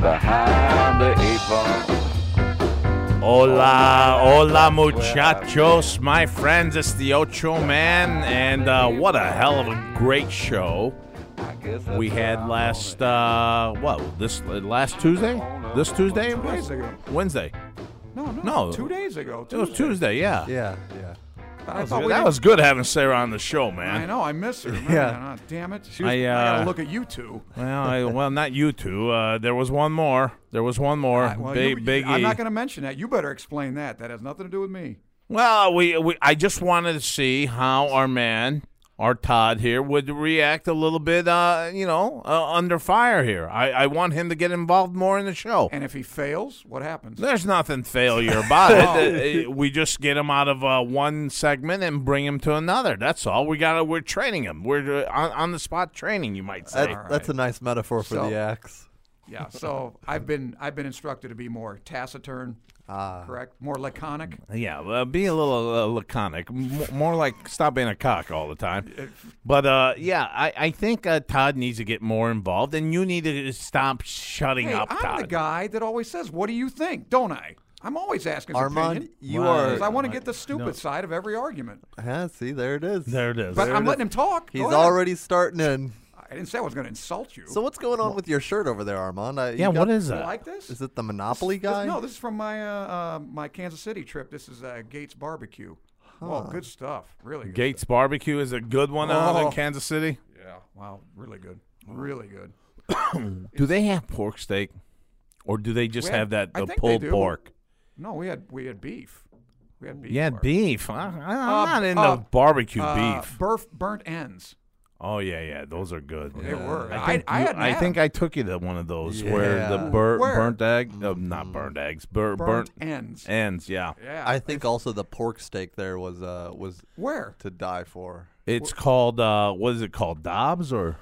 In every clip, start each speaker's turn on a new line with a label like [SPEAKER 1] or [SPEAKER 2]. [SPEAKER 1] Behind the eight ball.
[SPEAKER 2] Hola, hola, muchachos, my friends. It's the Ocho Man, and uh, what a hell of a great show
[SPEAKER 1] I guess that's
[SPEAKER 2] we had last uh, what this last Tuesday, this Tuesday, and
[SPEAKER 3] Two days ago.
[SPEAKER 2] Wednesday.
[SPEAKER 3] No, no,
[SPEAKER 2] No.
[SPEAKER 3] Two days ago.
[SPEAKER 2] It was Tuesday, yeah.
[SPEAKER 4] Yeah, yeah.
[SPEAKER 3] I
[SPEAKER 2] That was
[SPEAKER 3] thought
[SPEAKER 2] good.
[SPEAKER 3] Oh, we
[SPEAKER 2] That
[SPEAKER 3] didn't-
[SPEAKER 2] was good having Sarah on the show,
[SPEAKER 3] I
[SPEAKER 2] man.
[SPEAKER 3] know. I miss her. Man,
[SPEAKER 4] Yeah.
[SPEAKER 3] ah, damn it. She
[SPEAKER 2] I,
[SPEAKER 3] was, I,
[SPEAKER 2] uh,
[SPEAKER 3] gotta look at you two.
[SPEAKER 2] Well, I, well, not you two. Uh, there was one more. There was one more.
[SPEAKER 3] Well,
[SPEAKER 2] big,
[SPEAKER 3] you-
[SPEAKER 2] big.
[SPEAKER 3] I'm
[SPEAKER 2] E.
[SPEAKER 3] not gonna mention that. You better explain that. That has nothing to do with me.
[SPEAKER 2] Well, we, we I just wanted to see how our man, our Todd here, would react a little bit, uh, you know, uh, under fire here. I, I want him to get involved more in the show.
[SPEAKER 3] And if he fails, what happens?
[SPEAKER 2] There's nothing failure about it. Uh, uh, we just get him out of uh, one segment and bring him to another. That's all. We got. to We're training him. We're uh, on, on the spot training. You might say.
[SPEAKER 4] That, That's a nice metaphor for
[SPEAKER 3] So-
[SPEAKER 4] the axe.
[SPEAKER 3] yeah. So I've been I've been instructed to be more taciturn.
[SPEAKER 4] Ah.
[SPEAKER 3] correct. More laconic.
[SPEAKER 2] Yeah, uh, be a little uh, laconic, M- more like stop being a cock all the time. But uh, yeah, I, I think uh, Todd needs to get more involved, and you need to stop shutting
[SPEAKER 3] Hey,
[SPEAKER 2] up,
[SPEAKER 3] I'm
[SPEAKER 2] Todd.
[SPEAKER 3] the guy that always says, "What do you think?" Don't I? I'm always asking his
[SPEAKER 4] Armand,
[SPEAKER 3] opinion.
[SPEAKER 4] you
[SPEAKER 2] Wow.
[SPEAKER 3] Because I
[SPEAKER 4] are.
[SPEAKER 3] want to get the stupid side of every argument.
[SPEAKER 4] Yeah, see, there it is.
[SPEAKER 2] There it is.
[SPEAKER 3] But
[SPEAKER 4] There
[SPEAKER 3] I'm
[SPEAKER 4] it
[SPEAKER 3] letting him
[SPEAKER 4] is.
[SPEAKER 3] talk.
[SPEAKER 4] He's
[SPEAKER 3] Go ahead.
[SPEAKER 4] already starting in.
[SPEAKER 3] I didn't say I was going to insult you.
[SPEAKER 4] So what's going on with your shirt over there, Armand? I, you
[SPEAKER 2] yeah, what
[SPEAKER 4] got-
[SPEAKER 2] is
[SPEAKER 3] you
[SPEAKER 2] that?
[SPEAKER 3] like this?
[SPEAKER 4] Is it the Monopoly
[SPEAKER 3] This-
[SPEAKER 4] guy?
[SPEAKER 3] no, this is from my uh, uh, my Kansas City trip. This is uh, Gates Barbecue. Oh, good stuff. Really good.
[SPEAKER 2] Gates Barbecue is a good one out in
[SPEAKER 3] Oh.
[SPEAKER 2] Kansas City.
[SPEAKER 3] yeah. Wow. Really good. Really good.
[SPEAKER 2] Do they have pork steak, or do they just
[SPEAKER 3] Well,
[SPEAKER 2] have that
[SPEAKER 3] I
[SPEAKER 2] the
[SPEAKER 3] think they
[SPEAKER 2] pulled
[SPEAKER 3] do.
[SPEAKER 2] pork?
[SPEAKER 3] No, we had we had beef. We had beef.
[SPEAKER 2] Yeah,
[SPEAKER 3] bar-
[SPEAKER 2] beef. I, I'm not
[SPEAKER 3] Uh,
[SPEAKER 2] into
[SPEAKER 3] uh,
[SPEAKER 2] barbecue
[SPEAKER 3] uh,
[SPEAKER 2] beef.
[SPEAKER 3] Burf, burnt ends.
[SPEAKER 2] Oh yeah, yeah, those are good.
[SPEAKER 3] They were.
[SPEAKER 2] I think
[SPEAKER 3] I, I
[SPEAKER 2] you-
[SPEAKER 3] hadn't had
[SPEAKER 2] think
[SPEAKER 3] 'em.
[SPEAKER 2] I took you to one of those where the
[SPEAKER 4] Yeah.
[SPEAKER 2] bur-
[SPEAKER 3] Where?
[SPEAKER 2] burnt egg, uh, not burnt eggs, bur- burnt,
[SPEAKER 3] burnt, ends.
[SPEAKER 2] ends. Yeah,
[SPEAKER 3] yeah.
[SPEAKER 4] I think also the pork steak there was uh was
[SPEAKER 3] Where?
[SPEAKER 4] to die for.
[SPEAKER 2] it's called uh, what is it called? Dobbs or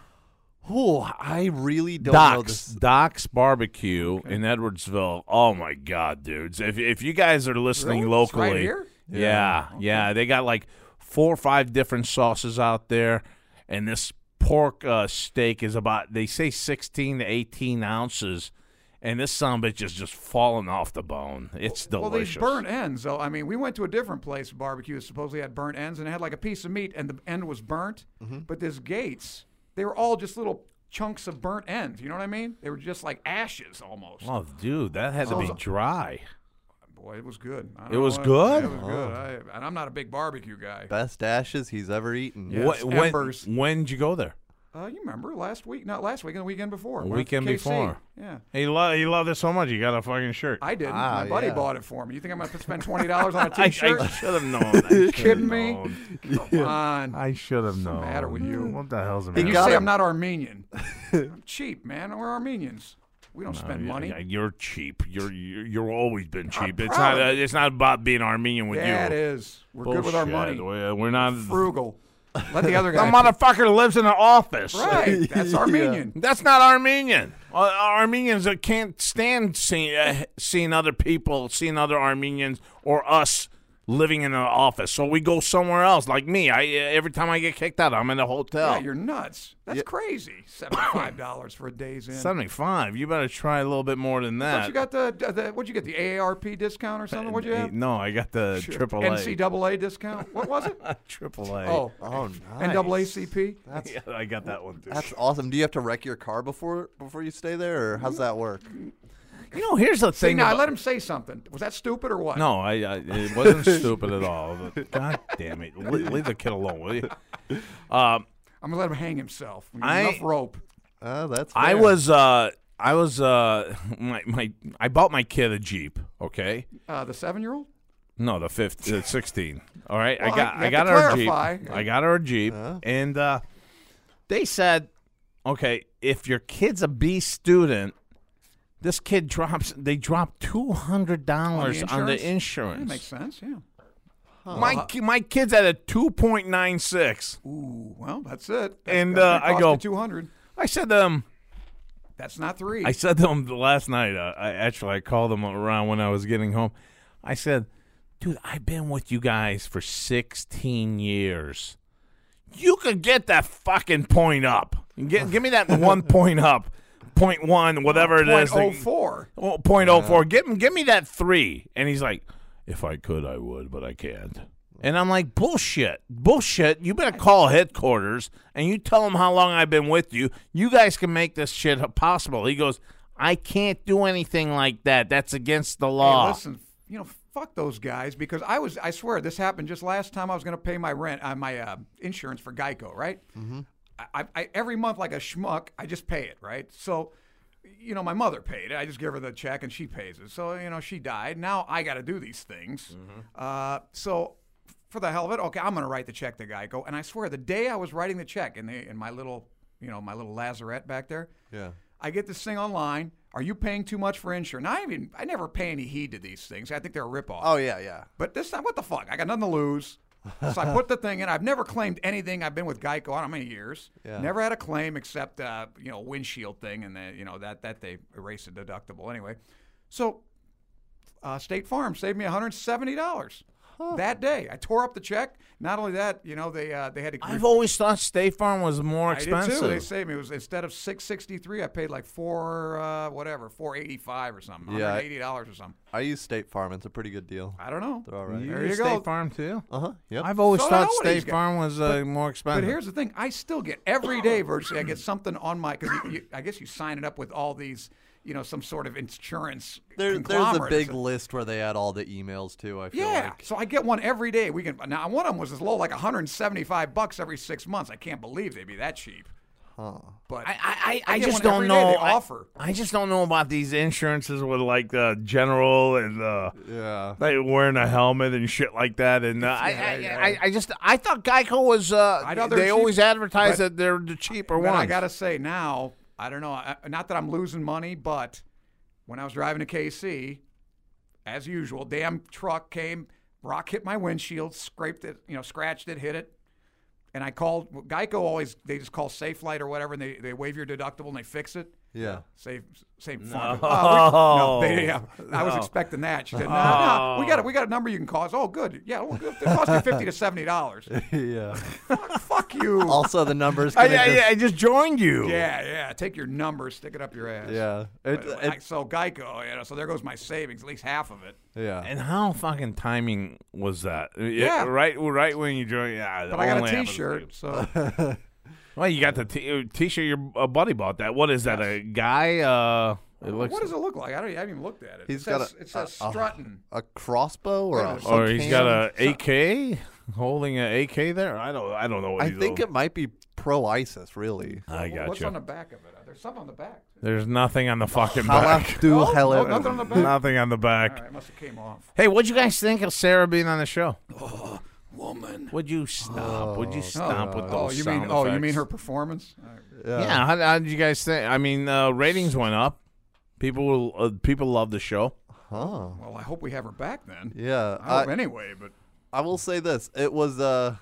[SPEAKER 4] Oh, I really don't know
[SPEAKER 2] Doc's
[SPEAKER 4] this.
[SPEAKER 2] Doc's Barbecue in Edwardsville. Oh my God, dudes! If if you guys are listening
[SPEAKER 3] Really? It's
[SPEAKER 2] locally,
[SPEAKER 3] right here?
[SPEAKER 2] yeah, yeah, they got like four or five different sauces out there, and this pork uh, steak is about they say sixteen to eighteen ounces. And this son of a bitch is just falling off the bone. It's
[SPEAKER 3] Well, these
[SPEAKER 2] delicious.
[SPEAKER 3] burnt ends, though. I mean, we went to a different place, barbecue, that supposedly had burnt ends, and it had like a piece of meat, and the end was burnt. But this Gates, they were all just little chunks of burnt ends. You know what I mean? They were just like ashes almost.
[SPEAKER 2] oh, dude, that had to be dry.
[SPEAKER 3] Boy, it was good. I don't
[SPEAKER 2] It
[SPEAKER 3] know
[SPEAKER 2] was
[SPEAKER 3] what-
[SPEAKER 2] good? Oh.
[SPEAKER 3] It was good. I, and I'm not a big barbecue guy.
[SPEAKER 4] Best ashes he's ever eaten.
[SPEAKER 3] Yeah.
[SPEAKER 2] What- when,
[SPEAKER 3] embers.
[SPEAKER 2] when'd you go there?
[SPEAKER 3] Uh, you remember last week? Not last week, and the weekend before. Went to
[SPEAKER 2] Weekend
[SPEAKER 3] KC.
[SPEAKER 2] before.
[SPEAKER 3] Yeah.
[SPEAKER 2] He, lo- he loved it so much, he got a fucking shirt.
[SPEAKER 3] I didn't.
[SPEAKER 4] Ah,
[SPEAKER 3] My buddy
[SPEAKER 4] yeah.
[SPEAKER 3] bought it for me. You think I'm going to spend $20 on a
[SPEAKER 2] I, I
[SPEAKER 3] t
[SPEAKER 2] should
[SPEAKER 3] shirt?
[SPEAKER 2] have known. You
[SPEAKER 3] kidding me? Come on.
[SPEAKER 2] I should have known.
[SPEAKER 3] matter with you?
[SPEAKER 2] What the hell's the
[SPEAKER 3] And you
[SPEAKER 2] matter?
[SPEAKER 4] got
[SPEAKER 3] say
[SPEAKER 4] him.
[SPEAKER 3] I'm not Armenian. I'm cheap, man. We're Armenians. We don't spend money.
[SPEAKER 2] Yeah, You're cheap. You're you're, you're always been cheap. it's
[SPEAKER 3] proud
[SPEAKER 2] not.
[SPEAKER 3] of
[SPEAKER 2] Uh, it's not about being Armenian with
[SPEAKER 3] Yeah, it
[SPEAKER 2] you.
[SPEAKER 3] is. We're good with our
[SPEAKER 2] Bullshit.
[SPEAKER 3] money.
[SPEAKER 2] We're, we're not. The
[SPEAKER 3] Frugal. Let the other guy.
[SPEAKER 2] motherfucker lives in an office.
[SPEAKER 3] right. That's Armenian.
[SPEAKER 2] That's not Armenian. Uh, Armenians that can't stand seeing uh, seeing other people, seeing other Armenians, or us living in an office. So we go somewhere else. Like me, I uh, every time I get kicked out, I'm in a hotel.
[SPEAKER 3] Yeah, you're nuts. That's crazy. Seventy-five dollars for a day's in.
[SPEAKER 2] Seventy five. You better try a little bit more than
[SPEAKER 3] But
[SPEAKER 2] that.
[SPEAKER 3] you got the, the what'd you get? The AARP discount or something? What'd you have?
[SPEAKER 2] No, I got the triple A.
[SPEAKER 3] NCAA discount. What was it?
[SPEAKER 2] Triple A.
[SPEAKER 3] Oh,
[SPEAKER 4] Oh, nice.
[SPEAKER 3] NAACP.
[SPEAKER 2] yeah, I got that one too.
[SPEAKER 4] That's awesome. Do you have to wreck your car before before you stay there, or how's that work?
[SPEAKER 2] You know, here's the
[SPEAKER 3] See,
[SPEAKER 2] thing.
[SPEAKER 3] now I
[SPEAKER 2] about-
[SPEAKER 3] let him say something. Was that stupid or what?
[SPEAKER 2] No, I, I it wasn't stupid at all. but God damn it! Le- leave the kid alone, will you? Um,
[SPEAKER 3] I'm gonna let him hang himself. We got
[SPEAKER 2] I-
[SPEAKER 3] enough rope.
[SPEAKER 4] Oh, that's.
[SPEAKER 2] I
[SPEAKER 4] fair.
[SPEAKER 2] was uh I was uh my my I bought my kid a Jeep, okay?
[SPEAKER 3] Uh, the seven-year-old.
[SPEAKER 2] No, the fifth the 16. All right.
[SPEAKER 3] Well,
[SPEAKER 2] I got
[SPEAKER 3] you
[SPEAKER 2] I,
[SPEAKER 3] have
[SPEAKER 2] got
[SPEAKER 3] to
[SPEAKER 2] her a Jeep.
[SPEAKER 3] clarify. Uh-huh.
[SPEAKER 2] I got her a Jeep and uh they said okay, if your kid's a B student, This kid drops. They dropped two hundred dollars on the insurance.
[SPEAKER 3] That makes sense. Yeah.
[SPEAKER 2] My ki- my kid's at a two point nine six.
[SPEAKER 3] Ooh. Well, that's it.
[SPEAKER 2] And,
[SPEAKER 3] that's
[SPEAKER 2] uh, I go-
[SPEAKER 3] two hundred.
[SPEAKER 2] I said to him.
[SPEAKER 3] That's not three.
[SPEAKER 2] I said to him last night. Uh, I actually I called him around when I was getting home. I said, "Dude, I've been with you guys for sixteen years. You could get that fucking point up. Get, give me that one point up, point one, whatever it
[SPEAKER 3] Point
[SPEAKER 2] is.
[SPEAKER 3] oh
[SPEAKER 2] that-
[SPEAKER 3] four.
[SPEAKER 2] Well, point oh four. Give him, give me that three. And he's like, if I could, I would, but I can't. And I'm like, bullshit, bullshit. You better call headquarters and you tell them how long I've been with you. You guys can make this shit possible. He goes, I can't do anything like that. That's against the law.
[SPEAKER 3] Hey, listen, you know, fuck those guys because I was, I swear, this happened just last time I was going to pay my rent, uh, my uh, insurance for Geico, right? Mm-hmm. I, I, every month, like a schmuck, I just pay it, right? So, you know, my mother paid it. I just give her the check and she pays it. So, you know, she died. Now I got to do these things. Uh, so, for the hell of it, okay, I'm going to write the check to Geico. And I swear, the day I was writing the check in, the, in my little, you know, my little lazarette back there,
[SPEAKER 4] Yeah.
[SPEAKER 3] I get this thing online. Are you paying too much for insurance? Now, I even I never pay any heed to these things. I think they're a ripoff.
[SPEAKER 4] Oh yeah, yeah.
[SPEAKER 3] But this time, what the fuck? I got nothing to lose. so I put the thing in. I've never claimed anything. I've been with Geico. I don't know how many years.
[SPEAKER 4] Yeah.
[SPEAKER 3] Never had a claim except uh, you know windshield thing, and then you know that that they erased the deductible anyway. So uh, State Farm saved me 170 dollars that day. I tore up the check. Not only that, you know they uh, they had to.
[SPEAKER 2] I've always thought State Farm was more
[SPEAKER 3] I did
[SPEAKER 2] expensive.
[SPEAKER 3] too. They saved me. It was instead of six sixty three, I paid like four uh, whatever, four eighty five or something,
[SPEAKER 4] Yeah, I-
[SPEAKER 3] hundred eighty dollars or something.
[SPEAKER 4] I use State Farm. It's a pretty good deal.
[SPEAKER 3] I don't know.
[SPEAKER 4] They're all right.
[SPEAKER 3] There you
[SPEAKER 2] State
[SPEAKER 3] go. Uh-huh.
[SPEAKER 2] Farm too.
[SPEAKER 4] Uh huh. Yep.
[SPEAKER 2] I've always
[SPEAKER 3] So
[SPEAKER 2] thought
[SPEAKER 3] now what he's
[SPEAKER 2] State
[SPEAKER 3] got-
[SPEAKER 2] Farm was uh, more expensive.
[SPEAKER 3] But here's the thing: I still get every day virtually. I get something on my because I guess you sign it up with all these, you know, some sort of insurance.
[SPEAKER 4] There, there's a
[SPEAKER 3] conglomerate or
[SPEAKER 4] big
[SPEAKER 3] something.
[SPEAKER 4] list where they add all the emails too. I feel
[SPEAKER 3] Yeah,
[SPEAKER 4] like.
[SPEAKER 3] so I get one every day. We can now one of them was as low like 175 bucks every six months. I can't believe they'd be that cheap. Huh. But
[SPEAKER 2] I, I, I,
[SPEAKER 3] I get
[SPEAKER 2] just
[SPEAKER 3] one
[SPEAKER 2] don't
[SPEAKER 3] every
[SPEAKER 2] know.
[SPEAKER 3] day they
[SPEAKER 2] I,
[SPEAKER 3] offer.
[SPEAKER 2] I just don't know about these insurances with like the general and uh,
[SPEAKER 4] Yeah.
[SPEAKER 2] like wearing a helmet and shit like that. And uh, I, I,
[SPEAKER 3] yeah.
[SPEAKER 2] I, I just I thought Geico was. Uh,
[SPEAKER 3] I know they're
[SPEAKER 2] they
[SPEAKER 3] cheap,
[SPEAKER 2] always advertise
[SPEAKER 3] but-
[SPEAKER 2] that they're the cheaper
[SPEAKER 3] But
[SPEAKER 2] one.
[SPEAKER 3] I gotta say now, I don't know. I, not that I'm losing money, but when I was driving to KC, as usual, damn truck came, rock hit my windshield, scraped it, you know, scratched it, hit it, and I called Geico. Always they just call Safe Light or whatever, and they, they waive your deductible and they fix it.
[SPEAKER 4] Yeah.
[SPEAKER 3] Save, same fun. Oh, we- no, they, yeah, I was
[SPEAKER 2] No.
[SPEAKER 3] expecting that. She said, "No, no, we got a, we got a number you can call." I said, Oh, good. Yeah, well, it cost me fifty to seventy dollars.
[SPEAKER 4] yeah.
[SPEAKER 3] Fuck you.
[SPEAKER 4] also, the numbers.
[SPEAKER 2] I,
[SPEAKER 4] gonna
[SPEAKER 2] I,
[SPEAKER 4] just-
[SPEAKER 2] I just joined you.
[SPEAKER 3] Yeah, yeah. Take your number, stick it up your ass.
[SPEAKER 4] Yeah. It,
[SPEAKER 3] But I-
[SPEAKER 4] it,
[SPEAKER 3] so Geico, you know, so there goes my savings, at least half of it.
[SPEAKER 4] yeah.
[SPEAKER 2] And how fucking timing was that? Yeah.
[SPEAKER 3] Yeah.
[SPEAKER 2] Right, right when you joined. Yeah,
[SPEAKER 3] But I got
[SPEAKER 2] only
[SPEAKER 3] a
[SPEAKER 2] happens to you.
[SPEAKER 3] T-shirt, so
[SPEAKER 2] Well, you got the t- t-shirt. Your uh, buddy bought that. What is that? A guy? Uh, it looks.
[SPEAKER 3] what does it look like? I don't. I haven't even looked at it.
[SPEAKER 4] He's
[SPEAKER 3] it
[SPEAKER 4] got
[SPEAKER 3] says,
[SPEAKER 4] a-
[SPEAKER 3] it says
[SPEAKER 2] uh,
[SPEAKER 4] a- a-
[SPEAKER 3] strutting.
[SPEAKER 4] a crossbow or a.
[SPEAKER 2] or Oh,
[SPEAKER 4] a
[SPEAKER 2] he's
[SPEAKER 4] can?
[SPEAKER 2] got a AK holding an AK there. I don't. I don't know what
[SPEAKER 4] I
[SPEAKER 2] oh, he's
[SPEAKER 4] think
[SPEAKER 2] holding.
[SPEAKER 4] it might be pro ISIS. Really.
[SPEAKER 2] I
[SPEAKER 3] Wh-
[SPEAKER 2] got
[SPEAKER 3] What's
[SPEAKER 2] you.
[SPEAKER 3] on the Oh, back of it? There's something on the back.
[SPEAKER 2] There's nothing on the fucking back.
[SPEAKER 4] Halafdu
[SPEAKER 3] No,
[SPEAKER 4] hell
[SPEAKER 3] no, nothing on the back.
[SPEAKER 2] nothing on the
[SPEAKER 3] All
[SPEAKER 2] back.
[SPEAKER 3] right, must have came off.
[SPEAKER 2] Hey, what'd you guys think of Sarah being on the show?
[SPEAKER 3] Oh, Woman.
[SPEAKER 2] Would you stop? Would you stop with
[SPEAKER 3] Oh,
[SPEAKER 2] those
[SPEAKER 3] you mean?
[SPEAKER 2] sound
[SPEAKER 3] Oh, you mean
[SPEAKER 2] effects?
[SPEAKER 3] her uh, performance? All right.
[SPEAKER 2] Yeah. How, how did you guys think? I mean, uh, ratings went up. People will, uh, people love the show.
[SPEAKER 4] Huh.
[SPEAKER 3] Well, I hope we have her back then.
[SPEAKER 4] Yeah.
[SPEAKER 3] I
[SPEAKER 4] I,
[SPEAKER 3] hope anyway, but
[SPEAKER 4] I will say this. It was uh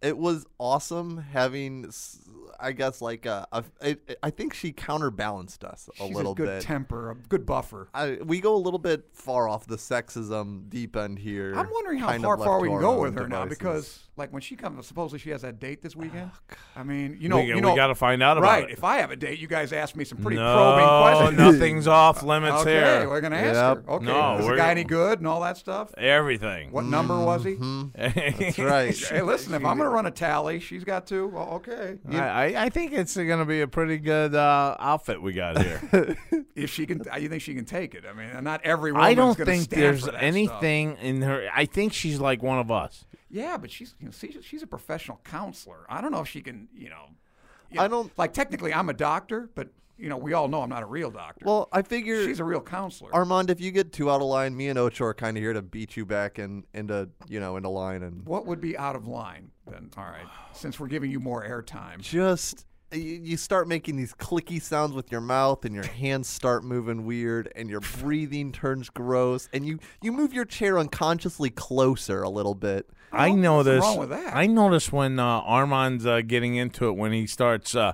[SPEAKER 4] it was awesome having s- I guess like uh, a I- I think she counterbalanced us a
[SPEAKER 3] she's
[SPEAKER 4] little
[SPEAKER 3] good
[SPEAKER 4] bit.
[SPEAKER 3] temper, a good buffer.
[SPEAKER 4] I, we go a little bit far off the sexism deep end here.
[SPEAKER 3] I'm wondering how
[SPEAKER 4] kind of
[SPEAKER 3] far
[SPEAKER 4] left
[SPEAKER 3] far we
[SPEAKER 4] to
[SPEAKER 3] can
[SPEAKER 4] our
[SPEAKER 3] go
[SPEAKER 4] own
[SPEAKER 3] with her now
[SPEAKER 4] devices.
[SPEAKER 3] because, like, when she comes, supposedly she has that date this weekend. I mean, you know,
[SPEAKER 2] we
[SPEAKER 3] you know,
[SPEAKER 2] got to find out about
[SPEAKER 3] right?
[SPEAKER 2] it.
[SPEAKER 3] If I have a date, you guys ask me some pretty
[SPEAKER 2] no,
[SPEAKER 3] probing questions.
[SPEAKER 2] nothing's off limits
[SPEAKER 3] Okay,
[SPEAKER 2] here.
[SPEAKER 3] we're gonna ask
[SPEAKER 4] Yep.
[SPEAKER 3] her. Okay,
[SPEAKER 2] No,
[SPEAKER 3] is the
[SPEAKER 2] we're-
[SPEAKER 3] guy any good and all that stuff?
[SPEAKER 2] Everything.
[SPEAKER 3] What number was he?
[SPEAKER 2] Mm-hmm. That's
[SPEAKER 4] That's
[SPEAKER 3] Hey,
[SPEAKER 4] right.
[SPEAKER 3] listen, if I'm gonna run a tally, she's got two. Well, okay,
[SPEAKER 2] I, I- I think it's going to be a pretty good uh, outfit we got here.
[SPEAKER 3] if she can, you think she can take it? I mean, not every woman's
[SPEAKER 2] I don't
[SPEAKER 3] gonna
[SPEAKER 2] think
[SPEAKER 3] stand
[SPEAKER 2] there's
[SPEAKER 3] for that
[SPEAKER 2] anything in her. I think she's like one of us.
[SPEAKER 3] stuff. Yeah, but she's you know, see, she's a professional counselor. I don't know if she can, you know. you
[SPEAKER 4] I
[SPEAKER 3] know,
[SPEAKER 4] don't-
[SPEAKER 3] like technically I'm a doctor, but you know we all know I'm not a real doctor.
[SPEAKER 4] Well, I figure
[SPEAKER 3] she's a real counselor.
[SPEAKER 4] Armand, if you get too out of line, me and Ocho are kind of here to beat you back and into you know into line and
[SPEAKER 3] what would be out of line then? All right, since we're giving you more airtime.
[SPEAKER 4] just y- you start making these clicky sounds with your mouth and your hands start moving weird and your breathing turns gross and you you move your chair unconsciously closer a little bit
[SPEAKER 2] I know
[SPEAKER 3] what's
[SPEAKER 2] this.
[SPEAKER 3] wrong with that?
[SPEAKER 2] I noticed when uh, Armand's uh, getting into it when he starts. Uh,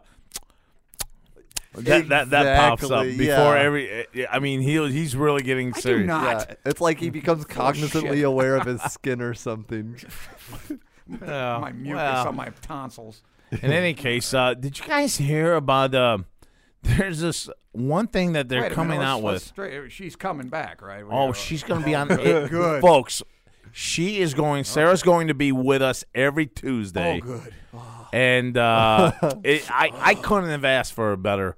[SPEAKER 2] that, that that pops up
[SPEAKER 4] Exactly,
[SPEAKER 2] before
[SPEAKER 4] yeah.
[SPEAKER 2] every. eh, I mean, he he's really getting
[SPEAKER 3] I
[SPEAKER 2] serious.
[SPEAKER 3] do not.
[SPEAKER 4] yeah, it's like he becomes cognizantly
[SPEAKER 3] shit.
[SPEAKER 4] aware of his skin or something
[SPEAKER 2] Yeah,
[SPEAKER 3] My mucus
[SPEAKER 2] well.
[SPEAKER 3] on my tonsils.
[SPEAKER 2] In any case, uh, did you guys hear about? Uh, there's this one thing that they're
[SPEAKER 3] Wait a minute,
[SPEAKER 2] coming
[SPEAKER 3] let's-
[SPEAKER 2] out
[SPEAKER 3] let's
[SPEAKER 2] with.
[SPEAKER 3] straight- she's coming back, right? We
[SPEAKER 2] Oh,
[SPEAKER 3] gotta-
[SPEAKER 2] she's going to be on it,
[SPEAKER 3] Good.
[SPEAKER 2] folks. She is going. Sarah's going to be with us every Tuesday.
[SPEAKER 3] Oh, good.
[SPEAKER 2] and uh, it, I I couldn't have asked for a better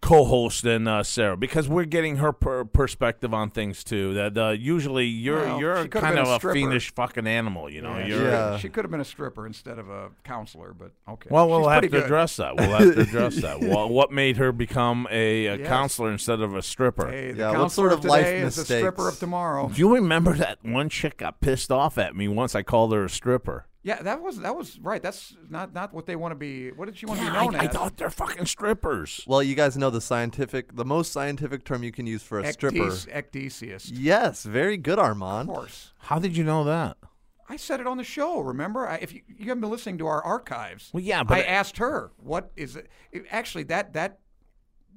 [SPEAKER 2] co-host than uh, Sarah because we're getting her per- perspective on things too. That uh, usually you're
[SPEAKER 3] Well,
[SPEAKER 2] you're
[SPEAKER 3] she could've
[SPEAKER 2] kind
[SPEAKER 3] been
[SPEAKER 2] of
[SPEAKER 3] a
[SPEAKER 2] a,
[SPEAKER 3] stripper.
[SPEAKER 2] fiendish fucking animal, you know. you're,
[SPEAKER 4] Yeah.
[SPEAKER 3] She could have been a stripper instead of a counselor, but okay.
[SPEAKER 2] Well, we'll
[SPEAKER 3] She's
[SPEAKER 2] have to
[SPEAKER 3] pretty good.
[SPEAKER 2] address that. We'll have to address that. Well, what made her become a, a
[SPEAKER 3] Yes.
[SPEAKER 2] counselor instead of a stripper?
[SPEAKER 3] Hey, the
[SPEAKER 4] Yeah, what
[SPEAKER 3] counselor
[SPEAKER 4] sort of
[SPEAKER 3] today
[SPEAKER 4] life
[SPEAKER 3] is the stripper
[SPEAKER 4] mistakes?
[SPEAKER 3] of tomorrow.
[SPEAKER 2] Do you remember that one chick got pissed off at me once I called her a stripper?
[SPEAKER 3] Yeah, that was that was right. That's not not what they want to be. What did she want to be
[SPEAKER 2] Yeah,
[SPEAKER 3] known
[SPEAKER 2] I, I
[SPEAKER 3] as?
[SPEAKER 2] thought they're fucking strippers.
[SPEAKER 4] well you guys know the scientific the most scientific term you can use for a stripper
[SPEAKER 3] Ectes- ectesiast.
[SPEAKER 4] yes very good armand
[SPEAKER 3] Of course.
[SPEAKER 2] How did you know that?
[SPEAKER 3] I said it on the show. Remember, I, if you, you haven't been listening to our archives,
[SPEAKER 2] Well, yeah, but-
[SPEAKER 3] I asked her what is it. it- Actually, that that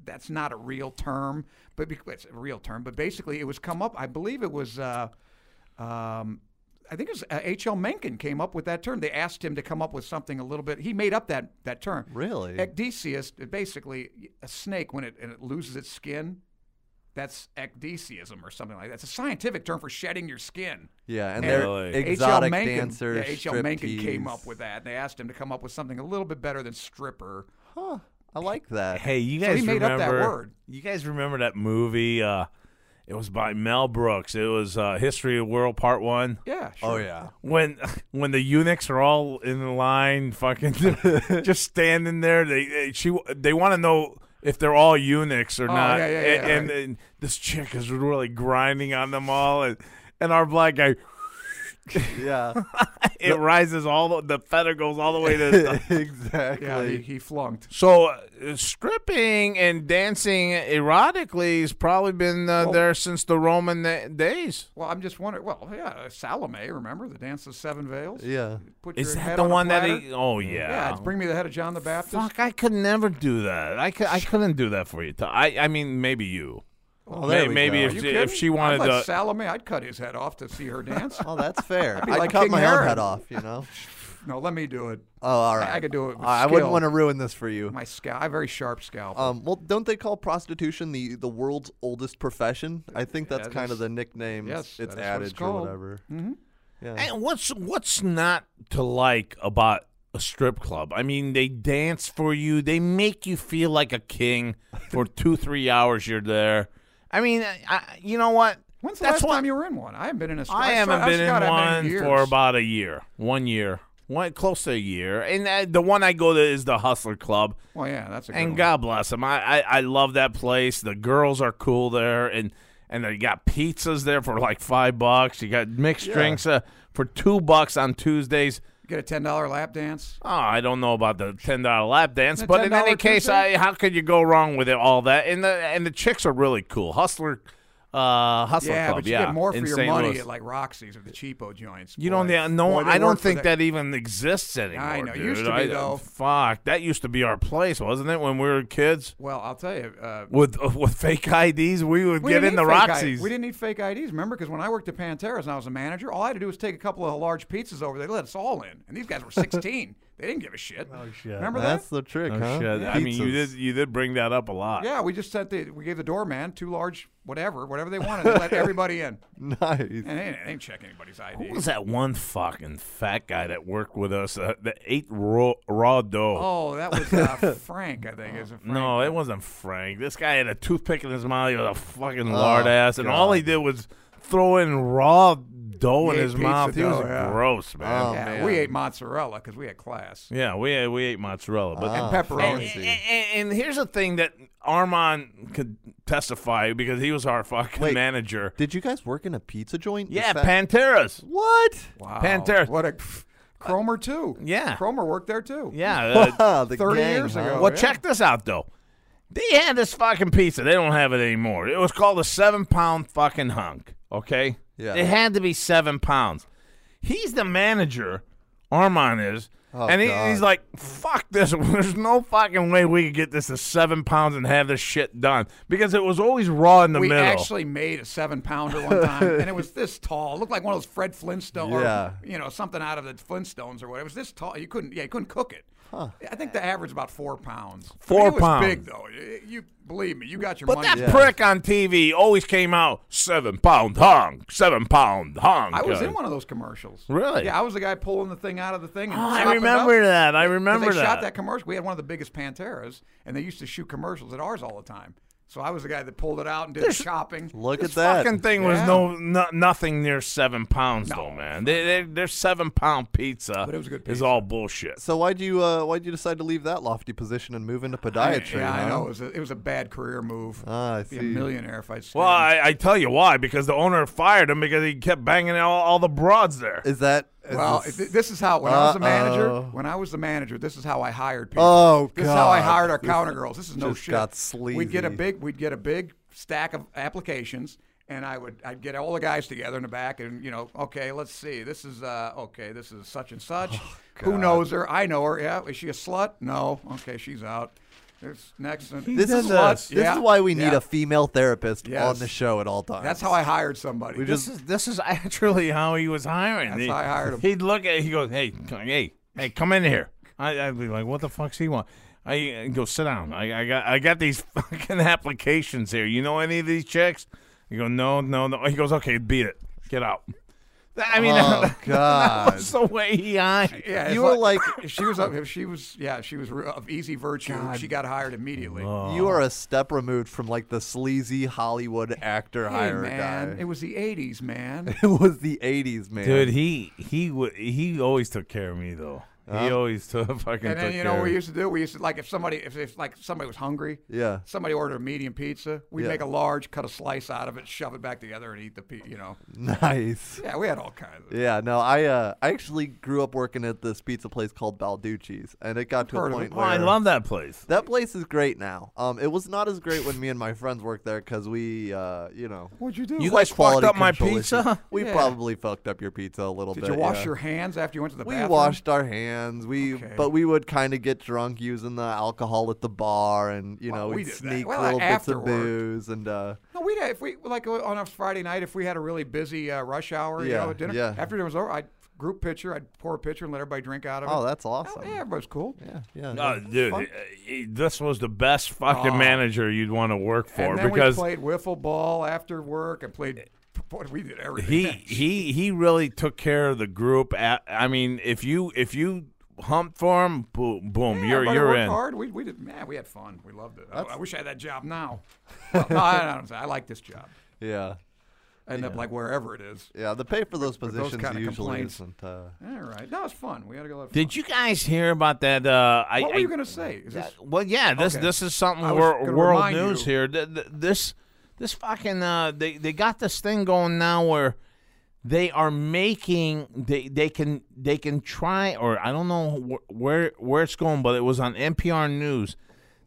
[SPEAKER 3] that's not a real term, but bec- it's a real term. But basically, it was come up. I believe it was. Uh, um, I think it was uh, H.L. Mencken came up with that term. They asked him to come up with something a little bit. He made up that, that term.
[SPEAKER 4] Really?
[SPEAKER 3] Ecdesius, basically, a snake, when it, and it loses its skin, that's ecdesiism or something like that. It's a scientific term for shedding your skin.
[SPEAKER 4] yeah
[SPEAKER 3] And
[SPEAKER 4] and they're
[SPEAKER 2] Really?
[SPEAKER 3] H.L.
[SPEAKER 4] exotic
[SPEAKER 3] Mencken-
[SPEAKER 4] dancers
[SPEAKER 3] Yeah, H.L. Mencken came
[SPEAKER 4] striptease.
[SPEAKER 3] up with that. And they asked him to come up with something a little bit better than stripper.
[SPEAKER 4] huh i like that
[SPEAKER 2] Hey, you
[SPEAKER 3] So
[SPEAKER 2] guys
[SPEAKER 3] he made up
[SPEAKER 2] remember
[SPEAKER 3] that word.
[SPEAKER 2] You guys remember that movie? Uh, it was by Mel Brooks. It was uh, History of the World Part One.
[SPEAKER 3] Yeah, sure.
[SPEAKER 4] oh yeah
[SPEAKER 2] When when the eunuchs are all in line, fucking just standing there. They, they she they want to know if they're all eunuchs or
[SPEAKER 3] Oh,
[SPEAKER 2] not.
[SPEAKER 3] yeah, yeah,
[SPEAKER 2] A-
[SPEAKER 3] yeah,
[SPEAKER 2] and, and this chick is really grinding on them all, and and our black guy.
[SPEAKER 4] yeah
[SPEAKER 2] It rises all the, the feather goes all the way to. the-
[SPEAKER 4] exactly
[SPEAKER 3] Yeah, he, he flunked.
[SPEAKER 2] So uh, stripping and dancing erotically has probably been uh,
[SPEAKER 3] Well-
[SPEAKER 2] there since the Roman na- days.
[SPEAKER 3] Well, I'm just wondering. Well, yeah, uh, Salome, remember the dance of seven veils?
[SPEAKER 4] yeah
[SPEAKER 3] Put
[SPEAKER 2] Is
[SPEAKER 3] your
[SPEAKER 2] that
[SPEAKER 3] head
[SPEAKER 2] the
[SPEAKER 3] on a
[SPEAKER 2] one that
[SPEAKER 3] platter.
[SPEAKER 2] he? Oh yeah.
[SPEAKER 3] Yeah, it's bring me the head of John the Baptist.
[SPEAKER 2] Fuck! I could never do that. I could. I couldn't do that for you. Tom. I. I mean, maybe you.
[SPEAKER 4] Well, Oh, there
[SPEAKER 2] May-
[SPEAKER 4] we
[SPEAKER 2] maybe
[SPEAKER 4] go.
[SPEAKER 3] Are
[SPEAKER 2] if
[SPEAKER 3] you
[SPEAKER 2] she,
[SPEAKER 3] kidding?
[SPEAKER 2] if she
[SPEAKER 3] I'd
[SPEAKER 2] wanted
[SPEAKER 3] let
[SPEAKER 2] to.
[SPEAKER 3] Salome, I'd cut his head off to see her dance.
[SPEAKER 4] Oh, that's fair.
[SPEAKER 3] be
[SPEAKER 4] I
[SPEAKER 3] like
[SPEAKER 4] cut
[SPEAKER 3] King
[SPEAKER 4] my own
[SPEAKER 3] Herod.
[SPEAKER 4] head off, you know.
[SPEAKER 3] no, let me do it.
[SPEAKER 4] Oh, all
[SPEAKER 3] I-
[SPEAKER 4] right.
[SPEAKER 3] I could do it with
[SPEAKER 4] I I wouldn't
[SPEAKER 3] skill.
[SPEAKER 4] want to ruin this for you.
[SPEAKER 3] My scalp, I have a very sharp scalp.
[SPEAKER 4] Um, well, don't they call prostitution the, the world's oldest profession? I think that's
[SPEAKER 3] Yeah,
[SPEAKER 4] kind of
[SPEAKER 3] that's-
[SPEAKER 4] the nickname.
[SPEAKER 3] yes, that is
[SPEAKER 4] it's
[SPEAKER 3] what it's
[SPEAKER 4] adage or
[SPEAKER 3] called.
[SPEAKER 4] whatever.
[SPEAKER 2] Hey, what's What's not to like about a strip club? I mean, they dance for you. They make you feel like a king for two, three hours. You're there. I mean, I, I, you know what?
[SPEAKER 3] When's the
[SPEAKER 2] That's
[SPEAKER 3] last
[SPEAKER 2] what
[SPEAKER 3] time you were in one? I haven't been in a. stri-
[SPEAKER 2] I haven't
[SPEAKER 3] swear-
[SPEAKER 2] been in
[SPEAKER 3] God, I haven't
[SPEAKER 2] one
[SPEAKER 3] been in
[SPEAKER 2] for
[SPEAKER 3] years.
[SPEAKER 2] about a year. One year. One, close to a year. And uh, the one I go to is the Hustler Club.
[SPEAKER 3] Well, yeah, that's a good
[SPEAKER 2] And
[SPEAKER 3] one.
[SPEAKER 2] God bless them. I, I, I love that place. The girls are cool there. And and they got pizzas there for like five bucks. You got mixed drinks uh, for two bucks on Tuesdays.
[SPEAKER 3] Get a ten dollar lap dance.
[SPEAKER 2] Oh, I don't know about the ten dollar lap dance,
[SPEAKER 3] The
[SPEAKER 2] but in any
[SPEAKER 3] $10
[SPEAKER 2] case,
[SPEAKER 3] Tuesday?
[SPEAKER 2] I, how could you go wrong with it, all that? And the and the chicks are really cool. Hustler, uh, Hustler
[SPEAKER 3] yeah,
[SPEAKER 2] Club.
[SPEAKER 3] but you
[SPEAKER 2] yeah,
[SPEAKER 3] get more for
[SPEAKER 2] in
[SPEAKER 3] your
[SPEAKER 2] St.
[SPEAKER 3] money
[SPEAKER 2] Louis.
[SPEAKER 3] at like Roxy's or the cheapo joints.
[SPEAKER 2] You don't
[SPEAKER 3] Boy,
[SPEAKER 2] know, no,
[SPEAKER 3] boy, they
[SPEAKER 2] I
[SPEAKER 3] work
[SPEAKER 2] don't
[SPEAKER 3] for
[SPEAKER 2] think
[SPEAKER 3] that.
[SPEAKER 2] that even exists anymore.
[SPEAKER 3] I know. It
[SPEAKER 2] dude.
[SPEAKER 3] used to be,
[SPEAKER 2] I-
[SPEAKER 3] though.
[SPEAKER 2] Fuck, that used to be our place, wasn't it? When we were kids,
[SPEAKER 3] Well, I'll tell you. Uh,
[SPEAKER 2] with uh, with fake IDs, we would
[SPEAKER 3] we
[SPEAKER 2] get
[SPEAKER 3] didn't
[SPEAKER 2] in
[SPEAKER 3] need
[SPEAKER 2] the
[SPEAKER 3] fake
[SPEAKER 2] Roxy's.
[SPEAKER 3] I- we didn't need fake IDs, remember? Because when I worked at Pantera's and I was a manager, all I had to do was take a couple of large pizzas over. They let us all in, and these guys were 16. they didn't give a shit. Oh shit! Remember that?
[SPEAKER 4] That's the trick,
[SPEAKER 2] Oh,
[SPEAKER 4] huh?
[SPEAKER 2] shit. I mean, you did you did bring that up a lot.
[SPEAKER 3] Yeah, we just sent the we gave the doorman two large whatever whatever they wanted. They let everybody in,
[SPEAKER 4] Pizza. Nice.
[SPEAKER 3] and they, didn't- they didn't check anybody's ID.
[SPEAKER 2] Who was that one fucking fat guy that worked with us uh, that ate raw, raw dough?
[SPEAKER 3] Oh, that was uh, Frank, I think. Is it Frank?
[SPEAKER 2] No, it wasn't Frank. This guy had a toothpick in his mouth. He was a fucking lard ass, and all he did was throw in raw dough in
[SPEAKER 3] He ate
[SPEAKER 2] his
[SPEAKER 3] pizza
[SPEAKER 2] mouth. he was
[SPEAKER 3] dough, yeah.
[SPEAKER 2] gross, man.
[SPEAKER 4] Oh,
[SPEAKER 3] yeah,
[SPEAKER 4] man.
[SPEAKER 3] we ate mozzarella because we had class.
[SPEAKER 2] Yeah, we we ate mozzarella, but
[SPEAKER 4] Ah,
[SPEAKER 3] pepperoni.
[SPEAKER 4] fancy.
[SPEAKER 2] And, and- and here's the thing that Armand could testify because he was our fucking
[SPEAKER 4] Wait.
[SPEAKER 2] manager.
[SPEAKER 4] Did you guys work in a pizza joint? Is
[SPEAKER 2] Yeah,
[SPEAKER 4] that-
[SPEAKER 2] Pantera's.
[SPEAKER 4] What?
[SPEAKER 3] Wow,
[SPEAKER 2] Pantera.
[SPEAKER 3] What a Cromer too.
[SPEAKER 2] Uh, yeah.
[SPEAKER 3] Cromer worked there too.
[SPEAKER 2] Yeah. uh,
[SPEAKER 4] Ah, the
[SPEAKER 3] 30
[SPEAKER 4] gang,
[SPEAKER 3] years
[SPEAKER 4] huh?
[SPEAKER 3] ago.
[SPEAKER 2] well,
[SPEAKER 3] yeah.
[SPEAKER 2] check this out though. They had this fucking pizza. They don't have it anymore. It was called a seven pound fucking hunk. Okay.
[SPEAKER 4] Yeah.
[SPEAKER 2] It had to be seven pounds. He's the manager. Armand is.
[SPEAKER 3] Oh,
[SPEAKER 2] and he,
[SPEAKER 4] God.
[SPEAKER 2] he's like, fuck this. There's no fucking way we could get this to seven pounds and have this shit done. Because it was always raw in the
[SPEAKER 3] we
[SPEAKER 2] middle.
[SPEAKER 3] actually made a seven pounder one time, and it was this tall. It looked like one of those Fred Flintstone,
[SPEAKER 4] Yeah.
[SPEAKER 3] or you know, something out of the Flintstones or whatever. It was this tall. You couldn't, yeah, you couldn't cook it. I think the average about four pounds. I mean,
[SPEAKER 2] Four
[SPEAKER 3] it was
[SPEAKER 2] pounds.
[SPEAKER 3] Big though. You- You believe me, you got your
[SPEAKER 2] But
[SPEAKER 3] money.
[SPEAKER 2] that prick on TV always came out seven pound hung, seven pound hung.
[SPEAKER 3] I was in one of those commercials.
[SPEAKER 2] Really?
[SPEAKER 3] Yeah, I was the guy pulling the thing out of the thing. And
[SPEAKER 2] Oh,
[SPEAKER 3] chopping
[SPEAKER 2] I
[SPEAKER 3] it
[SPEAKER 2] remember
[SPEAKER 3] up.
[SPEAKER 2] that. I
[SPEAKER 3] 'Cause
[SPEAKER 2] remember
[SPEAKER 3] they
[SPEAKER 2] that.
[SPEAKER 3] shot that commercial. We had one of the biggest Panteras, and they used to shoot commercials at ours all the time. So I was the guy that pulled it out and did the chopping.
[SPEAKER 4] Look
[SPEAKER 2] This
[SPEAKER 4] at that.
[SPEAKER 2] fucking thing was
[SPEAKER 3] Yeah.
[SPEAKER 2] no, no nothing near seven pounds though, man. They, they, their seven pound pizza,
[SPEAKER 3] But it was a good
[SPEAKER 2] is
[SPEAKER 3] pizza.
[SPEAKER 2] all bullshit.
[SPEAKER 4] So why'd you uh, why'd you decide to leave that lofty position and move into podiatry?
[SPEAKER 3] yeah, I
[SPEAKER 4] huh?
[SPEAKER 3] know. It was, a, it was a bad career move.
[SPEAKER 4] Ah, I
[SPEAKER 3] I'd be a
[SPEAKER 4] see.
[SPEAKER 3] millionaire if I'd stayed.
[SPEAKER 2] Well, I, I tell you why, because the owner fired him because he kept banging all, all the broads there.
[SPEAKER 4] Is that is
[SPEAKER 3] Well,
[SPEAKER 4] this-
[SPEAKER 3] th- this is how when I was the manager.
[SPEAKER 4] Uh-oh.
[SPEAKER 3] When I was the manager, this is how I hired people.
[SPEAKER 4] Oh,
[SPEAKER 3] This is how I
[SPEAKER 4] God.
[SPEAKER 3] hired our
[SPEAKER 4] This
[SPEAKER 3] counter girls. This is no
[SPEAKER 4] just
[SPEAKER 3] shit.
[SPEAKER 4] got
[SPEAKER 3] We'd get a
[SPEAKER 4] sleazy.
[SPEAKER 3] big, we'd get a big stack of applications, and I would, I'd get all the guys together in the back, and you know, okay, let's see, this is, uh, okay, this is such and such.
[SPEAKER 4] Oh,
[SPEAKER 3] Who knows her? I know her. Yeah, is she a slut? No. Okay, she's out. There's next. uh, and-
[SPEAKER 4] this
[SPEAKER 2] did
[SPEAKER 4] is
[SPEAKER 2] this.
[SPEAKER 4] this
[SPEAKER 3] Yeah,
[SPEAKER 4] is why we need
[SPEAKER 3] yeah.
[SPEAKER 4] a female therapist
[SPEAKER 3] Yes.
[SPEAKER 4] on the show at all times.
[SPEAKER 3] That's how I hired somebody.
[SPEAKER 2] this is this is actually how he was hiring.
[SPEAKER 3] That's
[SPEAKER 2] he,
[SPEAKER 3] how I hired him.
[SPEAKER 2] He'd look at he goes, hey, c- hey, hey, come in here. I, I'd be like, what the fuck's he want? I I go sit down. I, I got I got these fucking applications here. You know any of these chicks? You go no no no. He goes okay, beat it, get out. That- I mean,
[SPEAKER 4] Oh
[SPEAKER 2] that
[SPEAKER 4] God!
[SPEAKER 2] was the way he hired.
[SPEAKER 3] Yeah, it's
[SPEAKER 4] you were like
[SPEAKER 3] she was up. She was yeah. She was of easy virtue. She got hired immediately.
[SPEAKER 4] you are a step removed from like the sleazy Hollywood actor
[SPEAKER 3] Hey
[SPEAKER 4] hire
[SPEAKER 3] man,
[SPEAKER 4] guy.
[SPEAKER 3] it was the '80s, man.
[SPEAKER 4] It was the '80s, man.
[SPEAKER 2] Dude, he he wa he always took care of me though. He always took fucking.
[SPEAKER 3] and then
[SPEAKER 2] took care
[SPEAKER 3] you know what
[SPEAKER 2] of
[SPEAKER 3] we
[SPEAKER 2] me.
[SPEAKER 3] used to do? We used to like if somebody if, if like somebody was hungry,
[SPEAKER 4] Yeah.
[SPEAKER 3] somebody ordered a medium pizza. We'd
[SPEAKER 4] Yeah.
[SPEAKER 3] make a large, cut a slice out of it, shove it back together, and eat the pizza. You know?
[SPEAKER 4] nice.
[SPEAKER 3] Yeah, we had all kinds. of
[SPEAKER 4] Yeah, no, I uh, I actually grew up working at this pizza place called Balducci's, and it got to
[SPEAKER 3] Heard
[SPEAKER 4] a
[SPEAKER 3] of it.
[SPEAKER 4] point
[SPEAKER 2] Oh,
[SPEAKER 4] where
[SPEAKER 2] I love that place.
[SPEAKER 4] that place is great now. Um, it was not as great when me and my friends worked there because we, uh, you know,
[SPEAKER 3] What'd you do?
[SPEAKER 2] You
[SPEAKER 4] like
[SPEAKER 2] guys fucked
[SPEAKER 4] quality
[SPEAKER 2] up my
[SPEAKER 4] control
[SPEAKER 2] pizza?
[SPEAKER 4] issues. We
[SPEAKER 3] Yeah.
[SPEAKER 4] probably fucked up your pizza a little
[SPEAKER 3] Did
[SPEAKER 4] bit.
[SPEAKER 3] you wash
[SPEAKER 4] yeah.
[SPEAKER 3] your hands after you went to the
[SPEAKER 4] We
[SPEAKER 3] bathroom?
[SPEAKER 4] washed our hands. We,
[SPEAKER 3] Okay.
[SPEAKER 4] but we would kind of get drunk using the alcohol at the bar, and you know,
[SPEAKER 3] Well, we
[SPEAKER 4] we'd
[SPEAKER 3] did that.
[SPEAKER 4] sneak
[SPEAKER 3] Well,
[SPEAKER 4] little bits
[SPEAKER 3] after
[SPEAKER 4] of
[SPEAKER 3] work.
[SPEAKER 4] booze, and uh,
[SPEAKER 3] No, we if we like uh, on a Friday night if we had a really busy uh, rush hour, you
[SPEAKER 4] Yeah,
[SPEAKER 3] know, at dinner.
[SPEAKER 4] yeah.
[SPEAKER 3] After dinner was over, I'd group picture, I'd pour a pitcher and let everybody drink out of it.
[SPEAKER 4] oh, that's awesome.
[SPEAKER 3] Oh, yeah, everybody's cool.
[SPEAKER 4] yeah, yeah.
[SPEAKER 2] Oh, dude,
[SPEAKER 3] fun. Ah.
[SPEAKER 2] eh, eh, this was the best fucking manager you'd want to work for
[SPEAKER 3] and then
[SPEAKER 2] because
[SPEAKER 3] we played wiffle ball after work and played. Boy, we did everything.
[SPEAKER 2] he he he really took care of the group. At, I mean, if you if you hump for him, boom, boom,
[SPEAKER 3] Yeah,
[SPEAKER 2] you're
[SPEAKER 3] everybody
[SPEAKER 2] you're
[SPEAKER 3] worked
[SPEAKER 2] in.
[SPEAKER 3] Hard. We, we did. Man, we had fun. We loved it. I, I wish I had that job now. Well, no, I, I don't. I like this job.
[SPEAKER 4] yeah.
[SPEAKER 3] End up like wherever it is.
[SPEAKER 4] Yeah, the pay for those
[SPEAKER 3] those
[SPEAKER 4] positions
[SPEAKER 3] kinda
[SPEAKER 4] usually
[SPEAKER 3] complaints.
[SPEAKER 4] isn't. Uh,
[SPEAKER 3] All right. No, it's fun. We had to go. Have
[SPEAKER 2] Did
[SPEAKER 3] fun.
[SPEAKER 2] you guys hear about that? Uh, I,
[SPEAKER 3] What
[SPEAKER 2] I-
[SPEAKER 3] were you gonna say? Is this,
[SPEAKER 2] Well, yeah, this
[SPEAKER 3] Okay.
[SPEAKER 2] this is something
[SPEAKER 3] I was
[SPEAKER 2] wor-
[SPEAKER 3] gonna
[SPEAKER 2] world
[SPEAKER 3] remind
[SPEAKER 2] news
[SPEAKER 3] you.
[SPEAKER 2] here. Th- th- This this fucking uh, they they got this thing going now where they are making they they can they can try or I don't know wh- where where it's going, but it was on NPR News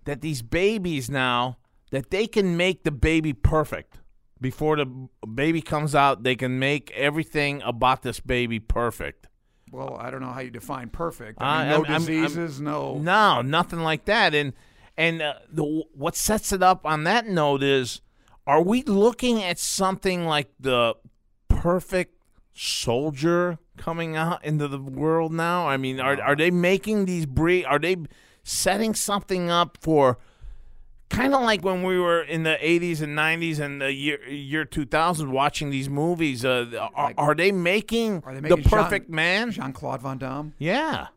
[SPEAKER 2] that these babies now that they can make the baby perfect before the b- baby comes out. They can make everything about this baby perfect.
[SPEAKER 3] well, I don't know how you define perfect.
[SPEAKER 2] I-
[SPEAKER 3] I mean, no
[SPEAKER 2] I'm- I'm- I'm-
[SPEAKER 3] diseases. no.
[SPEAKER 2] No, nothing like that. And and uh, the what sets it up on that note is, are we looking at something like the perfect soldier coming out into the world now? I mean, are are they making these breed? Are they setting something up for? Kind of like when we were in the '80s and '90s and the year year 2000, watching these movies. Uh, are, are they making,
[SPEAKER 3] Are they making
[SPEAKER 2] the perfect man?
[SPEAKER 3] Jean Claude Van Damme.
[SPEAKER 2] yeah.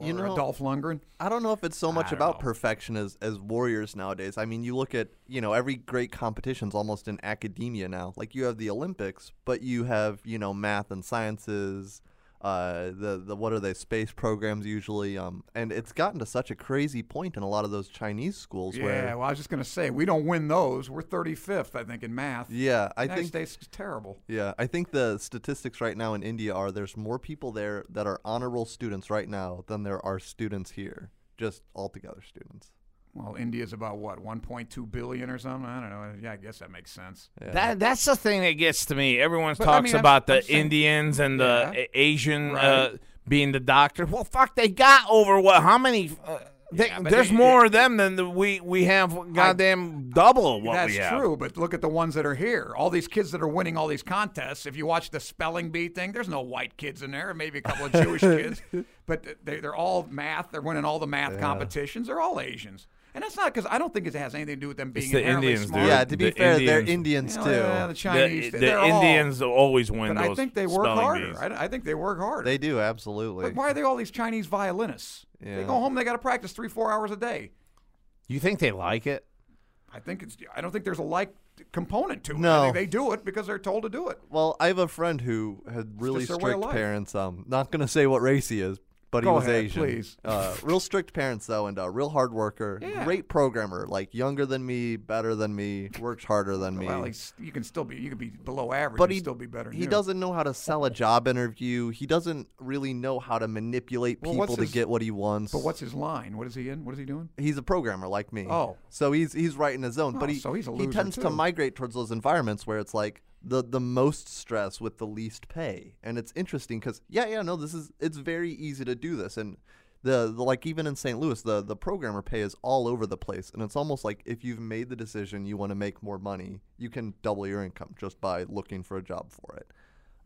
[SPEAKER 3] You know, Dolph Lundgren.
[SPEAKER 4] I don't know if it's so much about perfection as, as warriors nowadays. I mean, you look at, you know, every great competition's almost in academia now. Like you have the Olympics, but you have, you know, math and sciences, uh, the the what are they space programs usually? Um, and it's gotten to such a crazy point in a lot of those Chinese schools
[SPEAKER 3] Yeah,
[SPEAKER 4] where
[SPEAKER 3] well, I was just going to say, we don't win those. We're 35th, I think, in math.
[SPEAKER 4] yeah, I
[SPEAKER 3] United
[SPEAKER 4] think
[SPEAKER 3] States is terrible.
[SPEAKER 4] Yeah, I think the statistics right now in India are there's more people there that are honor roll students right now than there are students here, just altogether students.
[SPEAKER 3] Well, India's about what, 1.2 billion or something? I don't know. Yeah, I guess that makes sense.
[SPEAKER 2] That that's the thing that gets to me. Everyone
[SPEAKER 3] But, I
[SPEAKER 2] talks
[SPEAKER 3] mean, I'm-
[SPEAKER 2] about
[SPEAKER 3] I'm
[SPEAKER 2] the
[SPEAKER 3] saying-
[SPEAKER 2] Indians and the
[SPEAKER 3] Yeah.
[SPEAKER 2] A- Asian uh,
[SPEAKER 3] Right.
[SPEAKER 2] being the doctor. Well, fuck, they got over what? How many? Uh, they,
[SPEAKER 3] but
[SPEAKER 2] there's
[SPEAKER 3] they-
[SPEAKER 2] more of them than the, we we have. Goddamn, double what
[SPEAKER 3] That's
[SPEAKER 2] we have.
[SPEAKER 3] true, but look at the ones that are here. All these kids that are winning all these contests. If you watch the spelling bee thing, there's no white kids in there, maybe a couple of Jewish kids, but they, they're all math. They're winning all the math competitions. They're all Asians. And that's not because I don't think it has anything to do with them being
[SPEAKER 2] the
[SPEAKER 3] inherently
[SPEAKER 2] Indians,
[SPEAKER 3] smart.
[SPEAKER 2] dude.
[SPEAKER 4] yeah, to be
[SPEAKER 2] the
[SPEAKER 4] fair, they're
[SPEAKER 3] You
[SPEAKER 4] Indians
[SPEAKER 3] know,
[SPEAKER 4] too.
[SPEAKER 3] yeah, the
[SPEAKER 2] The,
[SPEAKER 3] Chinese,
[SPEAKER 2] the
[SPEAKER 3] they're all-
[SPEAKER 2] Indians always win
[SPEAKER 3] but
[SPEAKER 2] those.
[SPEAKER 3] I think they work
[SPEAKER 2] spelling
[SPEAKER 3] harder.
[SPEAKER 2] bees.
[SPEAKER 3] I, I think they work harder.
[SPEAKER 4] they do absolutely.
[SPEAKER 3] But why are they all these Chinese violinists? They
[SPEAKER 4] Yeah.
[SPEAKER 3] go home, they got to practice three, four hours a day.
[SPEAKER 2] You think they like it?
[SPEAKER 3] I think it's. I don't think there's a like component to it.
[SPEAKER 4] No.
[SPEAKER 3] I think they do it because they're told to do it.
[SPEAKER 4] well, I have a friend who had really
[SPEAKER 3] just their way of
[SPEAKER 4] strict
[SPEAKER 3] life.
[SPEAKER 4] parents. Um, not gonna say what race he is, but
[SPEAKER 3] Go
[SPEAKER 4] he was
[SPEAKER 3] ahead,
[SPEAKER 4] Asian.
[SPEAKER 3] please.
[SPEAKER 4] Uh, real strict parents though, and a real hard worker.
[SPEAKER 3] Yeah.
[SPEAKER 4] Great programmer, like younger than me, better than me, works harder than me.
[SPEAKER 3] Well, he's, you can still be. You can be below average.
[SPEAKER 4] but
[SPEAKER 3] and
[SPEAKER 4] he
[SPEAKER 3] still be better. than
[SPEAKER 4] He
[SPEAKER 3] you.
[SPEAKER 4] doesn't know how to sell a job interview. He doesn't really know how to manipulate
[SPEAKER 3] Well,
[SPEAKER 4] people
[SPEAKER 3] what's
[SPEAKER 4] to
[SPEAKER 3] his-
[SPEAKER 4] get what he wants.
[SPEAKER 3] But what's his line? What is he in? What is he doing?
[SPEAKER 4] He's a programmer like me.
[SPEAKER 3] Oh.
[SPEAKER 4] so he's he's right in his zone. but
[SPEAKER 3] Oh,
[SPEAKER 4] he
[SPEAKER 3] so he's a
[SPEAKER 4] he
[SPEAKER 3] loser,
[SPEAKER 4] tends
[SPEAKER 3] too.
[SPEAKER 4] to migrate towards those environments where it's like the the most stress with the least pay, and it's interesting because yeah yeah no this is it's very easy to do this and. The, the like even in St. Louis the the programmer pay is all over the place and it's almost like if you've made the decision you want to make more money you can double your income just by looking for a job for it.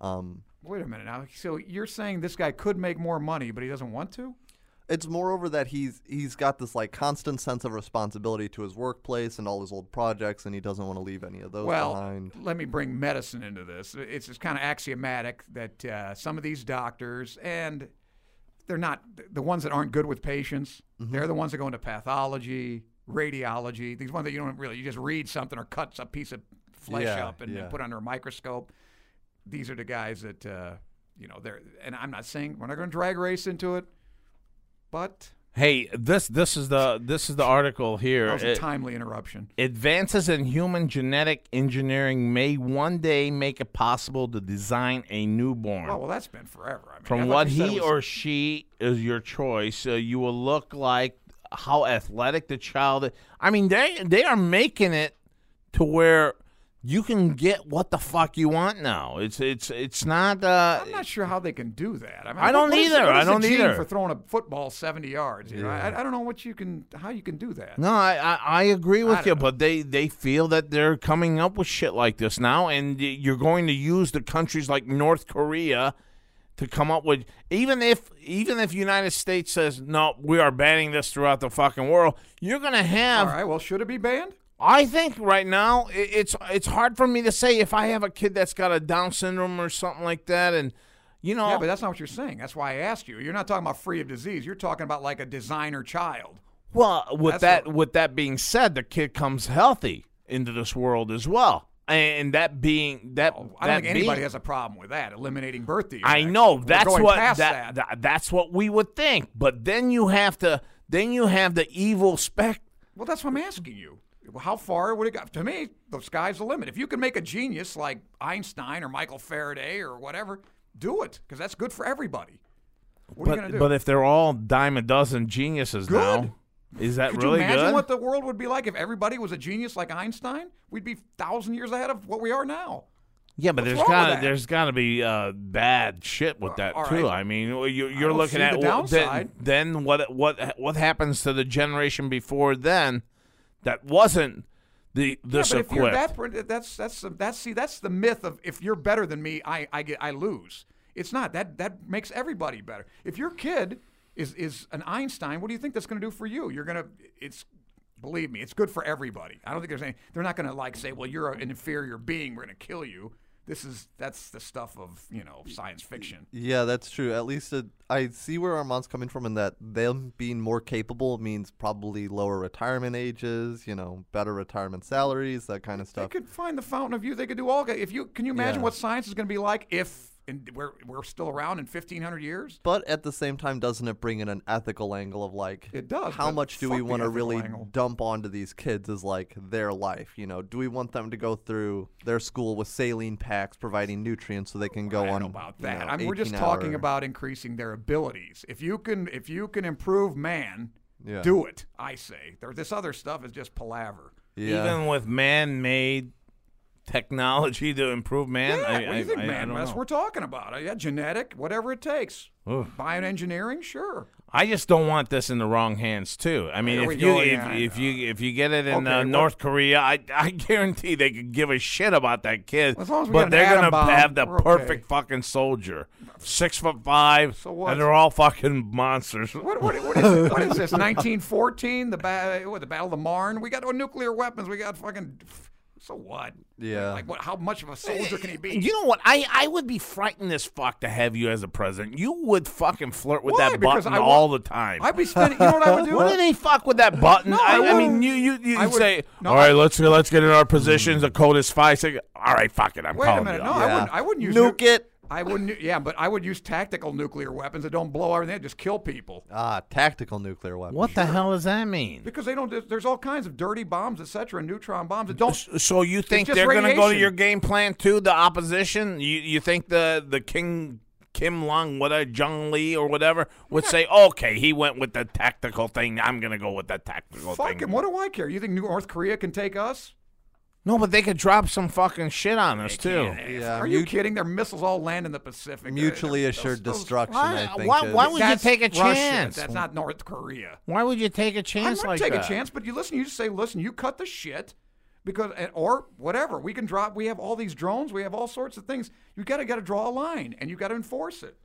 [SPEAKER 4] Um,
[SPEAKER 3] Wait a minute now. So you're saying this guy could make more money, but he doesn't want to?
[SPEAKER 4] it's moreover that he's he's got this like constant sense of responsibility to his workplace and all his old projects, and he doesn't want to leave any of those
[SPEAKER 3] Well,
[SPEAKER 4] behind.
[SPEAKER 3] let me bring medicine into this. It's just kind of axiomatic that uh, some of these doctors and they're not the ones that aren't good with patients.
[SPEAKER 4] Mm-hmm.
[SPEAKER 3] They're the ones that go into pathology, radiology. These ones that you don't really you just read something or cut a piece of flesh
[SPEAKER 4] Yeah,
[SPEAKER 3] up and, and
[SPEAKER 4] yeah.
[SPEAKER 3] put under a microscope. These are the guys that uh, you know. They're and I'm not saying we're not going to drag race into it, but
[SPEAKER 2] Hey, this this is the this is the article here.
[SPEAKER 3] that was a
[SPEAKER 2] It-
[SPEAKER 3] timely interruption.
[SPEAKER 2] Advances in human genetic engineering may one day make it possible to design a newborn.
[SPEAKER 3] Oh well, that's been forever. I mean, I
[SPEAKER 2] From
[SPEAKER 3] thought
[SPEAKER 2] what
[SPEAKER 3] you said it
[SPEAKER 2] he
[SPEAKER 3] was-
[SPEAKER 2] or she is your choice, uh, you will look like how athletic the child. I mean, they they are making it to where you can get what the fuck you want now. It's it's it's not. Uh,
[SPEAKER 3] I'm not sure how they can do that. I, mean,
[SPEAKER 2] I don't
[SPEAKER 3] what is-
[SPEAKER 2] either.
[SPEAKER 3] what
[SPEAKER 2] I
[SPEAKER 3] is the
[SPEAKER 2] don't
[SPEAKER 3] gene
[SPEAKER 2] either.
[SPEAKER 3] For throwing a football 70 yards, you know, I, I don't know what you can, how you can do that.
[SPEAKER 2] No, I I, I agree with
[SPEAKER 3] don't
[SPEAKER 2] you,
[SPEAKER 3] know.
[SPEAKER 2] but they they feel that they're coming up with shit like this now, and y- you're going to use the countries like North Korea to come up with even if even if United States says no, we are banning this throughout the fucking world. You're gonna
[SPEAKER 3] All
[SPEAKER 2] have,
[SPEAKER 3] right. Well, should it be banned?
[SPEAKER 2] I think, right now i- it's it's hard for me to say if I have a kid that's got a Down syndrome or something like that, and you know,
[SPEAKER 3] Yeah, but that's not what you're saying. That's why I asked you. You're not talking about free of disease. You're talking about like a designer child.
[SPEAKER 2] Well, with
[SPEAKER 3] That's
[SPEAKER 2] that
[SPEAKER 3] what-
[SPEAKER 2] with that being said, the kid comes healthy into this world as well, and that being that
[SPEAKER 3] Oh, I don't
[SPEAKER 2] that
[SPEAKER 3] think anybody
[SPEAKER 2] being-
[SPEAKER 3] has a problem with that, eliminating birth defects.
[SPEAKER 2] I know
[SPEAKER 3] We're
[SPEAKER 2] that's
[SPEAKER 3] going
[SPEAKER 2] what
[SPEAKER 3] past
[SPEAKER 2] that, that that's what we would think, but then you have to then you have the evil spec.
[SPEAKER 3] Well, that's what I'm asking you. How far would it go? To me, the sky's the limit. If you can make a genius like Einstein or Michael Faraday or whatever, do it because that's good for everybody. What are you
[SPEAKER 2] But
[SPEAKER 3] going to do?
[SPEAKER 2] but if they're all dime a dozen geniuses
[SPEAKER 3] Good.
[SPEAKER 2] now, is that
[SPEAKER 3] Could
[SPEAKER 2] really
[SPEAKER 3] you imagine
[SPEAKER 2] good?
[SPEAKER 3] what the world would be like if everybody was a genius like Einstein? We'd be thousand years ahead of what we are now.
[SPEAKER 2] yeah, but there's
[SPEAKER 3] what's wrong with
[SPEAKER 2] gotta
[SPEAKER 3] that?
[SPEAKER 2] there's gotta be uh, bad shit with that
[SPEAKER 3] all
[SPEAKER 2] too.
[SPEAKER 3] right.
[SPEAKER 2] I mean, you, you're
[SPEAKER 3] don't
[SPEAKER 2] looking
[SPEAKER 3] see
[SPEAKER 2] at
[SPEAKER 3] the
[SPEAKER 2] wh- then,
[SPEAKER 3] downside.
[SPEAKER 2] then what what what happens to the generation before then that wasn't the this
[SPEAKER 3] yeah, but if you're
[SPEAKER 2] equipped.
[SPEAKER 3] that, pr- that's that's that's see that's the myth of if you're better than me, I I get I lose. It's not that that makes everybody better. If your kid is is an Einstein, what do you think that's going to do for you? You're gonna it's. Believe me, it's good for everybody. I don't think there's any. They're not going to like say, "Well, you're an inferior being. We're going to kill you." This is that's the stuff of you know science fiction.
[SPEAKER 4] Yeah, that's true. At least it, I see where Armand's coming from, in that them being more capable means probably lower retirement ages, you know, better retirement salaries, that kind of
[SPEAKER 3] They
[SPEAKER 4] stuff.
[SPEAKER 3] could find the fountain of youth. They could do all. If you can, you imagine
[SPEAKER 4] Yeah.
[SPEAKER 3] what science is going to be like if and we're we're still around in 1500 years.
[SPEAKER 4] But at the same time, doesn't it bring in an ethical angle of like,
[SPEAKER 3] It does,
[SPEAKER 4] How
[SPEAKER 3] but
[SPEAKER 4] much do we
[SPEAKER 3] fuck the
[SPEAKER 4] want to
[SPEAKER 3] ethical
[SPEAKER 4] really
[SPEAKER 3] angle.
[SPEAKER 4] dump onto these kids as like their life? You know, do we want them to go through their school with saline packs providing nutrients so they can go
[SPEAKER 3] I don't
[SPEAKER 4] on
[SPEAKER 3] know about
[SPEAKER 4] you
[SPEAKER 3] that.
[SPEAKER 4] know,
[SPEAKER 3] I mean, we're just
[SPEAKER 4] 18
[SPEAKER 3] talking
[SPEAKER 4] hour-
[SPEAKER 3] about increasing their abilities. If you can, if you can improve man,
[SPEAKER 4] Yeah.
[SPEAKER 3] do it. I say. There, this other stuff is just palaver.
[SPEAKER 4] yeah.
[SPEAKER 2] Even with man-made technology to improve man,
[SPEAKER 3] Yeah,
[SPEAKER 2] I,
[SPEAKER 3] what do you
[SPEAKER 2] I-
[SPEAKER 3] think,
[SPEAKER 2] I- I
[SPEAKER 3] man?
[SPEAKER 2] don't
[SPEAKER 3] That's
[SPEAKER 2] know.
[SPEAKER 3] what we're talking about. Uh, Yeah, genetic, whatever it takes.
[SPEAKER 2] Ugh.
[SPEAKER 3] Bioengineering, sure.
[SPEAKER 2] I just don't want this in the wrong hands too. I mean,
[SPEAKER 3] There we
[SPEAKER 2] if you
[SPEAKER 3] go,
[SPEAKER 2] if,
[SPEAKER 3] yeah, I
[SPEAKER 2] if you if you get it in
[SPEAKER 3] Okay,
[SPEAKER 2] uh,
[SPEAKER 3] what-
[SPEAKER 2] North Korea, I I guarantee they could give a shit about that kid.
[SPEAKER 3] Well, as long as we got
[SPEAKER 2] but
[SPEAKER 3] an
[SPEAKER 2] they're
[SPEAKER 3] atom
[SPEAKER 2] gonna
[SPEAKER 3] bomb,
[SPEAKER 2] have the
[SPEAKER 3] we're okay.
[SPEAKER 2] perfect fucking soldier, six foot five,
[SPEAKER 3] So what?
[SPEAKER 2] and they're all fucking monsters.
[SPEAKER 3] What, what, what, is, what is this? 1914, the ba- what, the Battle of the Marne. We got nuclear weapons. We got fucking. So what?
[SPEAKER 4] Yeah.
[SPEAKER 3] Like what? How much of a soldier can he be?
[SPEAKER 2] You know what? I, I would be frightened as fuck to have you as a president. You would fucking flirt with
[SPEAKER 3] Why?
[SPEAKER 2] that
[SPEAKER 3] Because
[SPEAKER 2] button
[SPEAKER 3] I wa-
[SPEAKER 2] all the time.
[SPEAKER 3] I'd be spending. You know what I would do?
[SPEAKER 2] Why do they fuck with that button?
[SPEAKER 3] No,
[SPEAKER 2] I,
[SPEAKER 3] I
[SPEAKER 2] I, mean,
[SPEAKER 3] wouldn't.
[SPEAKER 2] you you you
[SPEAKER 3] I
[SPEAKER 2] would, say,
[SPEAKER 3] wouldn't. No,
[SPEAKER 2] all
[SPEAKER 3] I-
[SPEAKER 2] right, let's let's get in our positions. The code is five seconds. All right, fuck it. I'm
[SPEAKER 3] Wait
[SPEAKER 2] calling
[SPEAKER 3] a minute.
[SPEAKER 2] it
[SPEAKER 3] No,
[SPEAKER 2] off."
[SPEAKER 3] I
[SPEAKER 4] Yeah.
[SPEAKER 3] wouldn't. I wouldn't use
[SPEAKER 4] Nuke
[SPEAKER 3] nu-
[SPEAKER 4] it.
[SPEAKER 3] I wouldn't. u- Yeah, but I would use tactical nuclear weapons that don't blow everything. Just kill people
[SPEAKER 4] Ah, tactical nuclear weapons.
[SPEAKER 2] What the hell does that mean?
[SPEAKER 3] because they don't. there's- There's all kinds of dirty bombs, etc., neutron bombs that don't.
[SPEAKER 2] So you think
[SPEAKER 3] just
[SPEAKER 2] they're going to go to
[SPEAKER 3] radiation.
[SPEAKER 2] your game plan too? The opposition? You you think the the King Kim Long, what a Jung Lee or whatever, would say, okay, he went with the tactical thing. I'm going to go with the tactical
[SPEAKER 3] Fuck
[SPEAKER 2] thing.
[SPEAKER 3] him. What do I care? You think North Korea can take us?
[SPEAKER 2] No, but they could drop some fucking shit on us too.
[SPEAKER 4] Yeah,
[SPEAKER 3] Are you
[SPEAKER 4] mut-
[SPEAKER 3] kidding? Their missiles all land in the Pacific.
[SPEAKER 4] mutually
[SPEAKER 3] Those-
[SPEAKER 4] assured
[SPEAKER 3] those-
[SPEAKER 4] destruction?
[SPEAKER 2] Why-
[SPEAKER 4] I think
[SPEAKER 2] why-
[SPEAKER 4] is-
[SPEAKER 2] why would- you
[SPEAKER 3] That's
[SPEAKER 2] take a
[SPEAKER 3] Russia.
[SPEAKER 2] chance?
[SPEAKER 3] That's not North Korea.
[SPEAKER 2] Why would you take a
[SPEAKER 3] I'm
[SPEAKER 2] chance
[SPEAKER 3] not
[SPEAKER 2] like
[SPEAKER 3] take
[SPEAKER 2] that?
[SPEAKER 3] a chance, but you listen. You just say, listen, you cut the shit, because and- or whatever. We can drop. We have all these drones. We have all sorts of things. You got to got to draw a line, and you got to enforce it.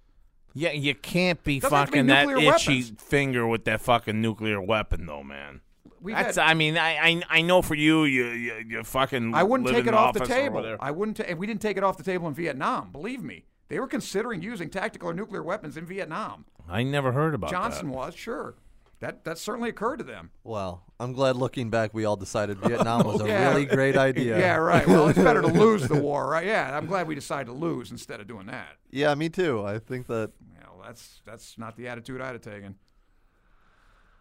[SPEAKER 2] Yeah, you can't be
[SPEAKER 3] Doesn't have to be
[SPEAKER 2] fucking that itchy
[SPEAKER 3] nuclear weapons.
[SPEAKER 2] finger with that fucking nuclear weapon, though, man.
[SPEAKER 3] We've
[SPEAKER 2] That's.
[SPEAKER 3] had-
[SPEAKER 2] I mean, I, I I know for you, you you, you fucking.
[SPEAKER 3] I wouldn't
[SPEAKER 2] live
[SPEAKER 3] take
[SPEAKER 2] in
[SPEAKER 3] it off the
[SPEAKER 2] office or
[SPEAKER 3] table.
[SPEAKER 2] whatever.
[SPEAKER 3] I wouldn't. Ta- we didn't take it off the table in Vietnam. Believe me, they were considering using tactical or nuclear weapons in Vietnam.
[SPEAKER 2] I never heard about
[SPEAKER 3] Johnson
[SPEAKER 2] That.
[SPEAKER 3] was sure. That that certainly occurred to them.
[SPEAKER 4] Well, I'm glad looking back, we all decided Vietnam was a
[SPEAKER 3] Yeah.
[SPEAKER 4] really great idea.
[SPEAKER 3] Yeah, right. Well, it's better to lose the war, right? Yeah, I'm glad we decided to lose instead of doing that.
[SPEAKER 4] Yeah, me too. I think that
[SPEAKER 3] You know, that's that's not the attitude I'd have taken.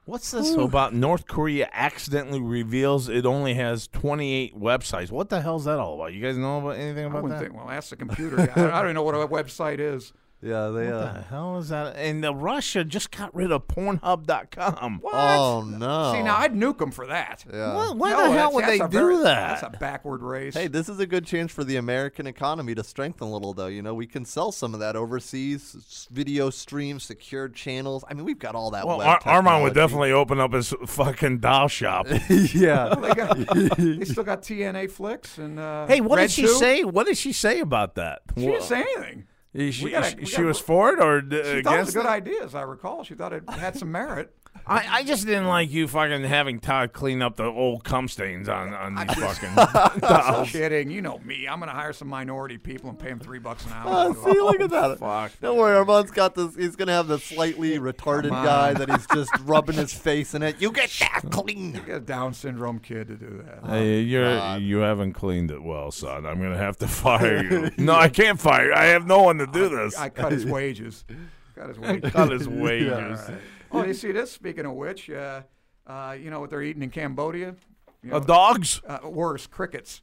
[SPEAKER 2] What's this about? North Korea accidentally reveals it only has 28 websites. What the hell's that all about? You guys know about anything
[SPEAKER 3] I
[SPEAKER 2] about
[SPEAKER 3] wouldn't
[SPEAKER 2] that?
[SPEAKER 3] think. Well, ask the computer guy. I don't- I don't know what a website is.
[SPEAKER 4] yeah, they
[SPEAKER 2] what
[SPEAKER 4] uh,
[SPEAKER 2] the hell is that? And uh, Russia just got rid of Pornhub.com. What?
[SPEAKER 4] Oh no.
[SPEAKER 3] See, now I'd nuke them for that.
[SPEAKER 4] Yeah.
[SPEAKER 2] Why, why
[SPEAKER 3] No,
[SPEAKER 2] the hell
[SPEAKER 3] that's-
[SPEAKER 2] would
[SPEAKER 3] that's
[SPEAKER 2] they
[SPEAKER 3] a
[SPEAKER 2] do
[SPEAKER 3] very-
[SPEAKER 2] that?
[SPEAKER 3] That's a backward race.
[SPEAKER 4] Hey, this is a good chance for the American economy to strengthen a little, though. You know, we can sell some of that overseas, s- video streams, secured channels. I mean, we've got all that.
[SPEAKER 2] well,
[SPEAKER 4] web
[SPEAKER 2] Ar- Armand would
[SPEAKER 4] technology.
[SPEAKER 2] definitely open up his fucking doll shop.
[SPEAKER 4] yeah.
[SPEAKER 3] they, got, they still got TNA flicks and uh,
[SPEAKER 2] Hey, what
[SPEAKER 3] Red
[SPEAKER 2] did she
[SPEAKER 3] Shoe.
[SPEAKER 2] say? What did she say about that?
[SPEAKER 3] She didn't say anything.
[SPEAKER 2] She, she,
[SPEAKER 3] We gotta- we
[SPEAKER 2] she
[SPEAKER 3] gotta-
[SPEAKER 2] was for it or d-
[SPEAKER 3] She thought it was
[SPEAKER 2] against
[SPEAKER 3] a good
[SPEAKER 2] it?
[SPEAKER 3] idea, as I recall. She thought it had some merit.
[SPEAKER 2] I, I just didn't like you fucking having Todd clean up the old cum stains on, on these fucking
[SPEAKER 3] I'm
[SPEAKER 2] dolls.
[SPEAKER 3] kidding. You know me. I'm going to hire some minority people and pay them three bucks an hour.
[SPEAKER 4] Oh, see, look at that.
[SPEAKER 2] fuck.
[SPEAKER 4] Don't worry, Armand's got this. He's gonna have this slightly retarded guy that he's just rubbing his face in it. You get that clean.
[SPEAKER 3] Get a Down syndrome kid to do that.
[SPEAKER 2] Hey, Uh, you're you haven't cleaned it well, son. I'm gonna have to fire you. no, I can't fire. you. I have no one to do this.
[SPEAKER 3] I cut his wages. Cut his wages.
[SPEAKER 2] cut his wages.
[SPEAKER 3] Oh, you see this? Speaking of which, uh, uh, you know what they're eating in Cambodia? You know,
[SPEAKER 2] Uh, dogs?
[SPEAKER 3] uh, worse, crickets.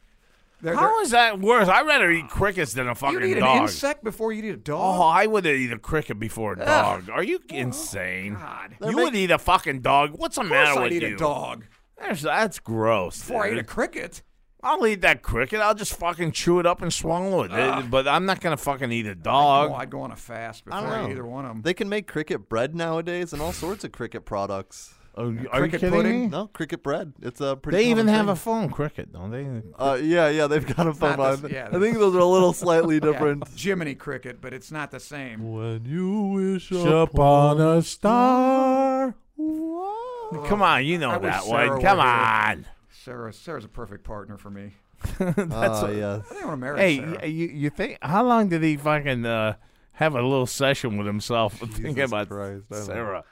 [SPEAKER 3] They're,
[SPEAKER 2] How is that worse? I'd rather eat crickets than a
[SPEAKER 3] you
[SPEAKER 2] fucking
[SPEAKER 3] eat
[SPEAKER 2] dog.
[SPEAKER 3] an insect before you eat a
[SPEAKER 2] Oh,
[SPEAKER 3] dog?
[SPEAKER 2] I would eat a cricket before a dog. Are you insane?
[SPEAKER 3] Oh, God.
[SPEAKER 2] You would eat a fucking dog. What's the
[SPEAKER 3] Of
[SPEAKER 2] matter
[SPEAKER 3] course I'd
[SPEAKER 2] with
[SPEAKER 3] eat
[SPEAKER 2] you?
[SPEAKER 3] a dog
[SPEAKER 2] That's, that's gross.
[SPEAKER 3] before I eat a
[SPEAKER 2] dude.
[SPEAKER 3] cricket.
[SPEAKER 2] I'll eat that cricket. I'll just fucking chew it up and swallow it. But I'm not gonna fucking eat a dog.
[SPEAKER 3] Oh, I'd go on a fast before
[SPEAKER 4] I don't
[SPEAKER 3] I
[SPEAKER 4] know.
[SPEAKER 3] eat either one of them.
[SPEAKER 4] They can make cricket bread nowadays and all sorts of cricket products.
[SPEAKER 2] Oh, Are, you- are you
[SPEAKER 3] Cricket
[SPEAKER 2] kidding
[SPEAKER 3] pudding?
[SPEAKER 2] me?
[SPEAKER 4] No, cricket bread. It's a pretty.
[SPEAKER 2] Hmm. They even
[SPEAKER 4] common
[SPEAKER 2] have
[SPEAKER 4] thing.
[SPEAKER 2] a phone cricket, don't they?
[SPEAKER 4] Uh, yeah, yeah, they've got a phone
[SPEAKER 3] Not this-
[SPEAKER 4] line.
[SPEAKER 3] yeah,
[SPEAKER 4] I think those are a little slightly
[SPEAKER 3] Yeah,
[SPEAKER 4] different.
[SPEAKER 3] Jiminy cricket, but it's not the same.
[SPEAKER 4] When you wish
[SPEAKER 2] upon a star. Come on, you know
[SPEAKER 3] I wish
[SPEAKER 2] that
[SPEAKER 3] Sarah
[SPEAKER 2] one.
[SPEAKER 3] were
[SPEAKER 2] Come
[SPEAKER 3] here.
[SPEAKER 2] on.
[SPEAKER 3] Sarah, Sarah's a perfect partner for me.
[SPEAKER 4] That's yes.
[SPEAKER 3] I think I want to marry
[SPEAKER 2] Hey,
[SPEAKER 3] Sarah.
[SPEAKER 2] y- you, you think how long did he fucking uh, have a little session with himself thinking about
[SPEAKER 4] Christ, I don't know.
[SPEAKER 2] Sarah?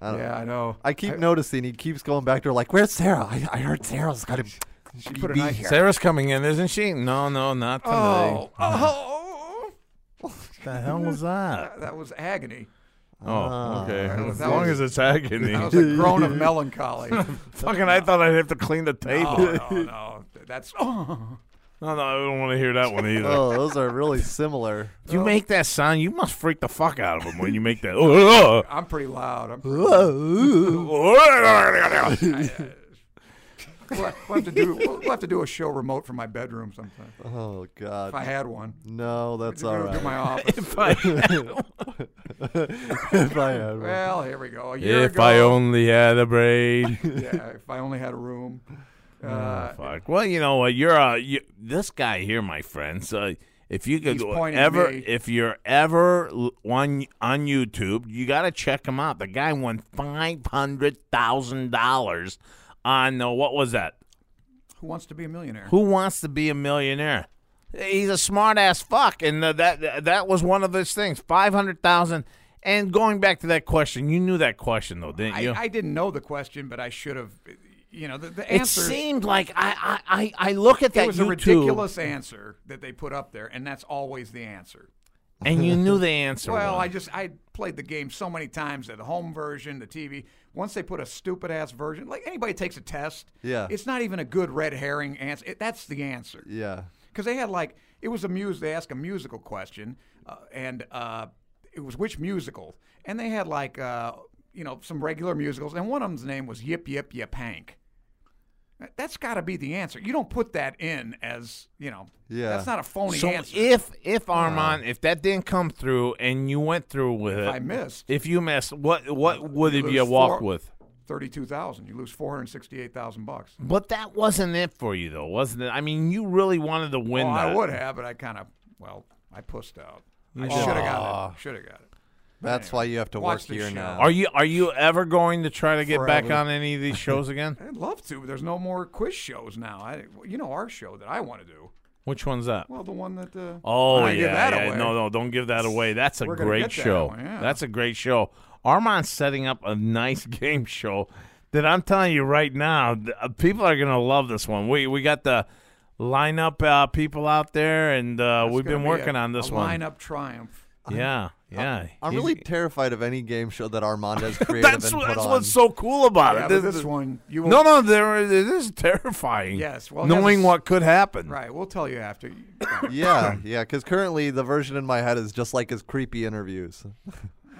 [SPEAKER 3] yeah, I know.
[SPEAKER 4] I keep noticing he keeps going back to her like, "Where's Sarah? I, I heard Sarah's got to
[SPEAKER 3] She put a
[SPEAKER 4] be
[SPEAKER 3] knife-
[SPEAKER 4] here."
[SPEAKER 2] Sarah's coming in, isn't she? No, no, not today.
[SPEAKER 3] Oh, oh,
[SPEAKER 2] the hell was that?
[SPEAKER 3] That was agony.
[SPEAKER 2] Oh, okay.
[SPEAKER 3] was-
[SPEAKER 2] As
[SPEAKER 3] that
[SPEAKER 2] long
[SPEAKER 3] was-
[SPEAKER 2] as it's agony.
[SPEAKER 3] I was a groan of melancholy. no,
[SPEAKER 2] Fucking, I thought I'd have to clean the table. No,
[SPEAKER 3] no, no. That's oh.
[SPEAKER 2] no, I don't want to hear that one either.
[SPEAKER 4] Oh, those are really similar.
[SPEAKER 2] You make that sound, you must freak the fuck out of him when you make that. "Ugh."
[SPEAKER 3] I'm pretty loud. I'm we'll, we'll have to do we'll, we'll have to do a show remote from my bedroom sometime. If
[SPEAKER 4] Oh God.
[SPEAKER 3] I had one,
[SPEAKER 4] No, that's
[SPEAKER 3] If I
[SPEAKER 4] all
[SPEAKER 3] go to my
[SPEAKER 4] right.
[SPEAKER 3] office.
[SPEAKER 4] if I had one.
[SPEAKER 3] well, here we go. A year
[SPEAKER 2] if
[SPEAKER 3] ago,
[SPEAKER 2] I only had a brain.
[SPEAKER 3] yeah, if I only had a room. Uh,
[SPEAKER 2] Fuck. Well, you know what? You're a you, this guy here, my friend. So if you could
[SPEAKER 3] He's
[SPEAKER 2] go
[SPEAKER 3] pointing at
[SPEAKER 2] ever,
[SPEAKER 3] me.
[SPEAKER 2] if you're ever l- on on YouTube, you got to check him out. The guy won five hundred thousand dollars on uh, what was that?
[SPEAKER 3] who wants to be a millionaire?
[SPEAKER 2] Who wants to be a millionaire? He's a smart ass fuck, and uh, that that was one of those things. Five hundred thousand. And going back to that question, you knew that question though, didn't
[SPEAKER 3] I,
[SPEAKER 2] you?
[SPEAKER 3] I didn't know the question, but I should have. You know, the, the
[SPEAKER 2] it
[SPEAKER 3] answer.
[SPEAKER 2] seemed like I, I, I, I look at that
[SPEAKER 3] it was
[SPEAKER 2] YouTube,
[SPEAKER 3] a ridiculous answer that they put up there, and that's always the answer.
[SPEAKER 2] and you knew the answer.
[SPEAKER 3] Well,
[SPEAKER 2] was.
[SPEAKER 3] I just I played the game so many times the home version, the TV. Once they put a stupid ass version, like anybody takes a test,
[SPEAKER 4] Yeah.
[SPEAKER 3] it's not even a good red herring answer. It, that's the answer
[SPEAKER 4] Yeah.
[SPEAKER 3] because they had like it was a muse. They asked a musical question, uh, and uh, it was which musical, and they had like uh, you know some regular musicals, and one of them's name was Yip Yip Yip Hank. That- That's got to be the answer. You don't put that in as you know.
[SPEAKER 4] Yeah.
[SPEAKER 3] that's not a phony
[SPEAKER 2] So
[SPEAKER 3] answer.
[SPEAKER 2] if if Armand, if that didn't come through and you went through with it,
[SPEAKER 3] I missed.
[SPEAKER 2] If you missed, what what would have
[SPEAKER 3] lose
[SPEAKER 2] you walked
[SPEAKER 3] four-
[SPEAKER 2] with?
[SPEAKER 3] Thirty-two thousand. You lose four hundred sixty-eight thousand bucks.
[SPEAKER 2] But that wasn't it for you though, wasn't it? I mean, you really wanted to win.
[SPEAKER 3] Oh, I
[SPEAKER 2] that.
[SPEAKER 3] would have, but I kind of well, I pussed out. I should have got it. Should have got it.
[SPEAKER 4] That's why you have to
[SPEAKER 3] Watch
[SPEAKER 4] work
[SPEAKER 3] the
[SPEAKER 4] here
[SPEAKER 3] show.
[SPEAKER 4] now.
[SPEAKER 2] Are you are you ever going to try to get back on
[SPEAKER 3] Forever.
[SPEAKER 2] any of these shows again?
[SPEAKER 3] I'd love to, but there's no more quiz shows now. I, you know our show that I want to do.
[SPEAKER 2] Which one's that?
[SPEAKER 3] Well, the one that. Uh,
[SPEAKER 2] Oh
[SPEAKER 3] I
[SPEAKER 2] yeah,
[SPEAKER 3] give that
[SPEAKER 2] yeah.
[SPEAKER 3] away.
[SPEAKER 2] no, no, don't give that away. That's a
[SPEAKER 3] We're gonna
[SPEAKER 2] great
[SPEAKER 3] get that
[SPEAKER 2] show.
[SPEAKER 3] away, yeah.
[SPEAKER 2] That's a great show. Armand's setting up a nice game show that I'm telling you right now, th- uh, people are gonna love this one. We we got the lineup uh, people out there, and uh,
[SPEAKER 3] It's
[SPEAKER 2] we've
[SPEAKER 3] gonna
[SPEAKER 2] been
[SPEAKER 3] be
[SPEAKER 2] working
[SPEAKER 3] a-
[SPEAKER 2] on this
[SPEAKER 3] a
[SPEAKER 2] one.
[SPEAKER 3] Lineup triumph.
[SPEAKER 2] Yeah, yeah.
[SPEAKER 4] I'm
[SPEAKER 2] He's-
[SPEAKER 4] really terrified of any game show that Armand has created
[SPEAKER 2] that's
[SPEAKER 4] and
[SPEAKER 2] what,
[SPEAKER 4] put
[SPEAKER 2] that's
[SPEAKER 4] on.
[SPEAKER 2] what's so cool about
[SPEAKER 3] Yeah,
[SPEAKER 2] it.
[SPEAKER 3] but this one you will,
[SPEAKER 2] No, no, there it is terrifying.
[SPEAKER 3] Yes, well, it has a
[SPEAKER 2] knowing
[SPEAKER 3] s-
[SPEAKER 2] what could happen.
[SPEAKER 3] Right, we'll tell you after.
[SPEAKER 4] yeah, yeah. Because currently the version in my head is just like his creepy interviews.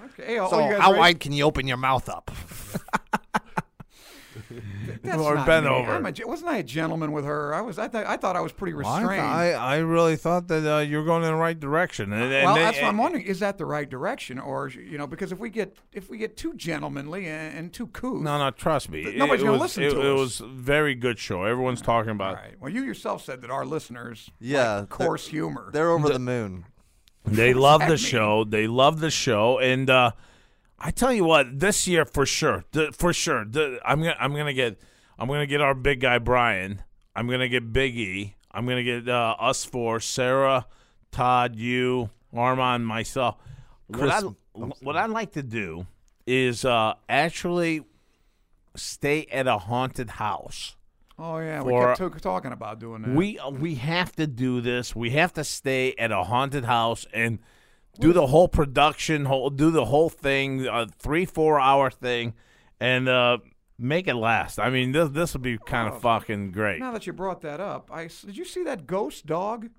[SPEAKER 3] Okay, hey, all you guys ready?
[SPEAKER 4] can you open your mouth up?
[SPEAKER 3] That's
[SPEAKER 2] Or
[SPEAKER 3] not
[SPEAKER 2] bend
[SPEAKER 3] me.
[SPEAKER 2] over.
[SPEAKER 3] I'm a ge- wasn't I a gentleman with her? I was. I, th- I thought I was pretty
[SPEAKER 2] I,
[SPEAKER 3] restrained.
[SPEAKER 2] I I really thought that uh, you were going in the right direction. And, and
[SPEAKER 3] well,
[SPEAKER 2] they-
[SPEAKER 3] that's what I'm wondering. Is that the right direction, or you know, because if we get if we get too gentlemanly and, and too cool,
[SPEAKER 2] No, no, trust me.
[SPEAKER 3] Th- nobody's
[SPEAKER 2] It
[SPEAKER 3] gonna
[SPEAKER 2] was-
[SPEAKER 3] listen
[SPEAKER 2] it,
[SPEAKER 3] to
[SPEAKER 2] It
[SPEAKER 3] us.
[SPEAKER 2] was a very good show. Everyone's talking
[SPEAKER 3] All
[SPEAKER 2] about
[SPEAKER 3] right. Well, you yourself said that our listeners,
[SPEAKER 4] Yeah,
[SPEAKER 3] like coarse humor.
[SPEAKER 4] They're over the moon.
[SPEAKER 2] They love
[SPEAKER 3] that
[SPEAKER 2] the
[SPEAKER 3] mean?
[SPEAKER 2] show. They love the show, and uh, I tell you what, this year for sure, the, for sure, the, I'm gonna I'm gonna get I'm gonna get our big guy Brian. I'm gonna get Big E. I'm gonna get uh, us four: Sarah, Todd, you, Armand, myself.
[SPEAKER 4] Chris-
[SPEAKER 2] what I what I like to do is uh, actually stay at a haunted house.
[SPEAKER 3] oh yeah, we
[SPEAKER 2] For-
[SPEAKER 3] kept to- talking about doing that.
[SPEAKER 2] We uh, we have to do this. We have to stay at a haunted house and do the whole production, whole, do the whole thing, a three four hour thing, and uh, make it last. I mean, this this would be kind of fucking great.
[SPEAKER 3] now that you brought that up, I s- did you see that ghost dog?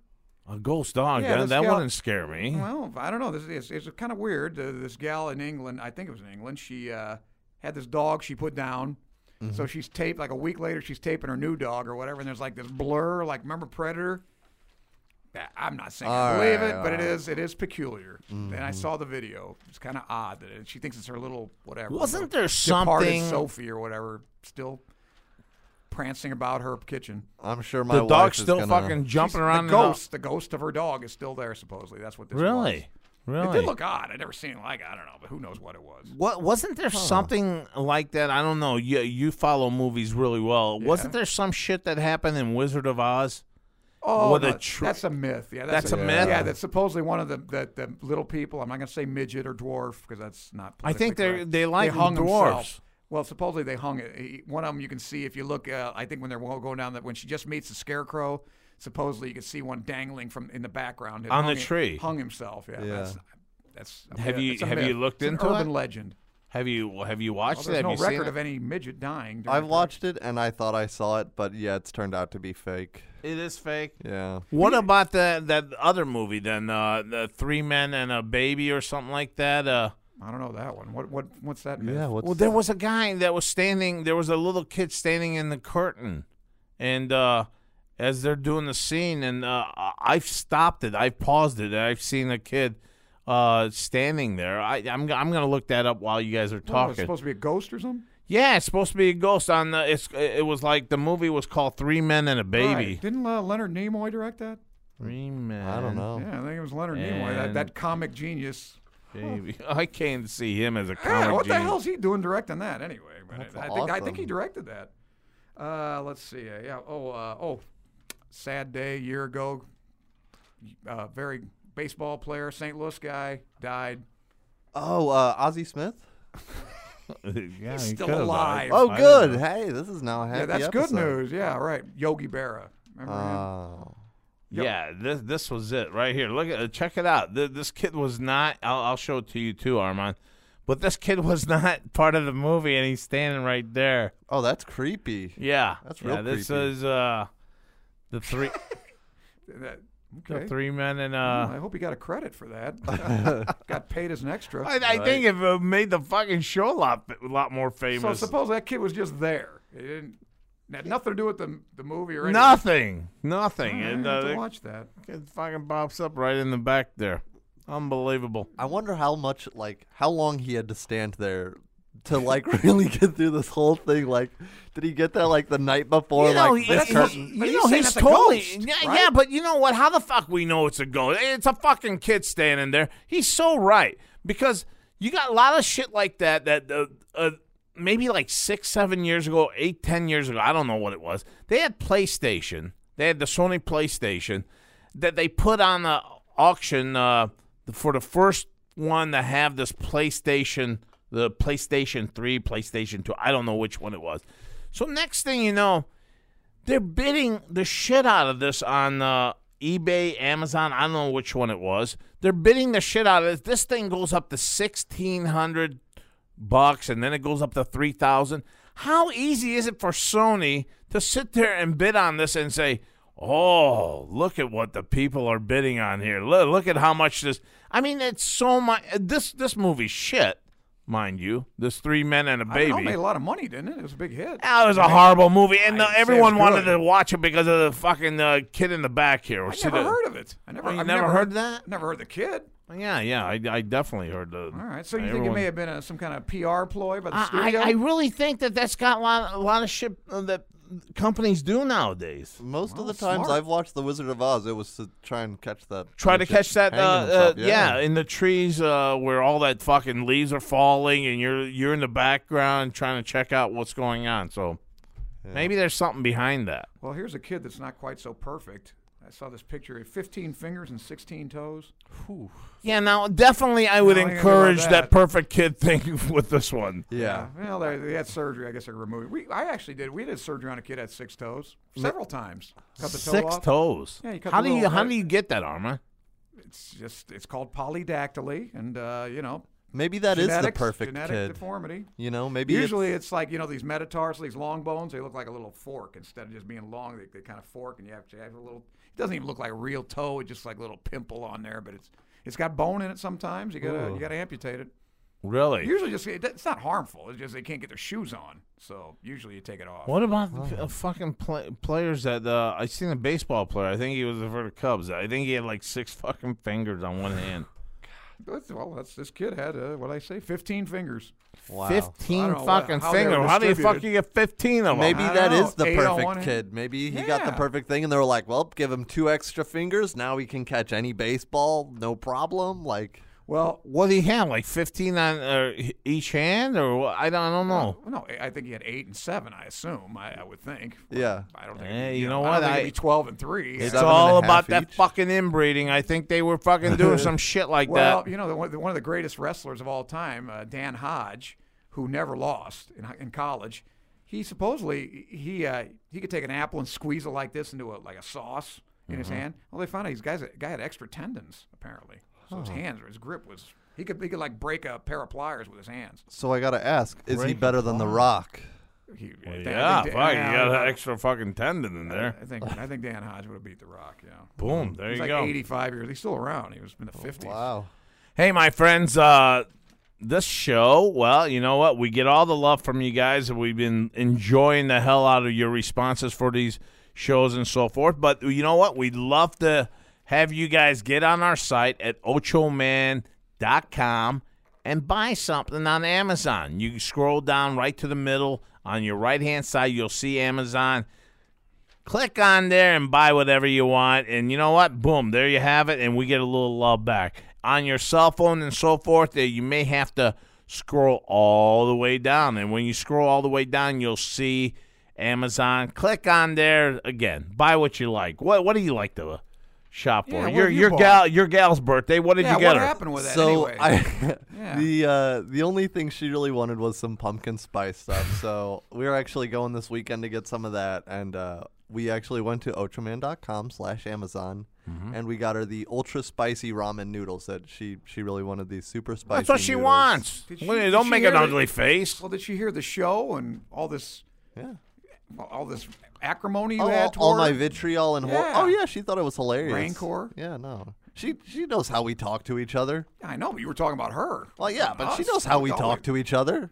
[SPEAKER 2] A ghost dog,
[SPEAKER 3] Yeah,
[SPEAKER 2] that,
[SPEAKER 3] this
[SPEAKER 2] that
[SPEAKER 3] gal-
[SPEAKER 2] wouldn't scare me.
[SPEAKER 3] Well, I don't know. This is it's kind of weird. Uh, this gal in England, I think it was in England, she uh, had this dog she put down.
[SPEAKER 4] Mm-hmm.
[SPEAKER 3] So she's taped like a week later. She's taping her new dog or whatever, and there's like this blur. Like remember Predator? I- I'm not saying I
[SPEAKER 4] All
[SPEAKER 3] believe
[SPEAKER 4] right,
[SPEAKER 3] it,
[SPEAKER 4] all
[SPEAKER 3] but it
[SPEAKER 4] right. Mm-hmm.
[SPEAKER 3] is it is peculiar. And I saw the video. It's kind of odd that it, she thinks it's her little whatever.
[SPEAKER 2] Wasn't there
[SPEAKER 3] departed
[SPEAKER 2] something-
[SPEAKER 3] Sophie or whatever still prancing about her kitchen?
[SPEAKER 4] I'm sure my
[SPEAKER 2] The
[SPEAKER 4] wife
[SPEAKER 2] dog's
[SPEAKER 4] is
[SPEAKER 2] still
[SPEAKER 4] gonna-
[SPEAKER 2] fucking jumping
[SPEAKER 3] She's-
[SPEAKER 2] around.
[SPEAKER 3] The
[SPEAKER 2] and all-
[SPEAKER 3] ghost, the ghost of her dog, is still there. Supposedly, that's what this was.
[SPEAKER 2] Really, really.
[SPEAKER 3] It did look odd. I'd never seen it like I don't know, but who knows what it was.
[SPEAKER 2] What wasn't there something like that? I don't know. You you follow movies really well. Wasn't there some shit that happened in Wizard of Oz?
[SPEAKER 3] Oh,
[SPEAKER 2] With a
[SPEAKER 3] no,
[SPEAKER 2] tr-
[SPEAKER 3] that's a myth. Yeah,
[SPEAKER 2] That's a myth?
[SPEAKER 3] Yeah, that's supposedly one of the, the, the little people. I'm not going to say midget or dwarf because that's not.
[SPEAKER 2] I think
[SPEAKER 3] politically
[SPEAKER 2] they're-
[SPEAKER 3] correct.
[SPEAKER 2] they like
[SPEAKER 3] hung
[SPEAKER 2] dwarfs.
[SPEAKER 3] themselves. Well, supposedly they hung it. He- One of them you can see if you look. Uh, I think when they're going down that when she just meets the scarecrow, supposedly you could see one dangling from in the background. It
[SPEAKER 2] On the
[SPEAKER 3] hung-
[SPEAKER 2] tree.
[SPEAKER 3] hung himself. Yeah, that's that's a
[SPEAKER 2] Have
[SPEAKER 3] myth.
[SPEAKER 2] you-
[SPEAKER 3] It's a
[SPEAKER 2] have
[SPEAKER 3] myth.
[SPEAKER 2] you looked
[SPEAKER 3] It's an
[SPEAKER 2] into
[SPEAKER 3] urban
[SPEAKER 2] it?
[SPEAKER 3] legend?
[SPEAKER 2] Have you have you
[SPEAKER 3] Well,
[SPEAKER 2] watched
[SPEAKER 3] there's
[SPEAKER 2] it?
[SPEAKER 3] no
[SPEAKER 2] have you seen
[SPEAKER 3] record
[SPEAKER 2] it?
[SPEAKER 3] of any midget dying. during
[SPEAKER 4] I've
[SPEAKER 3] the-
[SPEAKER 4] watched it and I thought I saw it, but yeah, it's turned out to be fake.
[SPEAKER 2] It is fake.
[SPEAKER 4] Yeah.
[SPEAKER 2] What about that that other movie then? Uh, the three men and a baby or something like that. Uh,
[SPEAKER 3] I don't know that one. What what what's that? myth?
[SPEAKER 4] Yeah. What's
[SPEAKER 2] well, there was a guy that was standing. There was a little kid standing in the curtain, and uh, as they're doing the scene, and uh, I- I've stopped it. I've paused it. and I've seen a kid uh, standing there. I, I'm I'm gonna look that up while you guys are
[SPEAKER 3] What was it,
[SPEAKER 2] talking.
[SPEAKER 3] supposed to be a ghost or something?
[SPEAKER 2] yeah, it's supposed to be a ghost on the. It's it was like the movie was called Three Men and a Baby.
[SPEAKER 3] Right. Didn't uh, Leonard Nimoy direct that?
[SPEAKER 2] Three men.
[SPEAKER 4] I don't know.
[SPEAKER 3] Yeah, I think it was Leonard Nimoy, that,
[SPEAKER 2] Oh. And-
[SPEAKER 3] that comic genius.
[SPEAKER 2] Baby. I can't see him as a comic.
[SPEAKER 3] Yeah, what the
[SPEAKER 2] genius.
[SPEAKER 3] hell's he doing directing that anyway? But
[SPEAKER 4] That's
[SPEAKER 3] I, think, I think he
[SPEAKER 4] awesome.
[SPEAKER 3] directed that. Uh, let's see. Uh, yeah. Oh. Uh, oh. Sad day. Year ago. Uh, very baseball player, St. Louis guy, died.
[SPEAKER 4] Oh, uh, Ozzie Smith.
[SPEAKER 2] yeah,
[SPEAKER 3] He's
[SPEAKER 2] he
[SPEAKER 3] still
[SPEAKER 2] could've, I-
[SPEAKER 3] alive.
[SPEAKER 4] Oh,
[SPEAKER 2] I don't
[SPEAKER 4] good. Hey, this is now a happy.
[SPEAKER 3] yeah, that's good
[SPEAKER 4] episode.
[SPEAKER 3] news. Yeah. Right. Yogi Berra. Remember
[SPEAKER 2] Uh,
[SPEAKER 3] him?
[SPEAKER 4] Oh.
[SPEAKER 2] Yeah, this this was it right here. Look at uh, check it out. Th this kid was not. I'll, I'll show it to you too, Armand. But this kid was not part of the movie, and he's standing right there.
[SPEAKER 4] Oh, that's creepy.
[SPEAKER 2] Yeah,
[SPEAKER 4] That's
[SPEAKER 2] yeah,
[SPEAKER 4] real
[SPEAKER 2] This
[SPEAKER 4] creepy.
[SPEAKER 2] is uh, the three
[SPEAKER 3] That-
[SPEAKER 2] the
[SPEAKER 3] okay.
[SPEAKER 2] three men and
[SPEAKER 3] Well,
[SPEAKER 2] uh.
[SPEAKER 3] I hope he got a credit for that. got paid as an extra.
[SPEAKER 2] I, I think it uh, made the fucking show a lot a lot more
[SPEAKER 3] so
[SPEAKER 2] famous.
[SPEAKER 3] suppose that kid was just there. It didn't. it had nothing to do with the the movie or anything.
[SPEAKER 2] nothing, nothing.
[SPEAKER 3] I
[SPEAKER 2] And,
[SPEAKER 3] have
[SPEAKER 2] uh,
[SPEAKER 3] to
[SPEAKER 2] the
[SPEAKER 3] watch that.
[SPEAKER 2] kid fucking pops up right in the back there. Unbelievable.
[SPEAKER 4] I wonder how much, like, how long he had to stand there to like really get through this whole thing. Like, did he get there like the night before?
[SPEAKER 2] You know,
[SPEAKER 4] like
[SPEAKER 2] he-
[SPEAKER 4] this
[SPEAKER 2] he-
[SPEAKER 4] curtain.
[SPEAKER 2] you
[SPEAKER 3] But he's
[SPEAKER 2] know
[SPEAKER 3] saying
[SPEAKER 2] he's
[SPEAKER 3] that's a
[SPEAKER 2] totally.
[SPEAKER 3] ghost,
[SPEAKER 2] yeah,
[SPEAKER 3] right?
[SPEAKER 2] yeah, but you know what? How the fuck we know it's a ghost? It's a fucking kid standing there. He's so right because you got a lot of shit like that. That uh, uh, maybe like six, seven years ago, eight, ten years ago. I don't know what it was. They had PlayStation. They had the Sony PlayStation that they put on the auction uh, for the first one to have this PlayStation, the PlayStation 3, PlayStation 2. I don't know which one it was. So next thing you know, they're bidding the shit out of this on uh, eBay, Amazon. I don't know which one it was. They're bidding the shit out of this. This thing goes up to sixteen hundred bucks, and then it goes up to three thousand. How easy is it for Sony to sit there and bid on this and say, "Oh, look at what the people are bidding on here. Look, look at how much this." I mean, it's so much. This this movie's shit, mind you. This three men and a
[SPEAKER 3] I don't
[SPEAKER 2] baby.
[SPEAKER 3] know, made a lot of money, didn't it? It was a big hit.
[SPEAKER 2] That was a horrible movie, and
[SPEAKER 3] I
[SPEAKER 2] uh,
[SPEAKER 3] didn't say it
[SPEAKER 2] everyone
[SPEAKER 3] was
[SPEAKER 2] wanted
[SPEAKER 3] good.
[SPEAKER 2] to watch it because of the fucking uh, kid in the back here.
[SPEAKER 3] I never heard of it. I never.
[SPEAKER 2] Oh, you
[SPEAKER 3] I've
[SPEAKER 2] never heard that?
[SPEAKER 3] Never heard the kid.
[SPEAKER 2] Yeah, yeah, I, I definitely heard the.
[SPEAKER 3] All right. So you think it may have been a, some kind of PR ploy by the
[SPEAKER 2] I,
[SPEAKER 3] studio?
[SPEAKER 2] I, I really think that that's got a lot, a lot of shit uh, that companies do nowadays.
[SPEAKER 4] Most of
[SPEAKER 3] Well,
[SPEAKER 4] the times
[SPEAKER 3] smart.
[SPEAKER 4] I've watched The Wizard of Oz, it was to try and catch that.
[SPEAKER 2] Try to
[SPEAKER 4] midget
[SPEAKER 2] catch that, uh,
[SPEAKER 4] hanging
[SPEAKER 2] uh,
[SPEAKER 4] himself.
[SPEAKER 2] yeah. in the trees uh, where all that fucking leaves are falling, and you're you're in the background trying to check out what's going on. So maybe there's something behind that.
[SPEAKER 3] well, here's a kid that's not quite so perfect. I saw this picture. He had 15 fingers and 16 toes.
[SPEAKER 2] Yeah, now definitely I would
[SPEAKER 3] No, I hear about
[SPEAKER 2] encourage that
[SPEAKER 3] that.
[SPEAKER 2] perfect kid thing with this one.
[SPEAKER 4] Yeah.
[SPEAKER 3] Well, they, they had surgery. I guess they removed. it. We, I actually did. We did surgery on a kid that had six toes several times. Cut the toe
[SPEAKER 2] Six
[SPEAKER 3] off.
[SPEAKER 2] toes.
[SPEAKER 3] Yeah, you cut
[SPEAKER 2] how
[SPEAKER 3] the
[SPEAKER 2] do you
[SPEAKER 3] little-
[SPEAKER 2] how do you get that armor?
[SPEAKER 3] It's just. It's called polydactyly, and uh, you know,
[SPEAKER 4] Maybe that is the
[SPEAKER 3] genetics,
[SPEAKER 4] perfect
[SPEAKER 3] genetic
[SPEAKER 4] kid.
[SPEAKER 3] deformity.
[SPEAKER 4] You know, maybe it's-
[SPEAKER 3] Usually it's, like, you know, these metatarsals, these long bones, they look like a little fork. Instead of just being long, they, they kind of fork and you have to have a little, it doesn't even look like a real toe. It's just like a little pimple on there, but it's, it's got bone in it sometimes. You gotta, you gotta amputate it.
[SPEAKER 2] Really?
[SPEAKER 3] Usually just, it, it's not harmful. It's just they can't get their shoes on. So usually you take it off.
[SPEAKER 2] what about the p- uh, fucking pla players that uh, I seen a baseball player? I think he was for the Cubs. I think he had like six fucking fingers on one hand.
[SPEAKER 3] That's, well, that's, this kid had, uh, what I say, 15 fingers.
[SPEAKER 4] wow.
[SPEAKER 3] I
[SPEAKER 2] Fifteen
[SPEAKER 3] don't know what-
[SPEAKER 2] fucking
[SPEAKER 3] how they were
[SPEAKER 2] fingers. How do you fuck
[SPEAKER 3] distributed.
[SPEAKER 2] you get fifteen of them?
[SPEAKER 4] Maybe
[SPEAKER 3] I
[SPEAKER 4] that
[SPEAKER 3] don't
[SPEAKER 4] is
[SPEAKER 3] know,
[SPEAKER 4] the
[SPEAKER 3] eight on one
[SPEAKER 4] perfect
[SPEAKER 3] hand.
[SPEAKER 4] kid. Maybe he got the
[SPEAKER 3] Yeah.
[SPEAKER 4] perfect thing, and they were like, "Well, give him two extra fingers. Now he can catch any baseball, no problem." Like,
[SPEAKER 3] Well,
[SPEAKER 2] what do you have? Like fifteen on uh, h- each hand, or what? I don't, I don't know.
[SPEAKER 3] No, I I think he had eight and seven. I assume. I, I would think.
[SPEAKER 4] Yeah.
[SPEAKER 3] I don't think.
[SPEAKER 2] Eh,
[SPEAKER 3] it'd be-
[SPEAKER 2] you know
[SPEAKER 3] I don't
[SPEAKER 2] what?
[SPEAKER 3] think
[SPEAKER 2] I-
[SPEAKER 3] it'd be twelve and three.
[SPEAKER 2] It's
[SPEAKER 4] Seven and a
[SPEAKER 2] all
[SPEAKER 4] half
[SPEAKER 2] about that
[SPEAKER 4] each.
[SPEAKER 2] fucking inbreeding. I think they were fucking doing some shit like that.
[SPEAKER 3] well, you know, the, one- the, one of the greatest wrestlers of all time, uh, Dan Hodge, who never lost in, in college. He supposedly he uh, he could take an apple and squeeze it like this into a like a sauce. in
[SPEAKER 2] Mm-hmm.
[SPEAKER 3] his hand. Well, they found out these guys guy had extra tendons apparently, so his hands or his grip was he could he could like break a pair of pliers with his hands.
[SPEAKER 4] So I gotta ask: Is he better than The Rock?
[SPEAKER 3] He, I think-
[SPEAKER 2] Yeah,
[SPEAKER 3] I think,
[SPEAKER 2] fuck, you
[SPEAKER 3] yeah,
[SPEAKER 2] got
[SPEAKER 3] I
[SPEAKER 2] an
[SPEAKER 3] think-
[SPEAKER 2] extra fucking tendon in there.
[SPEAKER 3] I think I think Dan Hodge would have beat The Rock. Yeah,
[SPEAKER 2] Boom, there
[SPEAKER 3] he's
[SPEAKER 2] you
[SPEAKER 3] like
[SPEAKER 2] go. Oh,
[SPEAKER 3] 85 years. He's still around. He was in the 50s.
[SPEAKER 4] Wow.
[SPEAKER 2] Hey, my friends, uh, this show, well, you know what? We get all the love from you guys, and we've been enjoying the hell out of your responses for these shows and so forth. But you know what? We'd love to have you guys get on our site at ochoman.com and buy something on Amazon. You scroll down right to the middle on your right hand side, you'll see Amazon click on there and buy whatever you want. And you know what? Boom, there you have it. And we get a little love back. On your cell phone and so forth, there you may have to scroll all the way down. And when you scroll all the way down, you'll see Amazon. Click on there again. Buy what you like. What What do you like to uh, shop
[SPEAKER 3] Yeah,
[SPEAKER 2] for?
[SPEAKER 3] what
[SPEAKER 2] Your
[SPEAKER 3] have you
[SPEAKER 2] your
[SPEAKER 3] bought?
[SPEAKER 2] gal your gal's birthday. What did
[SPEAKER 3] Yeah,
[SPEAKER 2] you get
[SPEAKER 3] what
[SPEAKER 2] her?
[SPEAKER 3] happened with that?
[SPEAKER 4] So
[SPEAKER 3] anyway?
[SPEAKER 4] I,
[SPEAKER 3] Yeah.
[SPEAKER 4] the uh, the only thing she really wanted was some pumpkin spice stuff. so we are actually going this weekend to get some of that, and uh, we actually went to Ultraman.com/slash/Amazon,
[SPEAKER 3] Mm-hmm.
[SPEAKER 4] and we got her the ultra spicy ramen noodles that she she really wanted. These super spicy.
[SPEAKER 2] That's what she
[SPEAKER 4] noodles.
[SPEAKER 2] wants.
[SPEAKER 3] Did she-
[SPEAKER 2] Well,
[SPEAKER 3] did
[SPEAKER 2] don't
[SPEAKER 3] she
[SPEAKER 2] make an
[SPEAKER 3] hear that-
[SPEAKER 2] ugly face.
[SPEAKER 3] well, did she hear the show and all this?
[SPEAKER 4] Yeah.
[SPEAKER 3] All this acrimony you
[SPEAKER 4] Oh, all,
[SPEAKER 3] had
[SPEAKER 4] all
[SPEAKER 3] toward
[SPEAKER 4] my
[SPEAKER 3] her?
[SPEAKER 4] vitriol and hor-
[SPEAKER 3] Yeah.
[SPEAKER 4] oh yeah, she thought it was hilarious.
[SPEAKER 3] Rancor?
[SPEAKER 4] Yeah, no. She she knows how we talk to each other.
[SPEAKER 3] I know, but you were talking about her.
[SPEAKER 4] Well, yeah, but she
[SPEAKER 3] Us.
[SPEAKER 4] knows how we
[SPEAKER 3] Don't
[SPEAKER 4] talk to each other.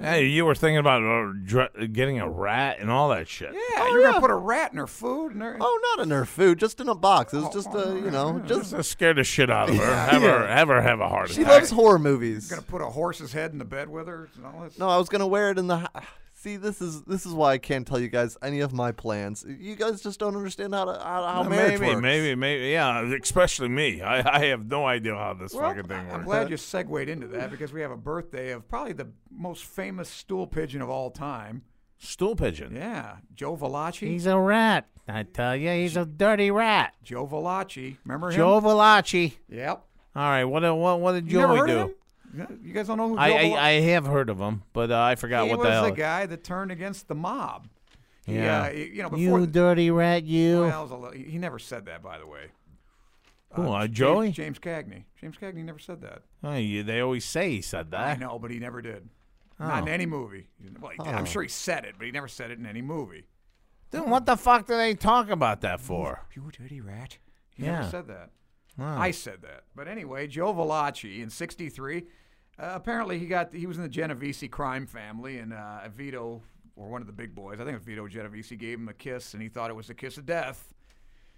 [SPEAKER 2] Hey, you were thinking about uh, dr- getting a rat and all that shit.
[SPEAKER 3] Yeah,
[SPEAKER 4] Oh,
[SPEAKER 3] you're
[SPEAKER 4] yeah.
[SPEAKER 3] gonna put a rat in her food and her.
[SPEAKER 4] Oh, not in her food, just in a box.
[SPEAKER 3] Oh,
[SPEAKER 4] It was just a, you know, just
[SPEAKER 2] Just scare the shit out of her. Have her have her have a heart
[SPEAKER 4] She
[SPEAKER 2] attack.
[SPEAKER 4] loves horror movies.
[SPEAKER 3] Gonna put a horse's head in the bed with her and all this.
[SPEAKER 4] No, I was gonna wear it in the. h- See, this is this is why I can't tell you guys any of my plans. You guys just don't understand how to how, how
[SPEAKER 2] Uh,
[SPEAKER 4] marriage
[SPEAKER 2] maybe,
[SPEAKER 4] works.
[SPEAKER 2] maybe, maybe, yeah. Especially me. I, I have no idea how this
[SPEAKER 3] Well,
[SPEAKER 2] fucking thing
[SPEAKER 3] I-
[SPEAKER 2] works.
[SPEAKER 3] I'm glad you segued into that because we have a birthday of probably the most famous stool pigeon of all time.
[SPEAKER 2] Stool pigeon.
[SPEAKER 3] Yeah, Joe Valachi.
[SPEAKER 2] a rat. I tell you, he's a dirty rat.
[SPEAKER 3] Joe Valachi. Remember him?
[SPEAKER 2] Valachi.
[SPEAKER 3] Yep.
[SPEAKER 2] All right, what uh, what what did
[SPEAKER 3] You
[SPEAKER 2] Joey
[SPEAKER 3] never heard
[SPEAKER 2] do?
[SPEAKER 3] of him? Yeah, You guys don't know who
[SPEAKER 2] I,
[SPEAKER 3] Joe
[SPEAKER 2] I
[SPEAKER 3] Valachi
[SPEAKER 2] I have heard of him, but uh, I forgot
[SPEAKER 3] he
[SPEAKER 2] what
[SPEAKER 3] was
[SPEAKER 2] the hell.
[SPEAKER 3] guy that turned against the mob. He,
[SPEAKER 2] Yeah.
[SPEAKER 3] uh, he- you know, before
[SPEAKER 2] dirty rat, you.
[SPEAKER 3] well, it was a little- he never said that, by the way.
[SPEAKER 2] Who, uh,
[SPEAKER 3] James-
[SPEAKER 2] Joey?
[SPEAKER 3] James, Cagney. James Cagney never said that.
[SPEAKER 2] Oh, you- they always say he said that.
[SPEAKER 3] I know, but he never did. Not
[SPEAKER 2] Oh.
[SPEAKER 3] in any movie. Well, he- I'm sure he said it, but he never said it in any movie.
[SPEAKER 2] Then what the fuck do they talk about that for?
[SPEAKER 3] You dirty rat. He
[SPEAKER 2] Yeah.
[SPEAKER 3] never said that. I said that. But anyway, Joe Valachi in '63. Uh, apparently, he got he was in the Genovese crime family, and uh, Vito or one of the big boys, I think it was Vito Genovese, gave him a kiss, and he thought it was the kiss of death.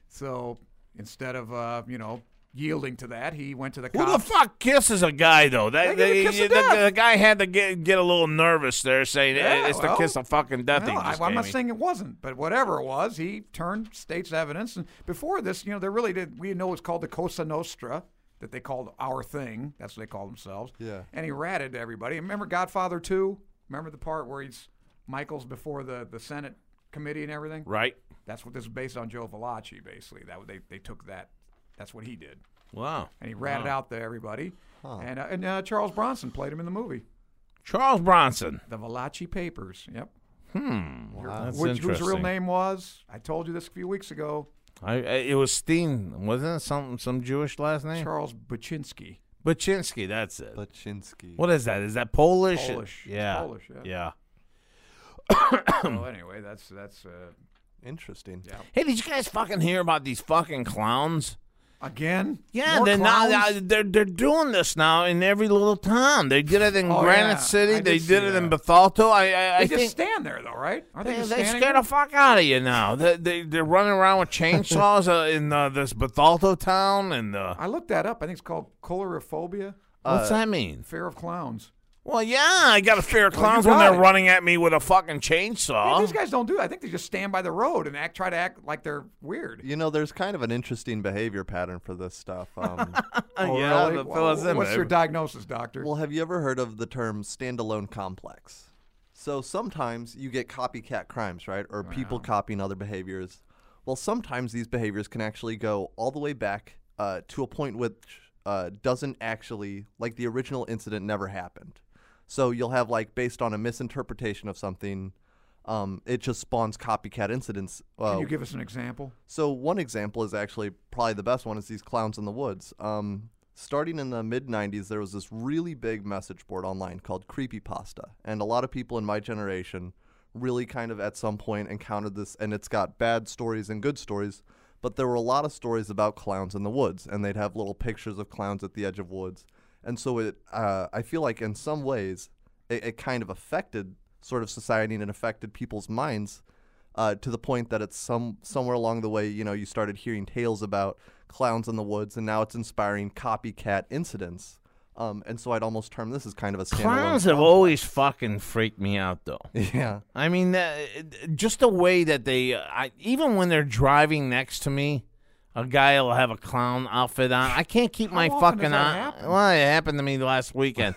[SPEAKER 3] So instead of uh, you know yielding to that, he went to the
[SPEAKER 2] Who
[SPEAKER 3] cops.
[SPEAKER 2] the fuck kisses a guy though? That
[SPEAKER 3] They get a
[SPEAKER 2] the-
[SPEAKER 3] kiss of
[SPEAKER 2] the-
[SPEAKER 3] death.
[SPEAKER 2] the guy had to get get a little nervous there, saying
[SPEAKER 3] Yeah,
[SPEAKER 2] it's
[SPEAKER 3] well,
[SPEAKER 2] the kiss of fucking death.
[SPEAKER 3] No,
[SPEAKER 2] he
[SPEAKER 3] I,
[SPEAKER 2] just
[SPEAKER 3] I'm
[SPEAKER 2] gave
[SPEAKER 3] not
[SPEAKER 2] me.
[SPEAKER 3] saying it wasn't, but whatever it was, he turned state's evidence. And before this, you know, they really did. We know it's called the Cosa Nostra that they called our thing. That's what they called themselves.
[SPEAKER 4] Yeah.
[SPEAKER 3] And he ratted to everybody. Remember Godfather Two? Remember the part where he's Michael's before the the Senate committee and everything?
[SPEAKER 2] right.
[SPEAKER 3] That's what this is based on. Joe Valachi, basically. That they they took that. That's what he did,
[SPEAKER 2] Wow.
[SPEAKER 3] and he ratted out to everybody. And uh, and uh, Charles Bronson played him in the movie,
[SPEAKER 2] Charles Bronson.
[SPEAKER 3] The Valachi Papers. Yep.
[SPEAKER 2] That's
[SPEAKER 3] Uh, Which, whose
[SPEAKER 2] interesting.
[SPEAKER 3] real name was? I told you this a few weeks ago.
[SPEAKER 2] I, I- it was Steen, wasn't it? Some some Jewish last name.
[SPEAKER 3] Charles Buczynski.
[SPEAKER 2] Baczynski. That's it.
[SPEAKER 4] Baczynski.
[SPEAKER 2] what is that? Is that Polish?
[SPEAKER 3] Polish. It's
[SPEAKER 2] Yeah.
[SPEAKER 3] Polish, yeah. well, anyway, that's that's uh,
[SPEAKER 4] Interesting.
[SPEAKER 3] Yeah.
[SPEAKER 2] Hey, did you guys fucking hear about these fucking clowns?
[SPEAKER 3] again.
[SPEAKER 2] Yeah,
[SPEAKER 3] More
[SPEAKER 2] they're
[SPEAKER 3] clowns?
[SPEAKER 2] now they're they're doing this now in every little town. They did it in
[SPEAKER 3] Oh,
[SPEAKER 2] Granite
[SPEAKER 3] yeah.
[SPEAKER 2] City.
[SPEAKER 3] I did
[SPEAKER 2] they
[SPEAKER 3] see
[SPEAKER 2] did it in
[SPEAKER 3] that.
[SPEAKER 2] Bethalto. I I,
[SPEAKER 3] They
[SPEAKER 2] I
[SPEAKER 3] just
[SPEAKER 2] think
[SPEAKER 3] stand there though, right? Aren't they,
[SPEAKER 2] They,
[SPEAKER 3] just
[SPEAKER 2] they
[SPEAKER 3] standing
[SPEAKER 2] scare
[SPEAKER 3] there?
[SPEAKER 2] the fuck out of you now. They, they, they're running around with chainsaws uh, in uh, this Bethalto town. And uh,
[SPEAKER 3] I looked that up. I think it's called chlorophobia,
[SPEAKER 2] what's that mean?
[SPEAKER 3] fear of clowns.
[SPEAKER 2] Uh, Well, yeah, I got a fear of
[SPEAKER 3] you
[SPEAKER 2] clowns when they're
[SPEAKER 3] got it.
[SPEAKER 2] running at me with a fucking
[SPEAKER 3] Yeah,
[SPEAKER 2] chainsaw.
[SPEAKER 3] these guys don't do that. I think they just stand by the road and act, try to act like they're weird.
[SPEAKER 4] You know, there's kind of an interesting behavior pattern for this stuff. Um,
[SPEAKER 3] Oh,
[SPEAKER 2] yeah,
[SPEAKER 3] really?
[SPEAKER 2] the
[SPEAKER 3] Wha-
[SPEAKER 2] fellas in
[SPEAKER 3] What's
[SPEAKER 2] there.
[SPEAKER 3] your diagnosis, doctor?
[SPEAKER 4] well, have you ever heard of the term standalone complex? So sometimes you get copycat crimes, right? Or people copying other behaviors. Well, sometimes these behaviors can actually go all the way back uh, to a point which uh, doesn't actually, like the original incident never happened. So you'll have like based on a misinterpretation of something, um, it just spawns copycat incidents. Uh,
[SPEAKER 3] Can
[SPEAKER 2] oh.
[SPEAKER 3] you give us an example?
[SPEAKER 4] so one example is actually probably the best one is these clowns in the woods. Um, starting in the mid '90s, there was this really big message board online called Creepypasta, and a lot of people in my generation really kind of at some point encountered this. And it's got bad stories and good stories, but there were a lot of stories about clowns in the woods, and they'd have little pictures of clowns at the edge of woods. And so it, uh, I feel like in some ways, it, it kind of affected sort of society and it affected people's minds uh, to the point that it's some somewhere along the way, you know, you started hearing tales about clowns in the woods, and now it's inspiring copycat incidents. Um, and so I'd almost term this as kind of a standalone
[SPEAKER 2] Clowns
[SPEAKER 4] film.
[SPEAKER 2] have always fucking freaked me out, though.
[SPEAKER 4] yeah,
[SPEAKER 2] I mean, that, just the way that they, uh, I, even when they're driving next to me, a guy will have a clown outfit on. I can't keep my
[SPEAKER 3] often
[SPEAKER 2] fucking
[SPEAKER 3] does that
[SPEAKER 2] eye.
[SPEAKER 3] happen?
[SPEAKER 2] Well, it happened to me last weekend,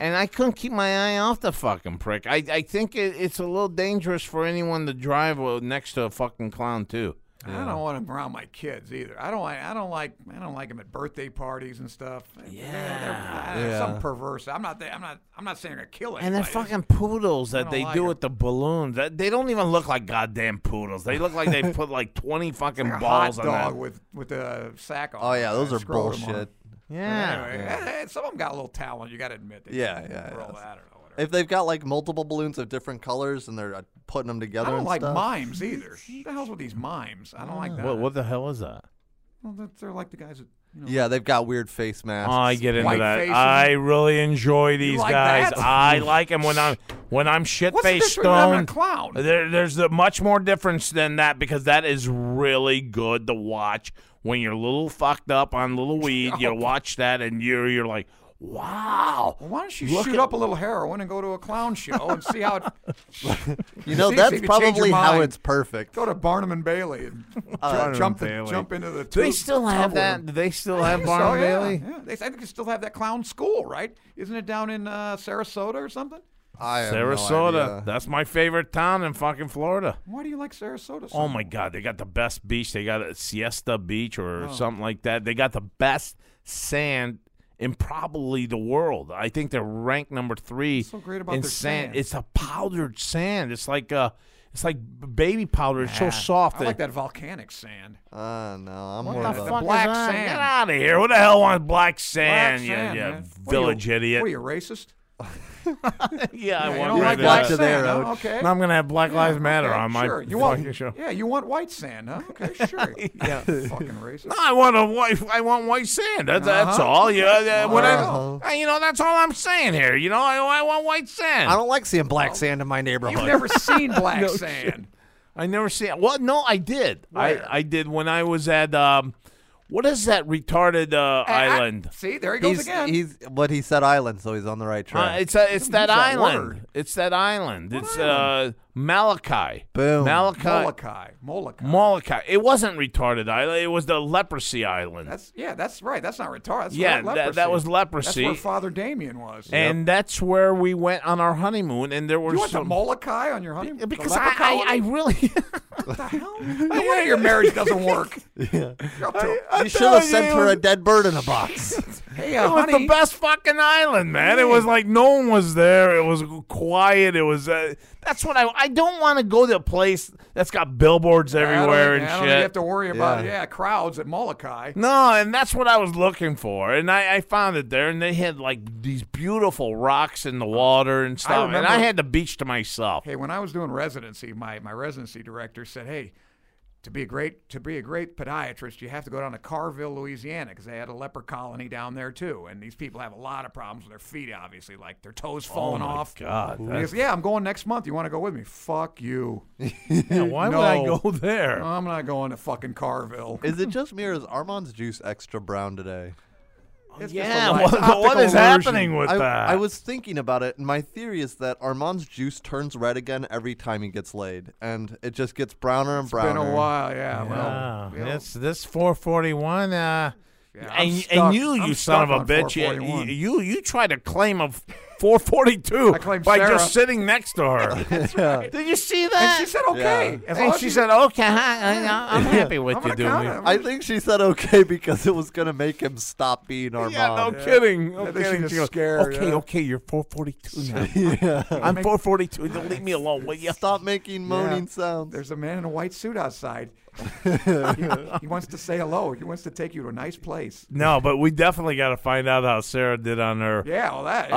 [SPEAKER 2] and I couldn't keep my eye off the fucking prick. I, I think it, it's a little dangerous for anyone to drive uh, next to a fucking clown too.
[SPEAKER 3] I don't want them around my kids either. I don't like. I don't like. I don't like them at birthday parties and eh, stuff. Yeah,
[SPEAKER 4] Yeah.
[SPEAKER 3] some perverse. I'm not. I'm not. I'm not saying they're gonna kill it.
[SPEAKER 2] And they're fucking poodles that
[SPEAKER 3] don't
[SPEAKER 2] they
[SPEAKER 3] like
[SPEAKER 2] do
[SPEAKER 3] 'em.
[SPEAKER 2] with the balloons. That- They don't even look like goddamn poodles. They look like they put like twenty fucking
[SPEAKER 3] a hot
[SPEAKER 2] balls
[SPEAKER 3] dog
[SPEAKER 2] on that.
[SPEAKER 3] with with a sack on.
[SPEAKER 4] oh yeah,
[SPEAKER 3] it.
[SPEAKER 4] those
[SPEAKER 3] I
[SPEAKER 4] are
[SPEAKER 3] scrolled 'em on.
[SPEAKER 4] bullshit.
[SPEAKER 3] But
[SPEAKER 2] yeah.
[SPEAKER 3] Anyway, eh, eh, some of them got a little talent. You got to admit. They
[SPEAKER 4] Yeah,
[SPEAKER 3] can
[SPEAKER 4] yeah,
[SPEAKER 3] roll,
[SPEAKER 4] yeah.
[SPEAKER 3] I don't know. Whatever.
[SPEAKER 4] If they've got like multiple balloons of different colors and they're uh, putting them together,
[SPEAKER 3] I don't
[SPEAKER 4] and
[SPEAKER 3] like
[SPEAKER 4] stuff.
[SPEAKER 3] mimes either. What the hell's with these mimes? I don't like that.
[SPEAKER 2] What, what the hell is that?
[SPEAKER 3] Well, that- they're like the guys that. You know,
[SPEAKER 4] Yeah, they've got weird face masks.
[SPEAKER 2] Oh, I get into
[SPEAKER 3] White
[SPEAKER 2] that.
[SPEAKER 3] faces.
[SPEAKER 2] I really enjoy these
[SPEAKER 3] like
[SPEAKER 2] guys.
[SPEAKER 3] that?
[SPEAKER 2] I like them when I'm when I'm shit
[SPEAKER 3] What's the
[SPEAKER 2] faced
[SPEAKER 3] difference between them
[SPEAKER 2] stoned.
[SPEAKER 3] and a clown?
[SPEAKER 2] There, there's a much more difference than that because that is really good to watch when you're a little fucked up on little weed. You watch that and you're you're like, wow.
[SPEAKER 3] Well, why don't you
[SPEAKER 2] Look
[SPEAKER 3] shoot
[SPEAKER 2] at-
[SPEAKER 3] up a little heroin and go to a clown show and see how it.
[SPEAKER 4] You know,
[SPEAKER 3] See, see if
[SPEAKER 4] that's
[SPEAKER 3] you change your
[SPEAKER 4] probably how
[SPEAKER 3] mind.
[SPEAKER 4] it's perfect. Uh,
[SPEAKER 3] Go to Barnum and Bailey and ju- jump, the, jump into the.
[SPEAKER 2] Do they
[SPEAKER 3] tube-
[SPEAKER 2] still
[SPEAKER 3] tub
[SPEAKER 2] have
[SPEAKER 3] with 'em.
[SPEAKER 2] that? Do they still have
[SPEAKER 3] So,
[SPEAKER 2] Barnum
[SPEAKER 3] Oh, yeah,
[SPEAKER 2] Bailey?
[SPEAKER 3] yeah. They, I think they still have that clown school, right? Isn't it down in uh, Sarasota or something?
[SPEAKER 4] I have no
[SPEAKER 2] Sarasota.
[SPEAKER 4] idea.
[SPEAKER 2] That's my favorite town in fucking Florida.
[SPEAKER 3] Why do you like Sarasota? So
[SPEAKER 2] Oh
[SPEAKER 3] much?
[SPEAKER 2] my God, they got the best beach. They got a Siesta Beach or
[SPEAKER 3] Oh.
[SPEAKER 2] something like that. They got the best sand in probably the world. I think they're ranked number three
[SPEAKER 3] so great about
[SPEAKER 2] in
[SPEAKER 3] their sand?
[SPEAKER 2] It's a powdered sand. It's like uh, it's like b- baby powder. It's so soft.
[SPEAKER 3] I like that volcanic sand.
[SPEAKER 4] Uh, no, I'm
[SPEAKER 3] What
[SPEAKER 4] more
[SPEAKER 3] the
[SPEAKER 4] of a
[SPEAKER 3] fuck? black
[SPEAKER 2] is that?
[SPEAKER 3] sand.
[SPEAKER 2] Get out of here! Who the hell wants black
[SPEAKER 3] Black
[SPEAKER 2] sand? you-
[SPEAKER 3] sand,
[SPEAKER 2] you,
[SPEAKER 3] man. What are you-
[SPEAKER 2] village idiot.
[SPEAKER 3] What are you racist?
[SPEAKER 2] yeah, I
[SPEAKER 3] You
[SPEAKER 2] want
[SPEAKER 3] don't like black
[SPEAKER 4] that. Back to
[SPEAKER 3] sand?
[SPEAKER 4] there,
[SPEAKER 3] huh?
[SPEAKER 4] Roach.
[SPEAKER 3] Okay.
[SPEAKER 2] I'm gonna have Black Lives Matter
[SPEAKER 3] Okay,
[SPEAKER 2] on my
[SPEAKER 3] sure. you
[SPEAKER 2] fucking
[SPEAKER 3] want,
[SPEAKER 2] show.
[SPEAKER 3] Yeah, you want white sand, huh? Okay, sure. yeah, fucking racist.
[SPEAKER 2] No, I want a white. I want white sand. That's, that's
[SPEAKER 3] Uh-huh.
[SPEAKER 2] all. Yeah, yeah, when I-
[SPEAKER 4] Uh-huh.
[SPEAKER 2] I- you know, that's all I'm saying here. You know, I, I want white sand.
[SPEAKER 4] I don't like seeing black sand in my neighborhood.
[SPEAKER 3] You've Oh. never seen black sand.
[SPEAKER 2] I never see. it. Well, no, I did.
[SPEAKER 3] Where?
[SPEAKER 2] I, I did when I was at um, what is that retarded uh,
[SPEAKER 3] I- I-
[SPEAKER 2] island?
[SPEAKER 3] see, there he goes
[SPEAKER 4] he's,
[SPEAKER 3] again.
[SPEAKER 4] he's, but he said island, so he's on the right
[SPEAKER 2] Uh,
[SPEAKER 4] track.
[SPEAKER 2] it's a, it's that,
[SPEAKER 3] that
[SPEAKER 2] island.
[SPEAKER 3] word?
[SPEAKER 2] It's that island. it's uh Malachi.
[SPEAKER 4] Boom.
[SPEAKER 2] Malachi.
[SPEAKER 3] Molokai. Molokai.
[SPEAKER 2] Molokai. It wasn't retarded island. It was the leprosy island.
[SPEAKER 3] that's yeah, that's right. That's not retarded. That's
[SPEAKER 2] Yeah,
[SPEAKER 3] not
[SPEAKER 2] that-
[SPEAKER 3] leprosy.
[SPEAKER 2] that was leprosy.
[SPEAKER 3] That's where Father Damien was.
[SPEAKER 2] and that's where we went on our honeymoon. And there were
[SPEAKER 3] you went
[SPEAKER 2] some
[SPEAKER 3] to Molokai on your honeymoon? The
[SPEAKER 2] because I, I,
[SPEAKER 3] leprechaun?
[SPEAKER 2] I really.
[SPEAKER 3] what the hell? No wonder your marriage doesn't work. You're up to-
[SPEAKER 4] you should have sent her a dead bird in a box.
[SPEAKER 3] hey, uh,
[SPEAKER 2] It was
[SPEAKER 3] honey,
[SPEAKER 2] the best fucking island, man. It was like no one was there. It was quiet. It was. Uh, that's what I. I don't want to go to a place that's got billboards
[SPEAKER 3] I don't
[SPEAKER 2] everywhere
[SPEAKER 3] think-
[SPEAKER 2] and
[SPEAKER 3] I don't
[SPEAKER 2] shit.
[SPEAKER 3] think You have to worry about
[SPEAKER 4] Yeah.
[SPEAKER 3] yeah crowds at Molokai.
[SPEAKER 2] no, and that's what I was looking for, and I, I found it there. And they had like these beautiful rocks in the water and stuff, and I
[SPEAKER 3] remember-
[SPEAKER 2] had the beach to myself.
[SPEAKER 3] Hey, when I was doing residency, my, my residency director said, "Hey, to be a great to be a great podiatrist, you have to go down to Carville, Louisiana, because they had a leper colony down there too. And these people have a lot of problems with their feet, obviously, like their toes falling
[SPEAKER 2] Oh my
[SPEAKER 3] off.
[SPEAKER 2] God,
[SPEAKER 3] And he
[SPEAKER 2] that's-
[SPEAKER 3] goes, yeah, I'm going next month. You want to go with me? Fuck you.
[SPEAKER 2] Yeah, why would I
[SPEAKER 3] No. Uh,
[SPEAKER 2] go there?
[SPEAKER 3] I'm not going to fucking Carville.
[SPEAKER 4] Is it just me or is Armand's juice extra brown today?
[SPEAKER 3] It's just a
[SPEAKER 2] Oh, yeah,
[SPEAKER 3] light-
[SPEAKER 2] what,
[SPEAKER 3] optical
[SPEAKER 2] what is
[SPEAKER 3] illusion.
[SPEAKER 2] happening with
[SPEAKER 4] I,
[SPEAKER 2] that?
[SPEAKER 4] I was thinking about it, and my theory is that Armand's juice turns red again every time he gets laid, and it just gets browner and
[SPEAKER 3] It's been
[SPEAKER 4] browner.
[SPEAKER 3] a while. Yeah.
[SPEAKER 2] Yeah,
[SPEAKER 3] Well, you know,
[SPEAKER 2] this this 441. Uh,
[SPEAKER 3] Yeah, I'm
[SPEAKER 2] and,
[SPEAKER 3] stuck-
[SPEAKER 2] and you,
[SPEAKER 3] I'm
[SPEAKER 2] you son
[SPEAKER 3] stuck
[SPEAKER 2] of a
[SPEAKER 3] on
[SPEAKER 2] bitch, you,
[SPEAKER 3] 441.
[SPEAKER 2] you you try to claim a f- 442
[SPEAKER 3] I claim
[SPEAKER 2] by
[SPEAKER 3] Sarah.
[SPEAKER 2] just sitting next to her. Did you see
[SPEAKER 3] And
[SPEAKER 2] that?
[SPEAKER 3] she said, okay. As long
[SPEAKER 2] And
[SPEAKER 3] as
[SPEAKER 2] she
[SPEAKER 3] you-
[SPEAKER 2] said, okay, I, I- I'm happy with
[SPEAKER 3] I'm
[SPEAKER 2] you
[SPEAKER 3] gonna
[SPEAKER 2] doing
[SPEAKER 3] count it.
[SPEAKER 2] it.
[SPEAKER 3] I'm
[SPEAKER 4] I
[SPEAKER 3] gonna-
[SPEAKER 4] think she said okay because it was gonna make him stop being Armand.
[SPEAKER 2] Yeah, no kidding. No
[SPEAKER 3] I think she
[SPEAKER 2] kidding.
[SPEAKER 3] just
[SPEAKER 2] goes,
[SPEAKER 3] scared,
[SPEAKER 2] Okay,
[SPEAKER 3] yeah.
[SPEAKER 2] okay, you're 442 now. I'm 442. Don't leave me alone, will you?
[SPEAKER 4] Stop making moaning sounds.
[SPEAKER 3] There's a man in a white suit outside. he, he wants to say hello. He wants to take you to a nice place.
[SPEAKER 2] No, but we definitely got to find out how Sarah did on her.
[SPEAKER 3] Yeah, all that. that's
[SPEAKER 2] uh,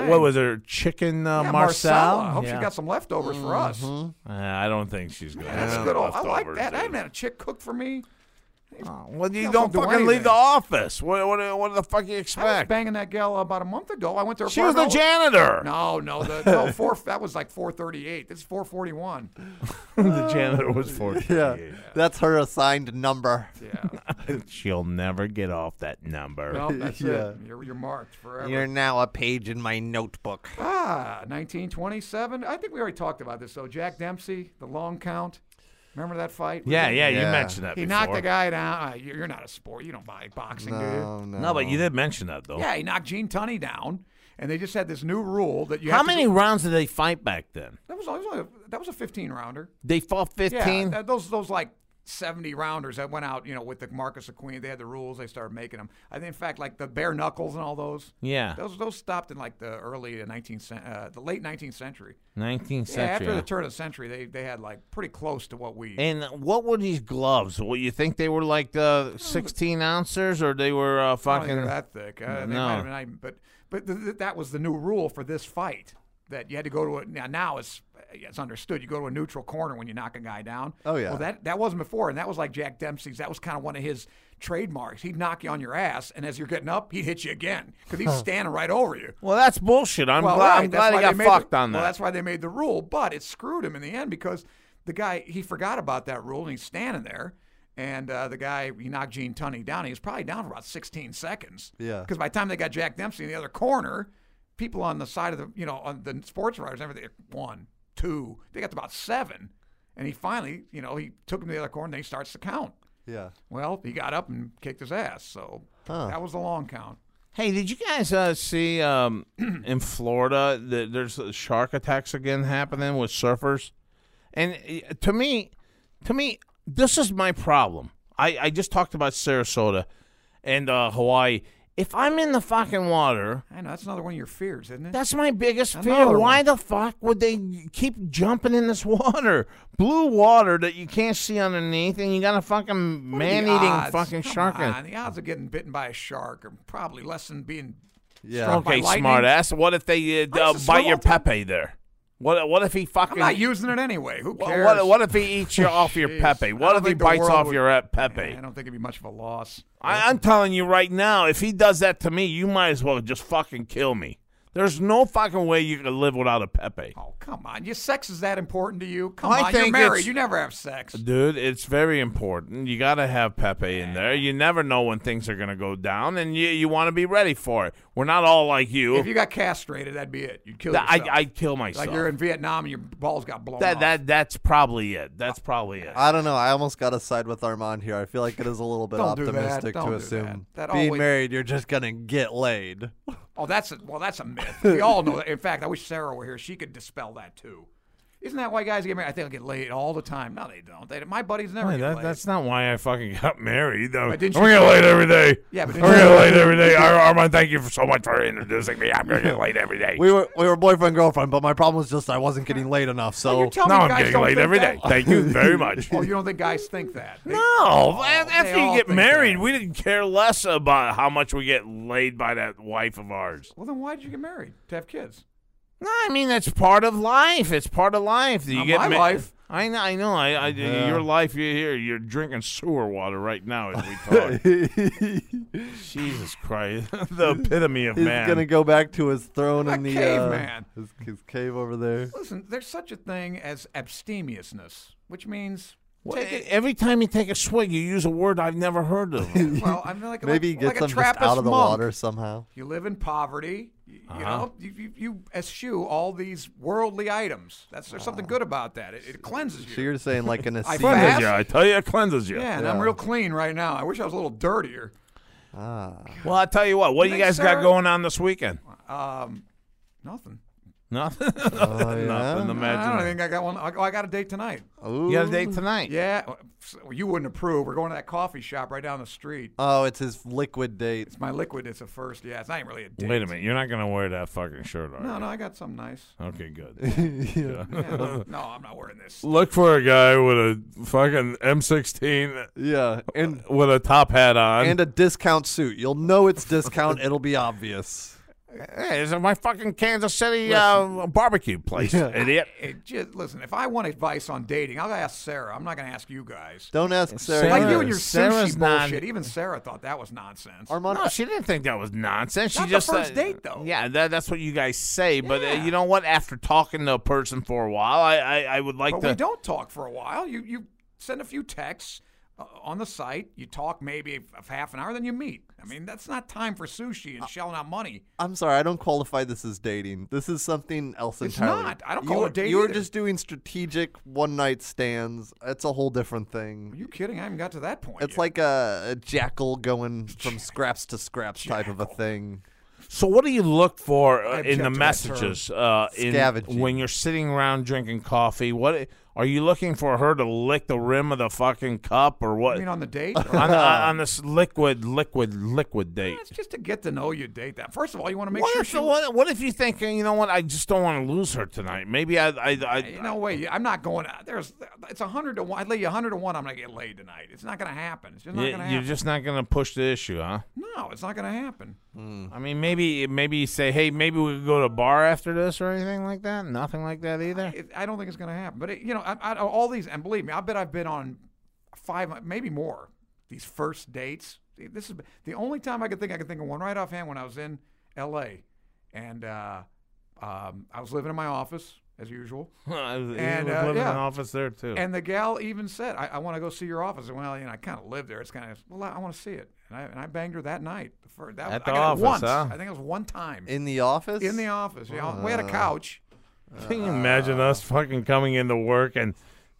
[SPEAKER 3] I'm
[SPEAKER 2] what,
[SPEAKER 3] saying.
[SPEAKER 2] was her chicken uh,
[SPEAKER 3] Yeah,
[SPEAKER 2] Marcel?
[SPEAKER 3] Marcella. I hope
[SPEAKER 2] Yeah.
[SPEAKER 3] she got some leftovers for us.
[SPEAKER 2] Uh, I don't think she's gonna.
[SPEAKER 3] That's
[SPEAKER 2] have
[SPEAKER 3] good. Old, I
[SPEAKER 2] leftovers,
[SPEAKER 3] like that. I
[SPEAKER 2] dude.
[SPEAKER 3] haven't had a chick cook for me.
[SPEAKER 2] Oh, well, you
[SPEAKER 3] Yeah,
[SPEAKER 2] don't
[SPEAKER 3] don't do
[SPEAKER 2] fucking leave
[SPEAKER 3] anything.
[SPEAKER 2] the office. What, what, what the fuck you
[SPEAKER 3] I was
[SPEAKER 2] expect?
[SPEAKER 3] banging that gal about a month ago. I went to her
[SPEAKER 2] She was the
[SPEAKER 3] apartment.
[SPEAKER 2] janitor.
[SPEAKER 3] No, no, the, no. Four. That was like 4:38. This is 4:41.
[SPEAKER 2] the janitor was 48.
[SPEAKER 4] yeah. That's her assigned number.
[SPEAKER 3] Yeah.
[SPEAKER 2] She'll never get off that number.
[SPEAKER 3] No, that's
[SPEAKER 4] Yeah.
[SPEAKER 3] it. You're, you're marked forever.
[SPEAKER 4] You're now a page in my notebook.
[SPEAKER 3] Ah, 1927. I think we already talked about this though. Jack Dempsey, the long count. Remember that fight?
[SPEAKER 2] Yeah, yeah, you
[SPEAKER 4] Yeah.
[SPEAKER 2] mentioned that
[SPEAKER 3] He
[SPEAKER 2] before.
[SPEAKER 3] knocked the guy down. Uh, you're you're not a sport. You don't buy boxing, do you?
[SPEAKER 4] Oh, No, no.
[SPEAKER 2] No, but you did mention that though.
[SPEAKER 3] Yeah, he knocked Gene Tunney down, and they just had this new rule that you.
[SPEAKER 2] How
[SPEAKER 3] have to
[SPEAKER 2] many
[SPEAKER 3] do-
[SPEAKER 2] rounds did they fight back then?
[SPEAKER 3] that was only, that was only a, that was a 15 rounder.
[SPEAKER 2] They fought
[SPEAKER 3] Yeah,
[SPEAKER 2] 15.
[SPEAKER 3] th- those those like 70 rounders that went out, you know, with the Marcus Aquino. They had the rules. They started making them. I think, in fact, like the bare knuckles and all those.
[SPEAKER 2] Yeah.
[SPEAKER 3] Those those stopped in like the early 19th, cen- uh, the late 19th century.
[SPEAKER 2] 19th
[SPEAKER 3] Yeah, after
[SPEAKER 2] century.
[SPEAKER 3] the turn of the century, they they had like pretty close to what we.
[SPEAKER 2] and what were these gloves? Well, you think they were like the 16 ounces or they were uh,
[SPEAKER 3] I don't think
[SPEAKER 2] fucking.
[SPEAKER 3] they're that thick. Uh, they
[SPEAKER 2] No.
[SPEAKER 3] might have been, I- but but th- th- that was the new rule for this fight that you had to go to a now, now it's it's understood you go to a neutral corner when you knock a guy down.
[SPEAKER 4] Oh, yeah.
[SPEAKER 3] Well that that wasn't before and that was like Jack Dempsey's that was kind of one of his trademarks. He'd knock you on your ass and as you're getting up, he'd hit you again cuz he's standing right over you.
[SPEAKER 2] Well, that's bullshit. I'm
[SPEAKER 3] Well,
[SPEAKER 2] glad,
[SPEAKER 3] right,
[SPEAKER 2] I'm
[SPEAKER 3] that's
[SPEAKER 2] glad he
[SPEAKER 3] why
[SPEAKER 2] got
[SPEAKER 3] they made the-
[SPEAKER 2] fucked on that.
[SPEAKER 3] Well, that's why they made the rule, but it screwed him in the end because the guy he forgot about that rule and he's standing there. And uh, the guy, he knocked Gene Tunney down. He was probably down for about 16 seconds.
[SPEAKER 4] Yeah.
[SPEAKER 3] Because by the time they got Jack Dempsey in the other corner, people on the side of the, you know, on the sports writers, and everything, one, two, they got to about seven. And he finally, you know, he took him to the other corner and then he starts to count.
[SPEAKER 4] Yeah.
[SPEAKER 3] Well, he got up and kicked his ass. So that was the long count.
[SPEAKER 2] Hey, did you guys uh, see um, in Florida that there's uh, shark attacks again happening with surfers? And uh, to me, to me, this is my problem. I, I just talked about Sarasota and uh, Hawaii. If I'm in the fucking water,
[SPEAKER 3] I know, that's another one of your fears, isn't it?
[SPEAKER 2] that's my biggest
[SPEAKER 3] Another
[SPEAKER 2] fear.
[SPEAKER 3] one.
[SPEAKER 2] Why the fuck would they keep jumping in this water? Blue water that you can't see underneath, and you got a fucking
[SPEAKER 3] What are
[SPEAKER 2] man
[SPEAKER 3] the
[SPEAKER 2] eating
[SPEAKER 3] odds?
[SPEAKER 2] fucking
[SPEAKER 3] Come
[SPEAKER 2] shark. in-
[SPEAKER 3] on, the odds of getting bitten by a shark are probably less than being.
[SPEAKER 4] Yeah.
[SPEAKER 3] Struck by
[SPEAKER 2] Okay,
[SPEAKER 3] lightning?
[SPEAKER 2] smart ass. What if they uh,
[SPEAKER 3] I
[SPEAKER 2] uh,
[SPEAKER 3] used to
[SPEAKER 2] bite
[SPEAKER 3] swim
[SPEAKER 2] your
[SPEAKER 3] all the time.
[SPEAKER 2] Pepe there? What what if he
[SPEAKER 3] I'm
[SPEAKER 2] fucking
[SPEAKER 3] not using it anyway. Who
[SPEAKER 2] Wha-
[SPEAKER 3] cares?
[SPEAKER 2] what,
[SPEAKER 3] Oh,
[SPEAKER 2] what if he eats you off your
[SPEAKER 3] Jeez.
[SPEAKER 2] Pepe?
[SPEAKER 3] I
[SPEAKER 2] What
[SPEAKER 3] don't
[SPEAKER 2] if he
[SPEAKER 3] think the
[SPEAKER 2] bites
[SPEAKER 3] world
[SPEAKER 2] off
[SPEAKER 3] would-
[SPEAKER 2] your uh,
[SPEAKER 3] I
[SPEAKER 2] Pepe?
[SPEAKER 3] don't think it'd be much of a loss.
[SPEAKER 2] I, I'm telling you right now, if he does that to me, you might as well just fucking kill me. There's no fucking way you can live without a Pepe,
[SPEAKER 3] Oh come on! Your sex is that important to you? Come
[SPEAKER 2] I
[SPEAKER 3] on, you're
[SPEAKER 2] think
[SPEAKER 3] married.
[SPEAKER 2] it's-
[SPEAKER 3] You never have sex.
[SPEAKER 2] dude. It's very important. You gotta have Pepe in there. You never know when things are gonna go down, and you you want to be ready for it. We're not all like you.
[SPEAKER 3] If you got castrated, that'd be it. You'd kill yourself.
[SPEAKER 2] I I kill myself.
[SPEAKER 3] like you're in Vietnam and your balls got blown
[SPEAKER 2] that
[SPEAKER 3] off.
[SPEAKER 2] that that's probably it. That's probably it.
[SPEAKER 4] I don't know. I almost got to side with Armand here. I feel like it is a little bit
[SPEAKER 3] Don't do that.
[SPEAKER 4] optimistic
[SPEAKER 3] Don't
[SPEAKER 4] to
[SPEAKER 3] do
[SPEAKER 4] assume
[SPEAKER 3] that. That
[SPEAKER 4] being
[SPEAKER 3] always-
[SPEAKER 4] married, you're just gonna get laid.
[SPEAKER 3] oh, that's a, well, that's a myth. We all know that. In fact, I wish Sarah were here. She could dispel that too. Isn't that why guys get married? I think they get laid all the time. No, they don't. They, my buddies never
[SPEAKER 2] Hey,
[SPEAKER 3] get
[SPEAKER 2] that-
[SPEAKER 3] laid.
[SPEAKER 2] that's not why I fucking got married. Though. I'm
[SPEAKER 3] But didn't
[SPEAKER 2] gonna
[SPEAKER 3] you-
[SPEAKER 2] get laid every day.
[SPEAKER 3] Yeah, but
[SPEAKER 2] I'm
[SPEAKER 3] didn't
[SPEAKER 2] gonna
[SPEAKER 3] you-
[SPEAKER 2] get laid every day. Ar- Armand, thank you for so much for introducing me. I'm gonna get laid every day.
[SPEAKER 4] We were we were boyfriend girlfriend, but my problem was just I wasn't getting laid enough. So
[SPEAKER 3] You're telling
[SPEAKER 2] no,
[SPEAKER 3] me
[SPEAKER 2] I'm
[SPEAKER 3] guys
[SPEAKER 2] getting
[SPEAKER 3] don't
[SPEAKER 2] laid
[SPEAKER 3] think
[SPEAKER 2] every day.
[SPEAKER 3] that?
[SPEAKER 2] Thank you very much.
[SPEAKER 3] Oh, you don't think guys think that? They-
[SPEAKER 2] No, a- after
[SPEAKER 3] they
[SPEAKER 2] you
[SPEAKER 3] all
[SPEAKER 2] get
[SPEAKER 3] think
[SPEAKER 2] married,
[SPEAKER 3] that.
[SPEAKER 2] we didn't care less about how much we get laid by that wife of ours.
[SPEAKER 3] Well, then why did you get married? To have kids?
[SPEAKER 2] No, I mean that's part of life. It's part of life. You
[SPEAKER 3] Not
[SPEAKER 2] get
[SPEAKER 3] my life.
[SPEAKER 2] I know. I know. I, I
[SPEAKER 4] Yeah.
[SPEAKER 2] your life. You're here. You're drinking sewer water right now as we talk. Jesus Christ, the epitome of
[SPEAKER 4] He's
[SPEAKER 2] man.
[SPEAKER 4] gonna go back to his throne
[SPEAKER 3] What
[SPEAKER 4] in
[SPEAKER 3] a
[SPEAKER 4] the
[SPEAKER 3] caveman.
[SPEAKER 4] Uh, his, his cave over there.
[SPEAKER 3] Listen, there's such a thing as abstemiousness, which means
[SPEAKER 2] Well, e-,
[SPEAKER 3] take it.
[SPEAKER 2] Every time you take a swig, you use a word I've never heard of.
[SPEAKER 3] Well, I'm like
[SPEAKER 4] Maybe he
[SPEAKER 3] like,
[SPEAKER 4] gets
[SPEAKER 3] like a
[SPEAKER 4] them just
[SPEAKER 3] Trappist
[SPEAKER 4] out of the
[SPEAKER 3] monk.
[SPEAKER 4] water somehow.
[SPEAKER 3] You live in poverty. You, you
[SPEAKER 2] Uh-huh.
[SPEAKER 3] know, you, you, you eschew all these worldly items. That's there's something good about that. It, it cleanses
[SPEAKER 4] Oh. So
[SPEAKER 3] you.
[SPEAKER 4] you're saying like an
[SPEAKER 3] I
[SPEAKER 4] ascetic.
[SPEAKER 3] fast.
[SPEAKER 2] cleanses you. I tell you, it cleanses you.
[SPEAKER 3] Yeah, and I'm
[SPEAKER 4] Yeah.
[SPEAKER 3] real clean right now. I wish I was a little dirtier.
[SPEAKER 4] Ah,
[SPEAKER 2] Well, I tell you what. What do you
[SPEAKER 3] Thanks,
[SPEAKER 2] guys got
[SPEAKER 3] sir.
[SPEAKER 2] going on this weekend?
[SPEAKER 3] Um, Nothing.
[SPEAKER 2] Nothing. Nothing. Imagine.
[SPEAKER 3] I don't
[SPEAKER 2] that.
[SPEAKER 3] think I got one. I, I got a date tonight.
[SPEAKER 4] Ooh.
[SPEAKER 2] You got a date tonight.
[SPEAKER 3] Yeah, well, s- you wouldn't approve. We're going to that coffee shop right down the street.
[SPEAKER 4] Oh, it's his liquid date.
[SPEAKER 3] It's my liquid. It's a first. Yeah, it's not even really a date.
[SPEAKER 2] Wait a minute. You're not gonna wear that fucking shirt, are
[SPEAKER 3] No,
[SPEAKER 2] you?
[SPEAKER 3] no, I got something nice.
[SPEAKER 2] Okay, good.
[SPEAKER 3] Yeah, no, no, I'm not wearing this.
[SPEAKER 2] Look for a guy with a fucking M16
[SPEAKER 4] Yeah, and
[SPEAKER 2] with a top hat on.
[SPEAKER 4] and a discount suit. You'll know it's discount. it'll be obvious.
[SPEAKER 2] hey, this is my fucking Kansas City uh, barbecue place, idiot.
[SPEAKER 3] It just, listen, if I want advice on dating, I'll ask Sarah. I'm not going to ask you guys.
[SPEAKER 4] Don't ask Sarah.
[SPEAKER 3] Like you
[SPEAKER 2] Sarah-
[SPEAKER 3] and your
[SPEAKER 2] Sarah's
[SPEAKER 3] sushi
[SPEAKER 2] not-
[SPEAKER 3] bullshit. Even Sarah thought that was nonsense.
[SPEAKER 4] Armand,
[SPEAKER 2] Oh, No, she didn't think that was nonsense. She
[SPEAKER 3] Not the
[SPEAKER 2] just
[SPEAKER 3] first
[SPEAKER 2] uh,
[SPEAKER 3] date, though.
[SPEAKER 2] Yeah, that, that's what you guys say. But uh, you know what? After talking to a person for a while, I I, I would like
[SPEAKER 3] but
[SPEAKER 2] to.
[SPEAKER 3] we don't talk for a while. You you send a few texts uh, on the site. You talk maybe of half an hour, then you meet. I mean, that's not time for sushi and shelling out money.
[SPEAKER 4] I'm sorry, I don't qualify this as dating. This is something else
[SPEAKER 3] It's
[SPEAKER 4] entirely.
[SPEAKER 3] not. I don't
[SPEAKER 4] You
[SPEAKER 3] call it
[SPEAKER 4] were-
[SPEAKER 3] dating
[SPEAKER 4] You were
[SPEAKER 3] either.
[SPEAKER 4] just doing strategic one night stands. It's a whole different thing.
[SPEAKER 3] Are you kidding? I haven't got to that point.
[SPEAKER 4] It's
[SPEAKER 3] yet.
[SPEAKER 4] like a, a jackal going from scraps to scraps type of a thing.
[SPEAKER 2] so, what do you look for uh,
[SPEAKER 3] I
[SPEAKER 2] in the
[SPEAKER 3] object to that term.
[SPEAKER 2] messages? Uh, in,
[SPEAKER 4] Scavenging.
[SPEAKER 2] when you're sitting around drinking coffee, what are you looking for? Her to lick the rim of the fucking cup, or what?
[SPEAKER 3] I mean, on the date. Or-
[SPEAKER 2] on, on, on this liquid, liquid, liquid date.
[SPEAKER 3] It's just to get to know you date that. First of all, you want to make
[SPEAKER 2] What
[SPEAKER 3] sure
[SPEAKER 2] if,
[SPEAKER 3] she.
[SPEAKER 2] what, what if you think you know what? I just don't want to lose her tonight. Maybe I, I, I,
[SPEAKER 3] No way. I'm not going. There's. It's a hundred to one. I'd lay you a hundred to one. I'm gonna get laid tonight. It's not gonna happen. It's just not
[SPEAKER 2] you-
[SPEAKER 3] gonna
[SPEAKER 2] you're
[SPEAKER 3] happen.
[SPEAKER 2] just not gonna push the issue, huh?
[SPEAKER 3] no, it's not gonna happen.
[SPEAKER 2] I mean, maybe maybe you say, hey, maybe we could go to a bar after this or anything like that. Nothing like that either.
[SPEAKER 3] It, I don't think it's gonna happen. But it, you know, I, I, all these. And believe me, I bet I've been on five, maybe more. These first dates. This is the only time I could think. I could think of one right offhand when I was in L.A. and uh, um, I was living in my office as usual.
[SPEAKER 2] and
[SPEAKER 3] And, uh,
[SPEAKER 2] living
[SPEAKER 3] yeah.
[SPEAKER 2] in office there too.
[SPEAKER 3] And the gal even said, "I, I want to go see your office." And well, you know, I kind of live there. It's kind of well, I, want to see it. And I, and I banged her that night. The fir- that was-
[SPEAKER 2] At
[SPEAKER 3] I
[SPEAKER 2] the
[SPEAKER 3] got
[SPEAKER 2] office,
[SPEAKER 3] it once.
[SPEAKER 2] huh?
[SPEAKER 3] I think it was one time in,
[SPEAKER 4] In the office?
[SPEAKER 3] the office. Yeah, we
[SPEAKER 2] Uh.
[SPEAKER 3] had a couch.
[SPEAKER 2] Can
[SPEAKER 3] Uh,
[SPEAKER 2] you imagine us fucking coming into work and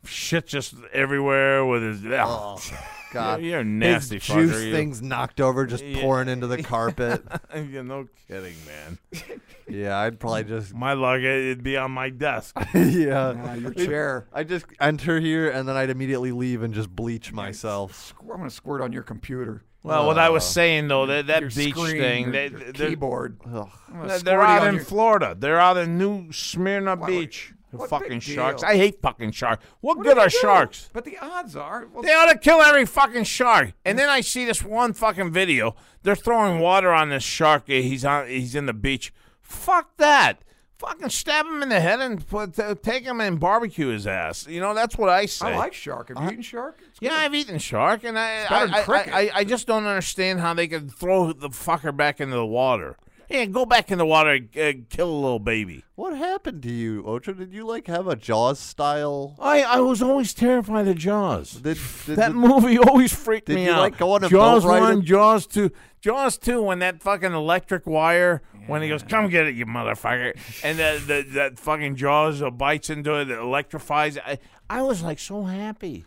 [SPEAKER 2] shit just everywhere with his?
[SPEAKER 4] Oh, God.
[SPEAKER 2] You're a nasty
[SPEAKER 4] His
[SPEAKER 2] fucker,
[SPEAKER 4] juice
[SPEAKER 2] you.
[SPEAKER 4] things knocked over, just
[SPEAKER 2] Yeah.
[SPEAKER 4] pouring into the carpet.
[SPEAKER 2] You're no kidding, man.
[SPEAKER 4] yeah, I'd probably just.
[SPEAKER 2] My luggage it'd be on my desk.
[SPEAKER 4] yeah.
[SPEAKER 3] Your chair.
[SPEAKER 4] I'd just enter here and then I'd immediately leave and just bleach myself.
[SPEAKER 3] Squ- I'm gonna squirt on your computer.
[SPEAKER 2] Well, what I was saying though, that that
[SPEAKER 3] Oh. your
[SPEAKER 2] beach
[SPEAKER 3] screen,
[SPEAKER 2] thing,
[SPEAKER 3] your,
[SPEAKER 2] they,
[SPEAKER 3] your
[SPEAKER 2] they're-
[SPEAKER 3] keyboard.
[SPEAKER 4] Ugh.
[SPEAKER 3] I'm gonna
[SPEAKER 2] they're,
[SPEAKER 3] squirt
[SPEAKER 2] they're
[SPEAKER 3] it
[SPEAKER 2] out
[SPEAKER 3] on
[SPEAKER 2] in
[SPEAKER 3] your-
[SPEAKER 2] Florida. They're out in New Smyrna
[SPEAKER 3] Why would-
[SPEAKER 2] Beach. The
[SPEAKER 3] what
[SPEAKER 2] fucking
[SPEAKER 3] big
[SPEAKER 2] sharks.
[SPEAKER 3] deal?
[SPEAKER 2] I hate fucking sharks. What,
[SPEAKER 3] What do
[SPEAKER 2] good
[SPEAKER 3] they
[SPEAKER 2] are
[SPEAKER 3] do?
[SPEAKER 2] sharks?
[SPEAKER 3] But the odds are, well,
[SPEAKER 2] They ought to kill every fucking shark. And then I see this one fucking video. They're throwing water on this shark. eh, He's on. He's in the beach. Fuck that. Fucking stab him in the head and put, t- take him and barbecue his ass. You know that's what I say.
[SPEAKER 3] I like shark. Have you eaten shark? It's
[SPEAKER 2] Yeah, I've eaten shark, and I
[SPEAKER 3] better
[SPEAKER 2] I,
[SPEAKER 3] than
[SPEAKER 2] I,
[SPEAKER 3] cricket.
[SPEAKER 2] I, I- I just don't understand how they could throw the fucker back into the water. Yeah, go back in the water and uh, kill a little baby.
[SPEAKER 4] What happened to you, Ocho? Did you like have a Jaws style?
[SPEAKER 2] I, I was always terrified of Jaws.
[SPEAKER 4] Did, did
[SPEAKER 2] that
[SPEAKER 4] the-
[SPEAKER 2] movie always freaked
[SPEAKER 4] Did
[SPEAKER 2] me
[SPEAKER 4] you,
[SPEAKER 2] out.
[SPEAKER 4] like, go on a
[SPEAKER 2] Jaws
[SPEAKER 4] boat ride
[SPEAKER 2] one,
[SPEAKER 4] and-
[SPEAKER 2] Jaws two, Jaws two. When that fucking electric wire, when he goes, "Come get it, you motherfucker!" and that the, that fucking Jaws uh, bites into it, it electrifies. I, I was like so happy.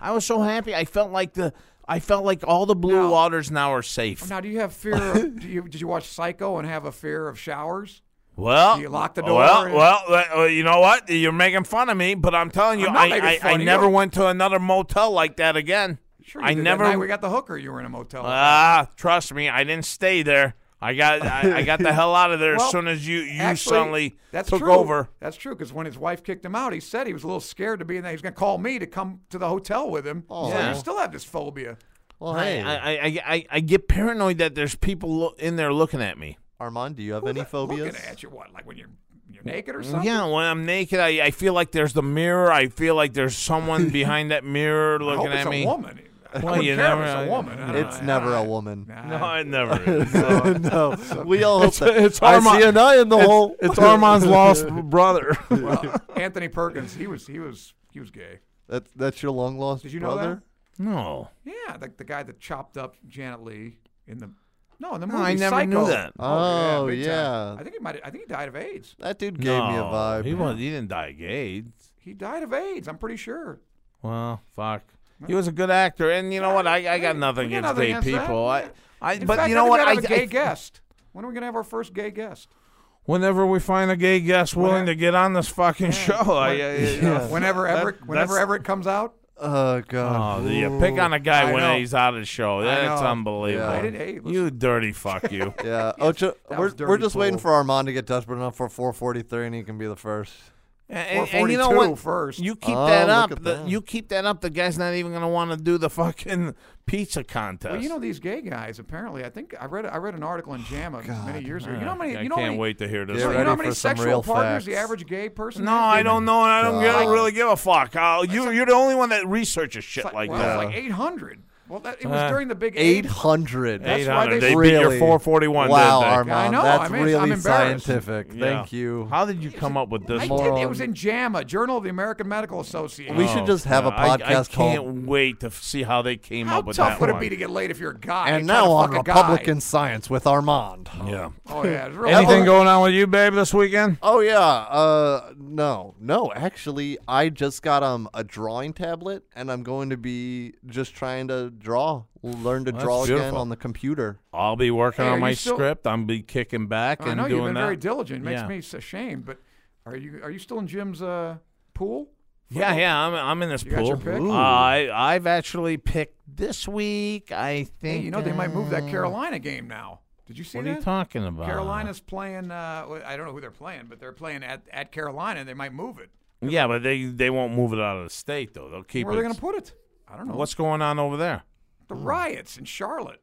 [SPEAKER 2] I was so happy. I felt like the I felt like all the blue
[SPEAKER 3] Now-
[SPEAKER 2] waters now are safe.
[SPEAKER 3] Now, do you have fear? Of, do you, did you watch Psycho and have a fear of showers?
[SPEAKER 2] well,
[SPEAKER 3] Do you lock the door
[SPEAKER 2] Well,
[SPEAKER 3] and-
[SPEAKER 2] well, uh, uh, you know what? You're making fun of me, but I'm telling you,
[SPEAKER 3] I'm not
[SPEAKER 2] I,
[SPEAKER 3] making
[SPEAKER 2] I,
[SPEAKER 3] fun
[SPEAKER 2] I
[SPEAKER 3] of you.
[SPEAKER 2] never went to another motel like that again.
[SPEAKER 3] Sure, you
[SPEAKER 2] I
[SPEAKER 3] did. That
[SPEAKER 2] never.
[SPEAKER 3] night we got the hooker. You were in a motel.
[SPEAKER 2] Ah, trust me, I didn't stay there. I got I, I got the hell out of there as
[SPEAKER 3] Well,
[SPEAKER 2] soon as you you
[SPEAKER 3] Actually,
[SPEAKER 2] suddenly
[SPEAKER 3] that's
[SPEAKER 2] took
[SPEAKER 3] true.
[SPEAKER 2] over.
[SPEAKER 3] That's true because when his wife kicked him out, he said he was a little scared to be in there. He was going to call me to come to the hotel with him.
[SPEAKER 4] Oh.
[SPEAKER 3] So
[SPEAKER 2] Yeah.
[SPEAKER 3] you still have this phobia.
[SPEAKER 4] well,
[SPEAKER 2] I,
[SPEAKER 4] hey,
[SPEAKER 2] I, I, I, I get paranoid that there's people lo- in there looking at me.
[SPEAKER 4] Armand, do you have any phobias? Mm,
[SPEAKER 3] Looking at you, what? Like when you're you're naked or something?
[SPEAKER 2] Yeah, when I'm naked, I, I feel like there's the mirror. I feel like there's someone behind that mirror
[SPEAKER 3] I
[SPEAKER 2] looking
[SPEAKER 3] hope it's
[SPEAKER 2] at
[SPEAKER 3] a
[SPEAKER 2] me.
[SPEAKER 3] woman. I
[SPEAKER 2] Well,
[SPEAKER 3] wouldn't
[SPEAKER 2] you
[SPEAKER 3] care if
[SPEAKER 2] never- uh,
[SPEAKER 3] it's a woman. I don't
[SPEAKER 4] It's
[SPEAKER 3] know.
[SPEAKER 4] never
[SPEAKER 3] I-
[SPEAKER 4] a woman.
[SPEAKER 2] No,
[SPEAKER 3] Nah.
[SPEAKER 2] I never. Is.
[SPEAKER 4] no, we all hope that.
[SPEAKER 2] it's
[SPEAKER 4] I
[SPEAKER 2] Armand-
[SPEAKER 4] see an eye in the hole.
[SPEAKER 2] It's Armand's lost brother.
[SPEAKER 3] Well, Anthony Perkins, he was he was he was gay.
[SPEAKER 4] That, that's your long lost
[SPEAKER 3] Did you know
[SPEAKER 4] brother.
[SPEAKER 2] no,
[SPEAKER 3] that? Yeah, like the guy that chopped up Janet Lee in the no in the
[SPEAKER 2] No,
[SPEAKER 3] movie.
[SPEAKER 2] I never
[SPEAKER 3] Psycho.
[SPEAKER 2] knew that.
[SPEAKER 4] Oh,
[SPEAKER 3] big time.
[SPEAKER 4] yeah.
[SPEAKER 3] I think he might. I think he died of AIDS.
[SPEAKER 4] That dude gave me a
[SPEAKER 2] No,
[SPEAKER 4] vibe.
[SPEAKER 2] Oh, He was. He didn't die of AIDS.
[SPEAKER 3] He died of AIDS. I'm pretty sure.
[SPEAKER 2] Well, fuck. He was a good actor, and you know what? I, I got
[SPEAKER 3] Hey,
[SPEAKER 2] nothing
[SPEAKER 3] we got
[SPEAKER 2] against
[SPEAKER 3] nothing
[SPEAKER 2] gay
[SPEAKER 3] against that.
[SPEAKER 2] people. I,
[SPEAKER 3] Yeah.
[SPEAKER 2] I,
[SPEAKER 3] In
[SPEAKER 2] but
[SPEAKER 3] fact,
[SPEAKER 2] you
[SPEAKER 3] I
[SPEAKER 2] know
[SPEAKER 3] think
[SPEAKER 2] what?
[SPEAKER 3] we ought
[SPEAKER 2] I,
[SPEAKER 3] to have a gay
[SPEAKER 2] I-
[SPEAKER 3] guest. When are we gonna have our first gay guest?
[SPEAKER 2] whenever we find a gay guest willing
[SPEAKER 3] Whenever-
[SPEAKER 2] to get on this fucking show. I- I-
[SPEAKER 4] Yeah.
[SPEAKER 3] Whenever
[SPEAKER 2] That-
[SPEAKER 3] Everett, whenever
[SPEAKER 2] that's-
[SPEAKER 3] Everett comes out,
[SPEAKER 4] Oh god.
[SPEAKER 2] Oh, you pick on a guy
[SPEAKER 3] I
[SPEAKER 2] when
[SPEAKER 3] know.
[SPEAKER 2] he's out of the show. That's
[SPEAKER 3] know.
[SPEAKER 2] unbelievable.
[SPEAKER 3] I did- hey, listen.
[SPEAKER 2] you dirty fuck you.
[SPEAKER 4] Yeah, Ocho,
[SPEAKER 3] that
[SPEAKER 4] we're,
[SPEAKER 3] was
[SPEAKER 4] we're
[SPEAKER 3] dirty
[SPEAKER 4] just waiting
[SPEAKER 3] pool.
[SPEAKER 4] for Armand to get desperate enough for 443, and he can be the first.
[SPEAKER 2] and,
[SPEAKER 3] 442
[SPEAKER 2] and you know what?
[SPEAKER 3] first.
[SPEAKER 2] You keep
[SPEAKER 4] Oh,
[SPEAKER 2] that
[SPEAKER 4] look
[SPEAKER 2] up.
[SPEAKER 4] at
[SPEAKER 2] the-
[SPEAKER 4] that.
[SPEAKER 2] you keep that up. The guy's not even gonna want to do the fucking pizza contest.
[SPEAKER 3] well, you know these gay guys. Apparently, I think I read I read an article in JAMA many years ago. You know how many?
[SPEAKER 2] I
[SPEAKER 3] you know how
[SPEAKER 2] can't
[SPEAKER 3] many-
[SPEAKER 2] wait to hear this.
[SPEAKER 4] Get
[SPEAKER 3] You
[SPEAKER 2] one.
[SPEAKER 3] know how
[SPEAKER 4] ready
[SPEAKER 3] many
[SPEAKER 4] for some
[SPEAKER 3] sexual
[SPEAKER 4] real
[SPEAKER 3] partners the
[SPEAKER 4] facts.
[SPEAKER 3] average gay person?
[SPEAKER 2] No,
[SPEAKER 3] has?
[SPEAKER 2] I don't know, and I don't get- I don't
[SPEAKER 4] God.
[SPEAKER 2] really give a fuck. I'll, you, you're the only one that researches shit
[SPEAKER 3] It's like,
[SPEAKER 2] like
[SPEAKER 3] well,
[SPEAKER 2] that.
[SPEAKER 3] it's like 800. Well, that, it was
[SPEAKER 2] Uh,
[SPEAKER 3] during the big AIDS-
[SPEAKER 4] 800.
[SPEAKER 3] That's why
[SPEAKER 2] 800.
[SPEAKER 3] they-
[SPEAKER 2] They beat your
[SPEAKER 4] really
[SPEAKER 2] 441.
[SPEAKER 4] Wow,
[SPEAKER 2] didn't they?
[SPEAKER 4] Armand,
[SPEAKER 3] I know,
[SPEAKER 4] that's
[SPEAKER 3] I mean, it's- I'm
[SPEAKER 4] really
[SPEAKER 3] embarrassed.
[SPEAKER 4] scientific.
[SPEAKER 2] Yeah.
[SPEAKER 4] Thank you.
[SPEAKER 2] How did you come up with this?
[SPEAKER 3] I
[SPEAKER 2] one?
[SPEAKER 3] did. It
[SPEAKER 4] moron.
[SPEAKER 3] was in JAMA, Journal of the American Medical Association.
[SPEAKER 4] We should just have a
[SPEAKER 2] Oh, yeah, I- I,
[SPEAKER 4] podcast
[SPEAKER 2] can't
[SPEAKER 4] called-
[SPEAKER 2] wait to f- see how they came
[SPEAKER 3] How
[SPEAKER 2] up with
[SPEAKER 3] tough
[SPEAKER 2] that
[SPEAKER 3] would
[SPEAKER 2] one.
[SPEAKER 3] it be to get laid if you're a guy? trying to
[SPEAKER 4] And now on
[SPEAKER 3] fuck a guy?
[SPEAKER 4] Republican Science with Armand.
[SPEAKER 2] yeah.
[SPEAKER 3] Oh yeah. It's really
[SPEAKER 2] Anything
[SPEAKER 3] hard.
[SPEAKER 2] going on with you, babe, this weekend?
[SPEAKER 4] Oh yeah. Uh, no, no. Actually, I just got um a drawing tablet, and I'm going to be just trying to draw, learn to
[SPEAKER 2] That's
[SPEAKER 4] draw again
[SPEAKER 2] beautiful.
[SPEAKER 4] on the computer.
[SPEAKER 2] I'll be working
[SPEAKER 3] Hey,
[SPEAKER 2] on
[SPEAKER 3] are
[SPEAKER 2] my
[SPEAKER 3] you still-
[SPEAKER 2] script. I'm be kicking back
[SPEAKER 3] I
[SPEAKER 2] and
[SPEAKER 3] know
[SPEAKER 2] doing
[SPEAKER 3] you've been
[SPEAKER 2] that.
[SPEAKER 3] very diligent. Makes
[SPEAKER 2] Yeah.
[SPEAKER 3] me s- ashamed. But are you are you still in Jim's uh, pool?
[SPEAKER 2] Yeah, yeah, I'm, I'm in this
[SPEAKER 3] You got
[SPEAKER 2] pool.
[SPEAKER 3] your pick?
[SPEAKER 2] Uh, I I've actually picked this week. I think
[SPEAKER 3] Hey, you know they might move that
[SPEAKER 2] uh,
[SPEAKER 3] Carolina game now. Did you see
[SPEAKER 2] What are
[SPEAKER 3] that?
[SPEAKER 2] you talking about?
[SPEAKER 3] Carolina's playing. Uh, well, I don't know who they're playing, but they're playing at, at Carolina. They might move it.
[SPEAKER 2] Yeah, but they they won't move it out of the state though. They'll keep
[SPEAKER 3] Where
[SPEAKER 2] it.
[SPEAKER 3] are they going to put it? I don't know.
[SPEAKER 2] What's going on over there?
[SPEAKER 3] the riots in Charlotte?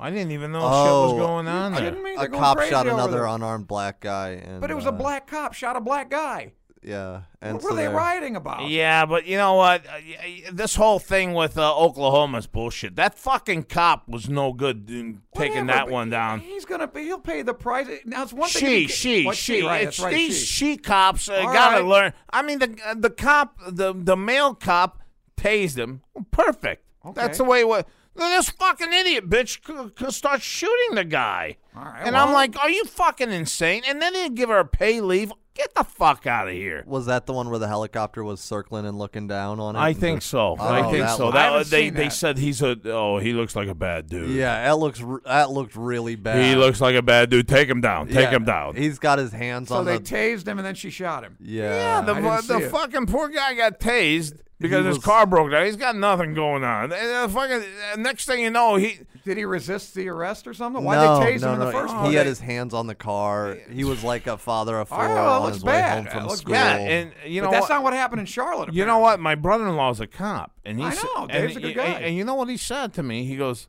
[SPEAKER 2] I didn't even know
[SPEAKER 4] Oh,
[SPEAKER 2] shit was going on there.
[SPEAKER 3] kidding me?
[SPEAKER 4] A
[SPEAKER 3] They're going
[SPEAKER 4] cop
[SPEAKER 3] crazy
[SPEAKER 4] shot
[SPEAKER 3] over
[SPEAKER 4] another
[SPEAKER 3] there.
[SPEAKER 4] unarmed black guy, and
[SPEAKER 3] But it was a
[SPEAKER 4] uh,
[SPEAKER 3] black cop shot a black guy.
[SPEAKER 4] Yeah, and
[SPEAKER 3] What were
[SPEAKER 4] so
[SPEAKER 3] they
[SPEAKER 4] they're-
[SPEAKER 3] rioting about?
[SPEAKER 2] Yeah, but you know what? Uh, y- y- This whole thing with uh, Oklahoma's bullshit. That fucking cop was no good in taking
[SPEAKER 3] Whatever,
[SPEAKER 2] that
[SPEAKER 3] but
[SPEAKER 2] one down.
[SPEAKER 3] He's gonna be, he'll pay the price. Now it's one thing.
[SPEAKER 2] She,
[SPEAKER 3] if you-
[SPEAKER 2] she,
[SPEAKER 3] what,
[SPEAKER 2] she.
[SPEAKER 3] Right,
[SPEAKER 2] it's
[SPEAKER 3] that's right.
[SPEAKER 2] these
[SPEAKER 3] she.
[SPEAKER 2] she, cops. Uh,
[SPEAKER 3] All
[SPEAKER 2] gotta
[SPEAKER 3] right.
[SPEAKER 2] learn. I mean, the uh, the cop, the the male cop, tased him. Perfect. That's
[SPEAKER 3] Okay.
[SPEAKER 2] the way. What? Then this fucking idiot bitch c- c- starts shooting the guy.
[SPEAKER 3] All right,
[SPEAKER 2] and I'm
[SPEAKER 3] well-
[SPEAKER 2] like, are you fucking insane? And then they give her a pay leave. Get the fuck out of here.
[SPEAKER 4] Was that the one where the helicopter was circling and looking down on it?
[SPEAKER 2] I
[SPEAKER 4] and
[SPEAKER 2] think
[SPEAKER 4] just-
[SPEAKER 2] so.
[SPEAKER 4] Oh,
[SPEAKER 2] I think
[SPEAKER 4] that
[SPEAKER 2] so.
[SPEAKER 4] one.
[SPEAKER 3] I
[SPEAKER 2] That
[SPEAKER 3] haven't
[SPEAKER 2] they
[SPEAKER 3] seen
[SPEAKER 2] they
[SPEAKER 3] that.
[SPEAKER 2] said he's a oh he looks like a bad dude.
[SPEAKER 4] Yeah, that looks r- that looked really bad.
[SPEAKER 2] He looks like a bad dude. Take him down. Take
[SPEAKER 4] Yeah,
[SPEAKER 2] him down.
[SPEAKER 4] He's got his hands
[SPEAKER 3] So
[SPEAKER 4] on
[SPEAKER 3] they
[SPEAKER 4] the.
[SPEAKER 3] tased him and then she shot him.
[SPEAKER 4] yeah.
[SPEAKER 2] the
[SPEAKER 3] Uh, I didn't
[SPEAKER 2] the
[SPEAKER 3] see it.
[SPEAKER 2] fucking poor guy got tased because
[SPEAKER 4] He
[SPEAKER 2] his
[SPEAKER 4] was-
[SPEAKER 2] car broke down. He's got nothing going on. And the fucking uh, next thing you know, he
[SPEAKER 3] Did he resist the arrest or something? Why
[SPEAKER 4] no,
[SPEAKER 3] they tase
[SPEAKER 4] no,
[SPEAKER 3] him in
[SPEAKER 4] no.
[SPEAKER 3] the first
[SPEAKER 4] he
[SPEAKER 3] place?
[SPEAKER 4] had his hands on the car. He was like a father of
[SPEAKER 3] All
[SPEAKER 4] four
[SPEAKER 3] right, well, it
[SPEAKER 4] on
[SPEAKER 3] looks
[SPEAKER 4] his
[SPEAKER 3] bad.
[SPEAKER 4] way home
[SPEAKER 3] It
[SPEAKER 4] from
[SPEAKER 3] looks
[SPEAKER 4] school.
[SPEAKER 2] yeah, and you know
[SPEAKER 3] but that's
[SPEAKER 2] what?
[SPEAKER 3] not what happened in Charlotte.
[SPEAKER 2] you know what? My brother-in-law's a cop, and he
[SPEAKER 3] I
[SPEAKER 2] s-
[SPEAKER 3] know,
[SPEAKER 2] and
[SPEAKER 3] Dave's a
[SPEAKER 2] he-
[SPEAKER 3] good guy.
[SPEAKER 2] And, and you know what he said to me? He goes.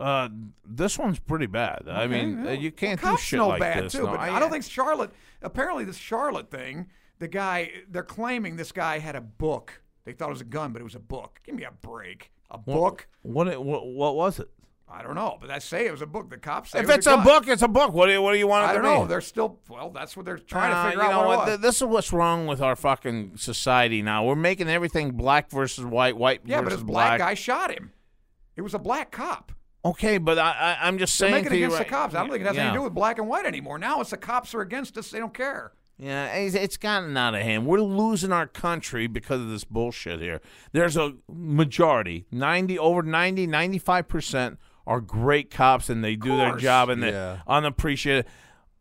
[SPEAKER 2] Uh, this one's pretty bad. I mean, uh, you can't
[SPEAKER 3] Cops
[SPEAKER 2] do shit
[SPEAKER 3] know
[SPEAKER 2] like
[SPEAKER 3] bad
[SPEAKER 2] this.
[SPEAKER 3] too,
[SPEAKER 2] no.
[SPEAKER 3] but I, don't think Charlotte. Apparently, this Charlotte thing, the guy they're claiming this guy had a book. They thought it was a gun, but it was a book. Give me a break. A book?
[SPEAKER 2] What? it- What? What was it?
[SPEAKER 3] I don't know, but I say it was a book. The cops say it
[SPEAKER 2] If
[SPEAKER 3] was
[SPEAKER 2] it's a
[SPEAKER 3] gun.
[SPEAKER 2] book, it's a book. What do you, what do you want it to
[SPEAKER 3] I don't know.
[SPEAKER 2] be?
[SPEAKER 3] They're still well. That's what they're trying
[SPEAKER 2] Uh,
[SPEAKER 3] to figure
[SPEAKER 2] you
[SPEAKER 3] out.
[SPEAKER 2] know
[SPEAKER 3] what,
[SPEAKER 2] what?
[SPEAKER 3] it
[SPEAKER 2] Th-
[SPEAKER 3] was.
[SPEAKER 2] This is what's wrong with our fucking society now. We're making everything black versus white, white
[SPEAKER 3] yeah, but
[SPEAKER 2] versus
[SPEAKER 3] this black guy shot him. It was a black cop.
[SPEAKER 2] Okay, but I, I, I'm just
[SPEAKER 3] They're
[SPEAKER 2] saying
[SPEAKER 3] making
[SPEAKER 2] to you
[SPEAKER 3] against
[SPEAKER 2] right-
[SPEAKER 3] the cops. I don't think it has
[SPEAKER 2] yeah.
[SPEAKER 3] anything to do with black and white anymore. Now it's the cops are against us. They don't care.
[SPEAKER 2] Yeah, it's, it's gotten out of hand. We're losing our country because of this bullshit here. There's a majority, 90 over 90, 95% are great cops and they do their
[SPEAKER 3] course.
[SPEAKER 2] job and they're
[SPEAKER 4] Yeah.
[SPEAKER 2] unappreciated.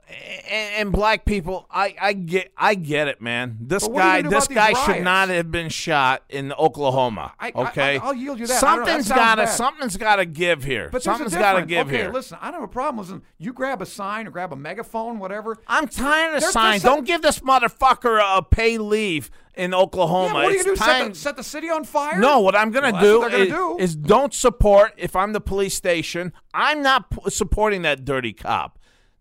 [SPEAKER 2] And, and black people, I, I get I get it, man. This
[SPEAKER 3] But what are you
[SPEAKER 2] guy
[SPEAKER 3] gonna do
[SPEAKER 2] this
[SPEAKER 3] about these
[SPEAKER 2] guy should
[SPEAKER 3] riots?
[SPEAKER 2] not have been shot in Oklahoma.
[SPEAKER 3] I- I-
[SPEAKER 2] okay,
[SPEAKER 3] I'll yield you that. I don't know. That
[SPEAKER 2] Something's
[SPEAKER 3] sounds
[SPEAKER 2] gotta
[SPEAKER 3] bad.
[SPEAKER 2] something's gotta give here.
[SPEAKER 3] But there's a
[SPEAKER 2] something's
[SPEAKER 3] difference.
[SPEAKER 2] gotta give
[SPEAKER 3] okay,
[SPEAKER 2] here.
[SPEAKER 3] listen, I don't have a problem. Listen, you grab a sign or grab a megaphone, whatever.
[SPEAKER 2] I'm tired of
[SPEAKER 3] There's-
[SPEAKER 2] signs.
[SPEAKER 3] there's some-
[SPEAKER 2] Don't give this motherfucker a, a pay leave in Oklahoma.
[SPEAKER 3] yeah, but what are you
[SPEAKER 2] it's
[SPEAKER 3] gonna do?
[SPEAKER 2] time.
[SPEAKER 3] Set the, set the city on fire?
[SPEAKER 2] no, what I'm gonna
[SPEAKER 3] Well, that's
[SPEAKER 2] do,
[SPEAKER 3] what they're
[SPEAKER 2] is,
[SPEAKER 3] gonna do.
[SPEAKER 2] is don't support. If I'm the police station, I'm not p- supporting that dirty cop.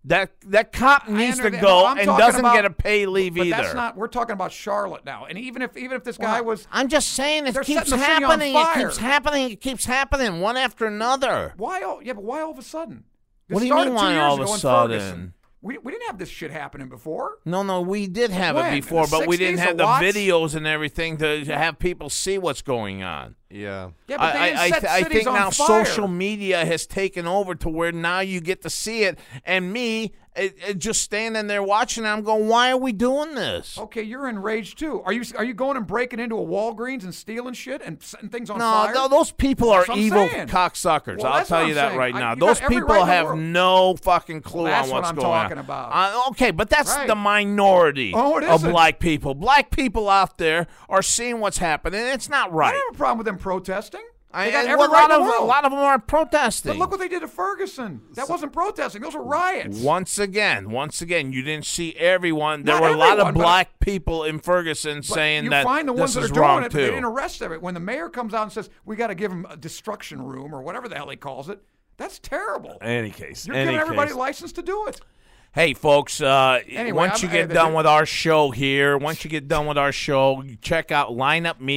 [SPEAKER 2] That that cop needs to
[SPEAKER 3] understand.
[SPEAKER 2] go
[SPEAKER 3] No, I'm
[SPEAKER 2] and
[SPEAKER 3] talking
[SPEAKER 2] doesn't
[SPEAKER 3] about-
[SPEAKER 2] get a pay leave
[SPEAKER 3] but
[SPEAKER 2] either.
[SPEAKER 3] that's not. We're talking about Charlotte now, and even if even if this guy was,
[SPEAKER 2] I'm just saying it
[SPEAKER 3] They're
[SPEAKER 2] keeps
[SPEAKER 3] setting the city on
[SPEAKER 2] happening. It keeps
[SPEAKER 3] fire.
[SPEAKER 2] happening. It keeps happening one after another.
[SPEAKER 3] why? All, yeah, but why all of a sudden? This
[SPEAKER 2] What do you
[SPEAKER 3] started
[SPEAKER 2] mean,
[SPEAKER 3] two
[SPEAKER 2] why
[SPEAKER 3] years
[SPEAKER 2] all of a
[SPEAKER 3] ago in
[SPEAKER 2] sudden?
[SPEAKER 3] Ferguson. We, we didn't have this shit happening before.
[SPEAKER 2] No, no, we did have
[SPEAKER 3] When?
[SPEAKER 2] it
[SPEAKER 3] In
[SPEAKER 2] before,
[SPEAKER 3] the
[SPEAKER 2] but we didn't
[SPEAKER 3] 60s,
[SPEAKER 2] have
[SPEAKER 3] the
[SPEAKER 2] the
[SPEAKER 3] Watts?
[SPEAKER 2] videos and everything to have people see what's going on.
[SPEAKER 4] Yeah.
[SPEAKER 3] Yeah, but they
[SPEAKER 2] I,
[SPEAKER 3] didn't
[SPEAKER 2] I, I,
[SPEAKER 3] set
[SPEAKER 2] th- I
[SPEAKER 3] cities
[SPEAKER 2] think
[SPEAKER 3] on
[SPEAKER 2] now
[SPEAKER 3] fire.
[SPEAKER 2] social media has taken over to where now you get to see it, and me it, it just standing there watching. I'm going, why are we doing this?
[SPEAKER 3] Okay, you're enraged too. Are you are you going and breaking into a Walgreens and stealing shit and setting things on
[SPEAKER 2] No,
[SPEAKER 3] fire?
[SPEAKER 2] th- those people are
[SPEAKER 3] That's what I'm
[SPEAKER 2] evil
[SPEAKER 3] saying.
[SPEAKER 2] cocksuckers.
[SPEAKER 3] Well,
[SPEAKER 2] I'll
[SPEAKER 3] that's
[SPEAKER 2] tell
[SPEAKER 3] what
[SPEAKER 2] you
[SPEAKER 3] I'm
[SPEAKER 2] that
[SPEAKER 3] saying.
[SPEAKER 2] right
[SPEAKER 3] I-
[SPEAKER 2] now.
[SPEAKER 3] you got
[SPEAKER 2] Those
[SPEAKER 3] every
[SPEAKER 2] people
[SPEAKER 3] right in the
[SPEAKER 2] have
[SPEAKER 3] world.
[SPEAKER 2] no fucking clue
[SPEAKER 3] That's
[SPEAKER 2] on
[SPEAKER 3] what
[SPEAKER 2] what's
[SPEAKER 3] I'm
[SPEAKER 2] going
[SPEAKER 3] talking
[SPEAKER 2] on.
[SPEAKER 3] about.
[SPEAKER 2] Uh, okay, but that's
[SPEAKER 3] Right.
[SPEAKER 2] the minority
[SPEAKER 3] Oh, it
[SPEAKER 2] of
[SPEAKER 3] isn't.
[SPEAKER 2] black people. Black people out there are seeing what's happening. It's not
[SPEAKER 3] I
[SPEAKER 2] right.
[SPEAKER 3] don't have a problem with them protesting.
[SPEAKER 2] I-
[SPEAKER 3] They got
[SPEAKER 2] and
[SPEAKER 3] every
[SPEAKER 2] a
[SPEAKER 3] right
[SPEAKER 2] lot
[SPEAKER 3] in
[SPEAKER 2] of
[SPEAKER 3] the world.
[SPEAKER 2] a lot of them are protesting.
[SPEAKER 3] But look what they did to Ferguson. That wasn't protesting. Those were riots.
[SPEAKER 2] Once again, once again, you didn't see everyone. There
[SPEAKER 3] Not
[SPEAKER 2] were a lot
[SPEAKER 3] everyone,
[SPEAKER 2] of
[SPEAKER 3] but-
[SPEAKER 2] black people in Ferguson
[SPEAKER 3] But
[SPEAKER 2] saying
[SPEAKER 3] you
[SPEAKER 2] that
[SPEAKER 3] find the
[SPEAKER 2] this
[SPEAKER 3] ones that
[SPEAKER 2] is
[SPEAKER 3] are doing
[SPEAKER 2] wrong
[SPEAKER 3] it, but they
[SPEAKER 2] too.
[SPEAKER 3] didn't arrest them. When the mayor comes out and says we got to give them a destruction room or whatever the hell he calls it, that's terrible.
[SPEAKER 2] any case,
[SPEAKER 3] You're
[SPEAKER 2] any
[SPEAKER 3] giving everybody
[SPEAKER 2] case.
[SPEAKER 3] license to do it.
[SPEAKER 2] Hey, folks, uh,
[SPEAKER 3] Anyway,
[SPEAKER 2] once you
[SPEAKER 3] I'm-
[SPEAKER 2] get
[SPEAKER 3] I-
[SPEAKER 2] done with our show here, once you get done with our show, you check out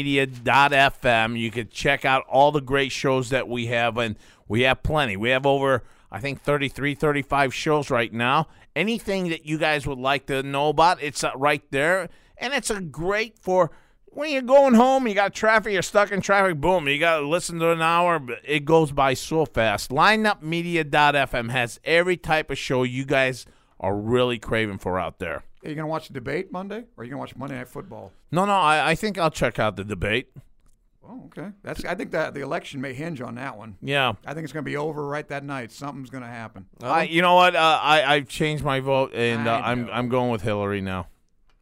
[SPEAKER 2] lineupmedia.fm. You can check out all the great shows that we have, and we have plenty. We have over, I think, 33, 35 shows right now. Anything that you guys would like to know about, it's uh, right there. And it's a great for when you're going home, you got traffic, you're stuck in traffic, boom, you got to listen to an hour. but It goes by so fast. Lineupmedia.fm has every type of show you guys are really craving for out there.
[SPEAKER 3] Are you going to watch the debate Monday, or are you going to watch Monday Night Football?
[SPEAKER 2] No, no, I, I think I'll check out the debate.
[SPEAKER 3] Oh, okay. That's. I think that the election may hinge on that one.
[SPEAKER 2] Yeah.
[SPEAKER 3] I think it's going to be over right that night. Something's going to happen.
[SPEAKER 2] I, you know what? Uh, I, I've changed my vote, and uh,
[SPEAKER 3] I
[SPEAKER 2] I'm,
[SPEAKER 3] know.
[SPEAKER 2] I'm going with Hillary now.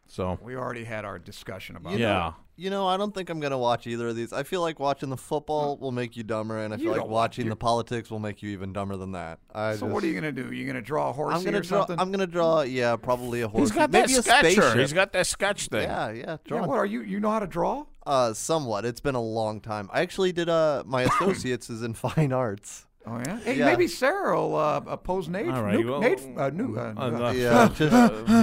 [SPEAKER 2] So,
[SPEAKER 3] We already had our discussion about
[SPEAKER 2] yeah.
[SPEAKER 4] You know, I don't think I'm gonna watch either of these. I feel like watching the football will make you dumber, and I feel like
[SPEAKER 3] don't want
[SPEAKER 4] watching the politics will make you even dumber than that. I
[SPEAKER 3] that. So
[SPEAKER 4] just,
[SPEAKER 3] what are you going to do? You going to draw a horse
[SPEAKER 4] I'm gonna
[SPEAKER 3] or
[SPEAKER 4] draw.
[SPEAKER 3] something?
[SPEAKER 4] I'm gonna draw. Yeah, probably a horse.
[SPEAKER 2] He's got
[SPEAKER 4] maybe
[SPEAKER 2] that
[SPEAKER 4] a
[SPEAKER 2] sketcher.
[SPEAKER 4] spaceship.
[SPEAKER 2] He's got that sketch thing.
[SPEAKER 4] yeah, yeah,
[SPEAKER 3] yeah,
[SPEAKER 4] drawing.
[SPEAKER 3] what are you? You know how to draw?
[SPEAKER 4] uh, somewhat. It's been a long time. I actually did. Uh, my associates is in fine arts.
[SPEAKER 3] Oh yeah. Hey,
[SPEAKER 4] Yeah.
[SPEAKER 3] maybe Sarah will uh, oppose Nate.
[SPEAKER 2] All right,
[SPEAKER 3] Nuke-
[SPEAKER 2] well,
[SPEAKER 3] Nate uh, Nu- uh,
[SPEAKER 2] Uh,
[SPEAKER 3] Nu-
[SPEAKER 2] uh,
[SPEAKER 4] Yeah,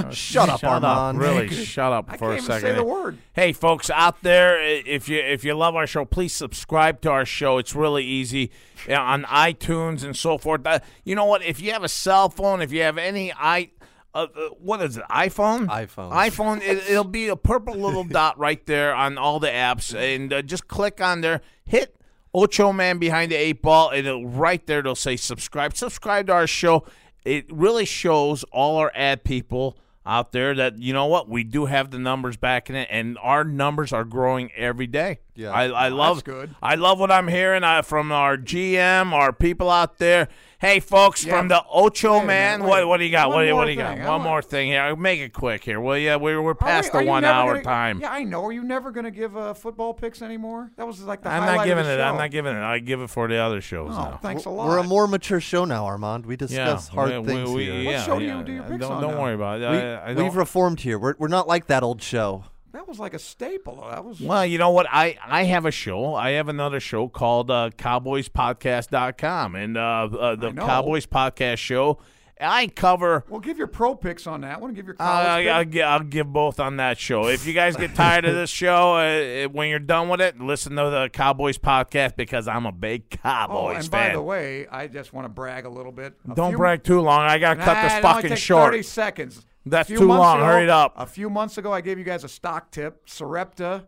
[SPEAKER 4] just shut up, Armand.
[SPEAKER 2] Really, shut up
[SPEAKER 3] I
[SPEAKER 2] for
[SPEAKER 3] can't
[SPEAKER 2] a
[SPEAKER 3] even
[SPEAKER 2] second.
[SPEAKER 3] say the word.
[SPEAKER 2] Hey, folks out there, i- if you if you love our show, please subscribe to our show. It's really easy yeah, on iTunes and so forth. Uh, you know what? If you have a cell phone, if you have any i. Uh, uh, what is it? iPhone.
[SPEAKER 4] iPhone.
[SPEAKER 2] iPhone. It, it'll be a purple little dot right there on all the apps, and uh, just click on there. Hit Ocho Man behind the eight ball, and it'll, right there it'll say subscribe. Subscribe to our show. It really shows all our ad people out there that you know what we do have the numbers backing it, and our numbers are growing every day.
[SPEAKER 4] Yeah.
[SPEAKER 2] I, I love
[SPEAKER 3] good.
[SPEAKER 2] I love what I'm hearing uh, from our GM, our people out there. Hey, folks,
[SPEAKER 3] Yeah.
[SPEAKER 2] from the Ocho
[SPEAKER 3] minute,
[SPEAKER 2] Man,
[SPEAKER 3] wait a
[SPEAKER 2] what
[SPEAKER 3] minute.
[SPEAKER 2] what do you got?
[SPEAKER 3] One
[SPEAKER 2] What, do you- what
[SPEAKER 3] more
[SPEAKER 2] do you got?
[SPEAKER 3] thing. I
[SPEAKER 2] One
[SPEAKER 3] want-
[SPEAKER 2] more thing here. Make it quick here, will you? We're we're
[SPEAKER 3] Are we-
[SPEAKER 2] past
[SPEAKER 3] are
[SPEAKER 2] the
[SPEAKER 3] you
[SPEAKER 2] one
[SPEAKER 3] never
[SPEAKER 2] hour
[SPEAKER 3] gonna-
[SPEAKER 2] time.
[SPEAKER 3] Yeah, I know. Are you never going to give uh, football picks anymore? That was like the
[SPEAKER 2] I'm
[SPEAKER 3] highlight
[SPEAKER 2] not
[SPEAKER 3] of
[SPEAKER 2] giving
[SPEAKER 3] the
[SPEAKER 2] it. I'm
[SPEAKER 3] show.
[SPEAKER 2] not giving it. I give it for the other shows
[SPEAKER 3] Oh,
[SPEAKER 2] now.
[SPEAKER 3] thanks a lot.
[SPEAKER 4] We're a more mature show now, Armand. We discuss
[SPEAKER 2] yeah,
[SPEAKER 4] hard
[SPEAKER 2] we- we-
[SPEAKER 4] things
[SPEAKER 2] we-
[SPEAKER 4] here.
[SPEAKER 2] yeah,
[SPEAKER 3] show do
[SPEAKER 2] yeah,
[SPEAKER 3] you do your
[SPEAKER 2] yeah.
[SPEAKER 3] picks
[SPEAKER 2] Don't,
[SPEAKER 3] on
[SPEAKER 2] don't
[SPEAKER 3] now?
[SPEAKER 2] worry about it.
[SPEAKER 4] We,
[SPEAKER 2] I, I
[SPEAKER 4] have
[SPEAKER 2] don't-
[SPEAKER 4] reformed here. We're, we're not like that old show.
[SPEAKER 3] that was like a staple. That was
[SPEAKER 2] Well, you know what? I, I have a show. I have another show called uh, CowboysPodcast.com. And uh, uh, the
[SPEAKER 3] I know.
[SPEAKER 2] Cowboys Podcast Show, I cover.
[SPEAKER 3] Well, give your pro picks on that one. Give your college.
[SPEAKER 2] I'll, I'll,
[SPEAKER 3] pick.
[SPEAKER 2] gi- I'll give both on that show. If you guys get tired of this show, uh, uh, when you're done with it, listen to the Cowboys podcast because I'm a big
[SPEAKER 3] oh,
[SPEAKER 2] Cowboys
[SPEAKER 3] and
[SPEAKER 2] fan.
[SPEAKER 3] by the way, I just want to brag a little bit. A
[SPEAKER 2] Don't
[SPEAKER 3] few-
[SPEAKER 2] brag too long. I gotta cut
[SPEAKER 3] Nah,
[SPEAKER 2] this
[SPEAKER 3] it only
[SPEAKER 2] fucking
[SPEAKER 3] takes
[SPEAKER 2] short.
[SPEAKER 3] Thirty seconds.
[SPEAKER 2] That's
[SPEAKER 3] A few
[SPEAKER 2] too
[SPEAKER 3] months
[SPEAKER 2] long.
[SPEAKER 3] ago-
[SPEAKER 2] Hurry it up.
[SPEAKER 3] A few months ago, I gave you guys a stock tip, Sarepta.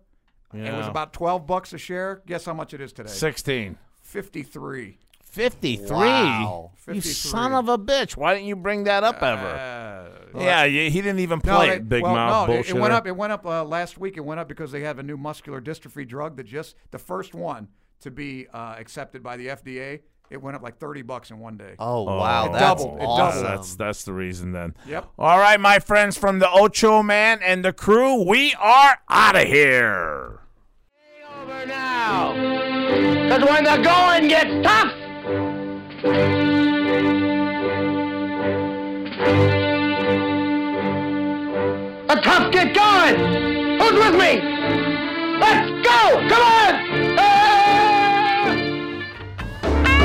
[SPEAKER 3] It was
[SPEAKER 2] Yeah.
[SPEAKER 3] about twelve bucks a share. Guess how much it is today?
[SPEAKER 2] Sixteen.
[SPEAKER 3] Fifty-three.
[SPEAKER 2] 53.
[SPEAKER 4] Wow.
[SPEAKER 2] You
[SPEAKER 3] 53.
[SPEAKER 2] son of a bitch. Why didn't you bring that up ever?
[SPEAKER 3] Uh,
[SPEAKER 2] yeah, you, he didn't even
[SPEAKER 3] no,
[SPEAKER 2] play
[SPEAKER 3] they-
[SPEAKER 2] it, big
[SPEAKER 3] well,
[SPEAKER 2] mouth
[SPEAKER 3] no, it-
[SPEAKER 2] bullshit.
[SPEAKER 3] It went up. It went up uh, last week. It went up because they have a new muscular dystrophy drug that just the first one to be uh, accepted by the FDA. It went up like thirty bucks in one day.
[SPEAKER 4] Oh, wow.
[SPEAKER 2] It
[SPEAKER 4] That's
[SPEAKER 3] doubled. It
[SPEAKER 4] awesome.
[SPEAKER 3] doubled.
[SPEAKER 2] That's that's the reason then.
[SPEAKER 3] Yep.
[SPEAKER 2] All right, my friends from the Ocho Man and the crew, we are out of here.
[SPEAKER 5] over now. Because when the going gets tough, the tough get going. Who's with me? Let's go! Come on! Ah!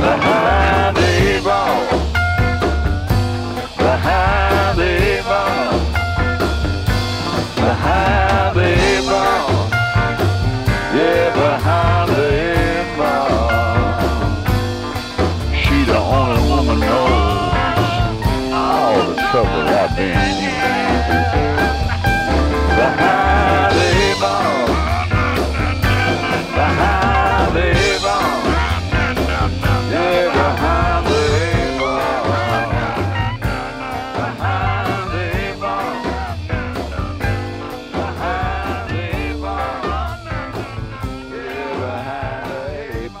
[SPEAKER 1] Behind the eight ball. Behind the eight ball. Behind the eight ball. Yeah, behind the eight ball. She the only woman knows all the trouble I've been in. Behind the eight ball. Behind the eight ball. Yeah, behind the eight ball. Behind the eight ball. Behind the eight ball. Yeah, behind the eight ball.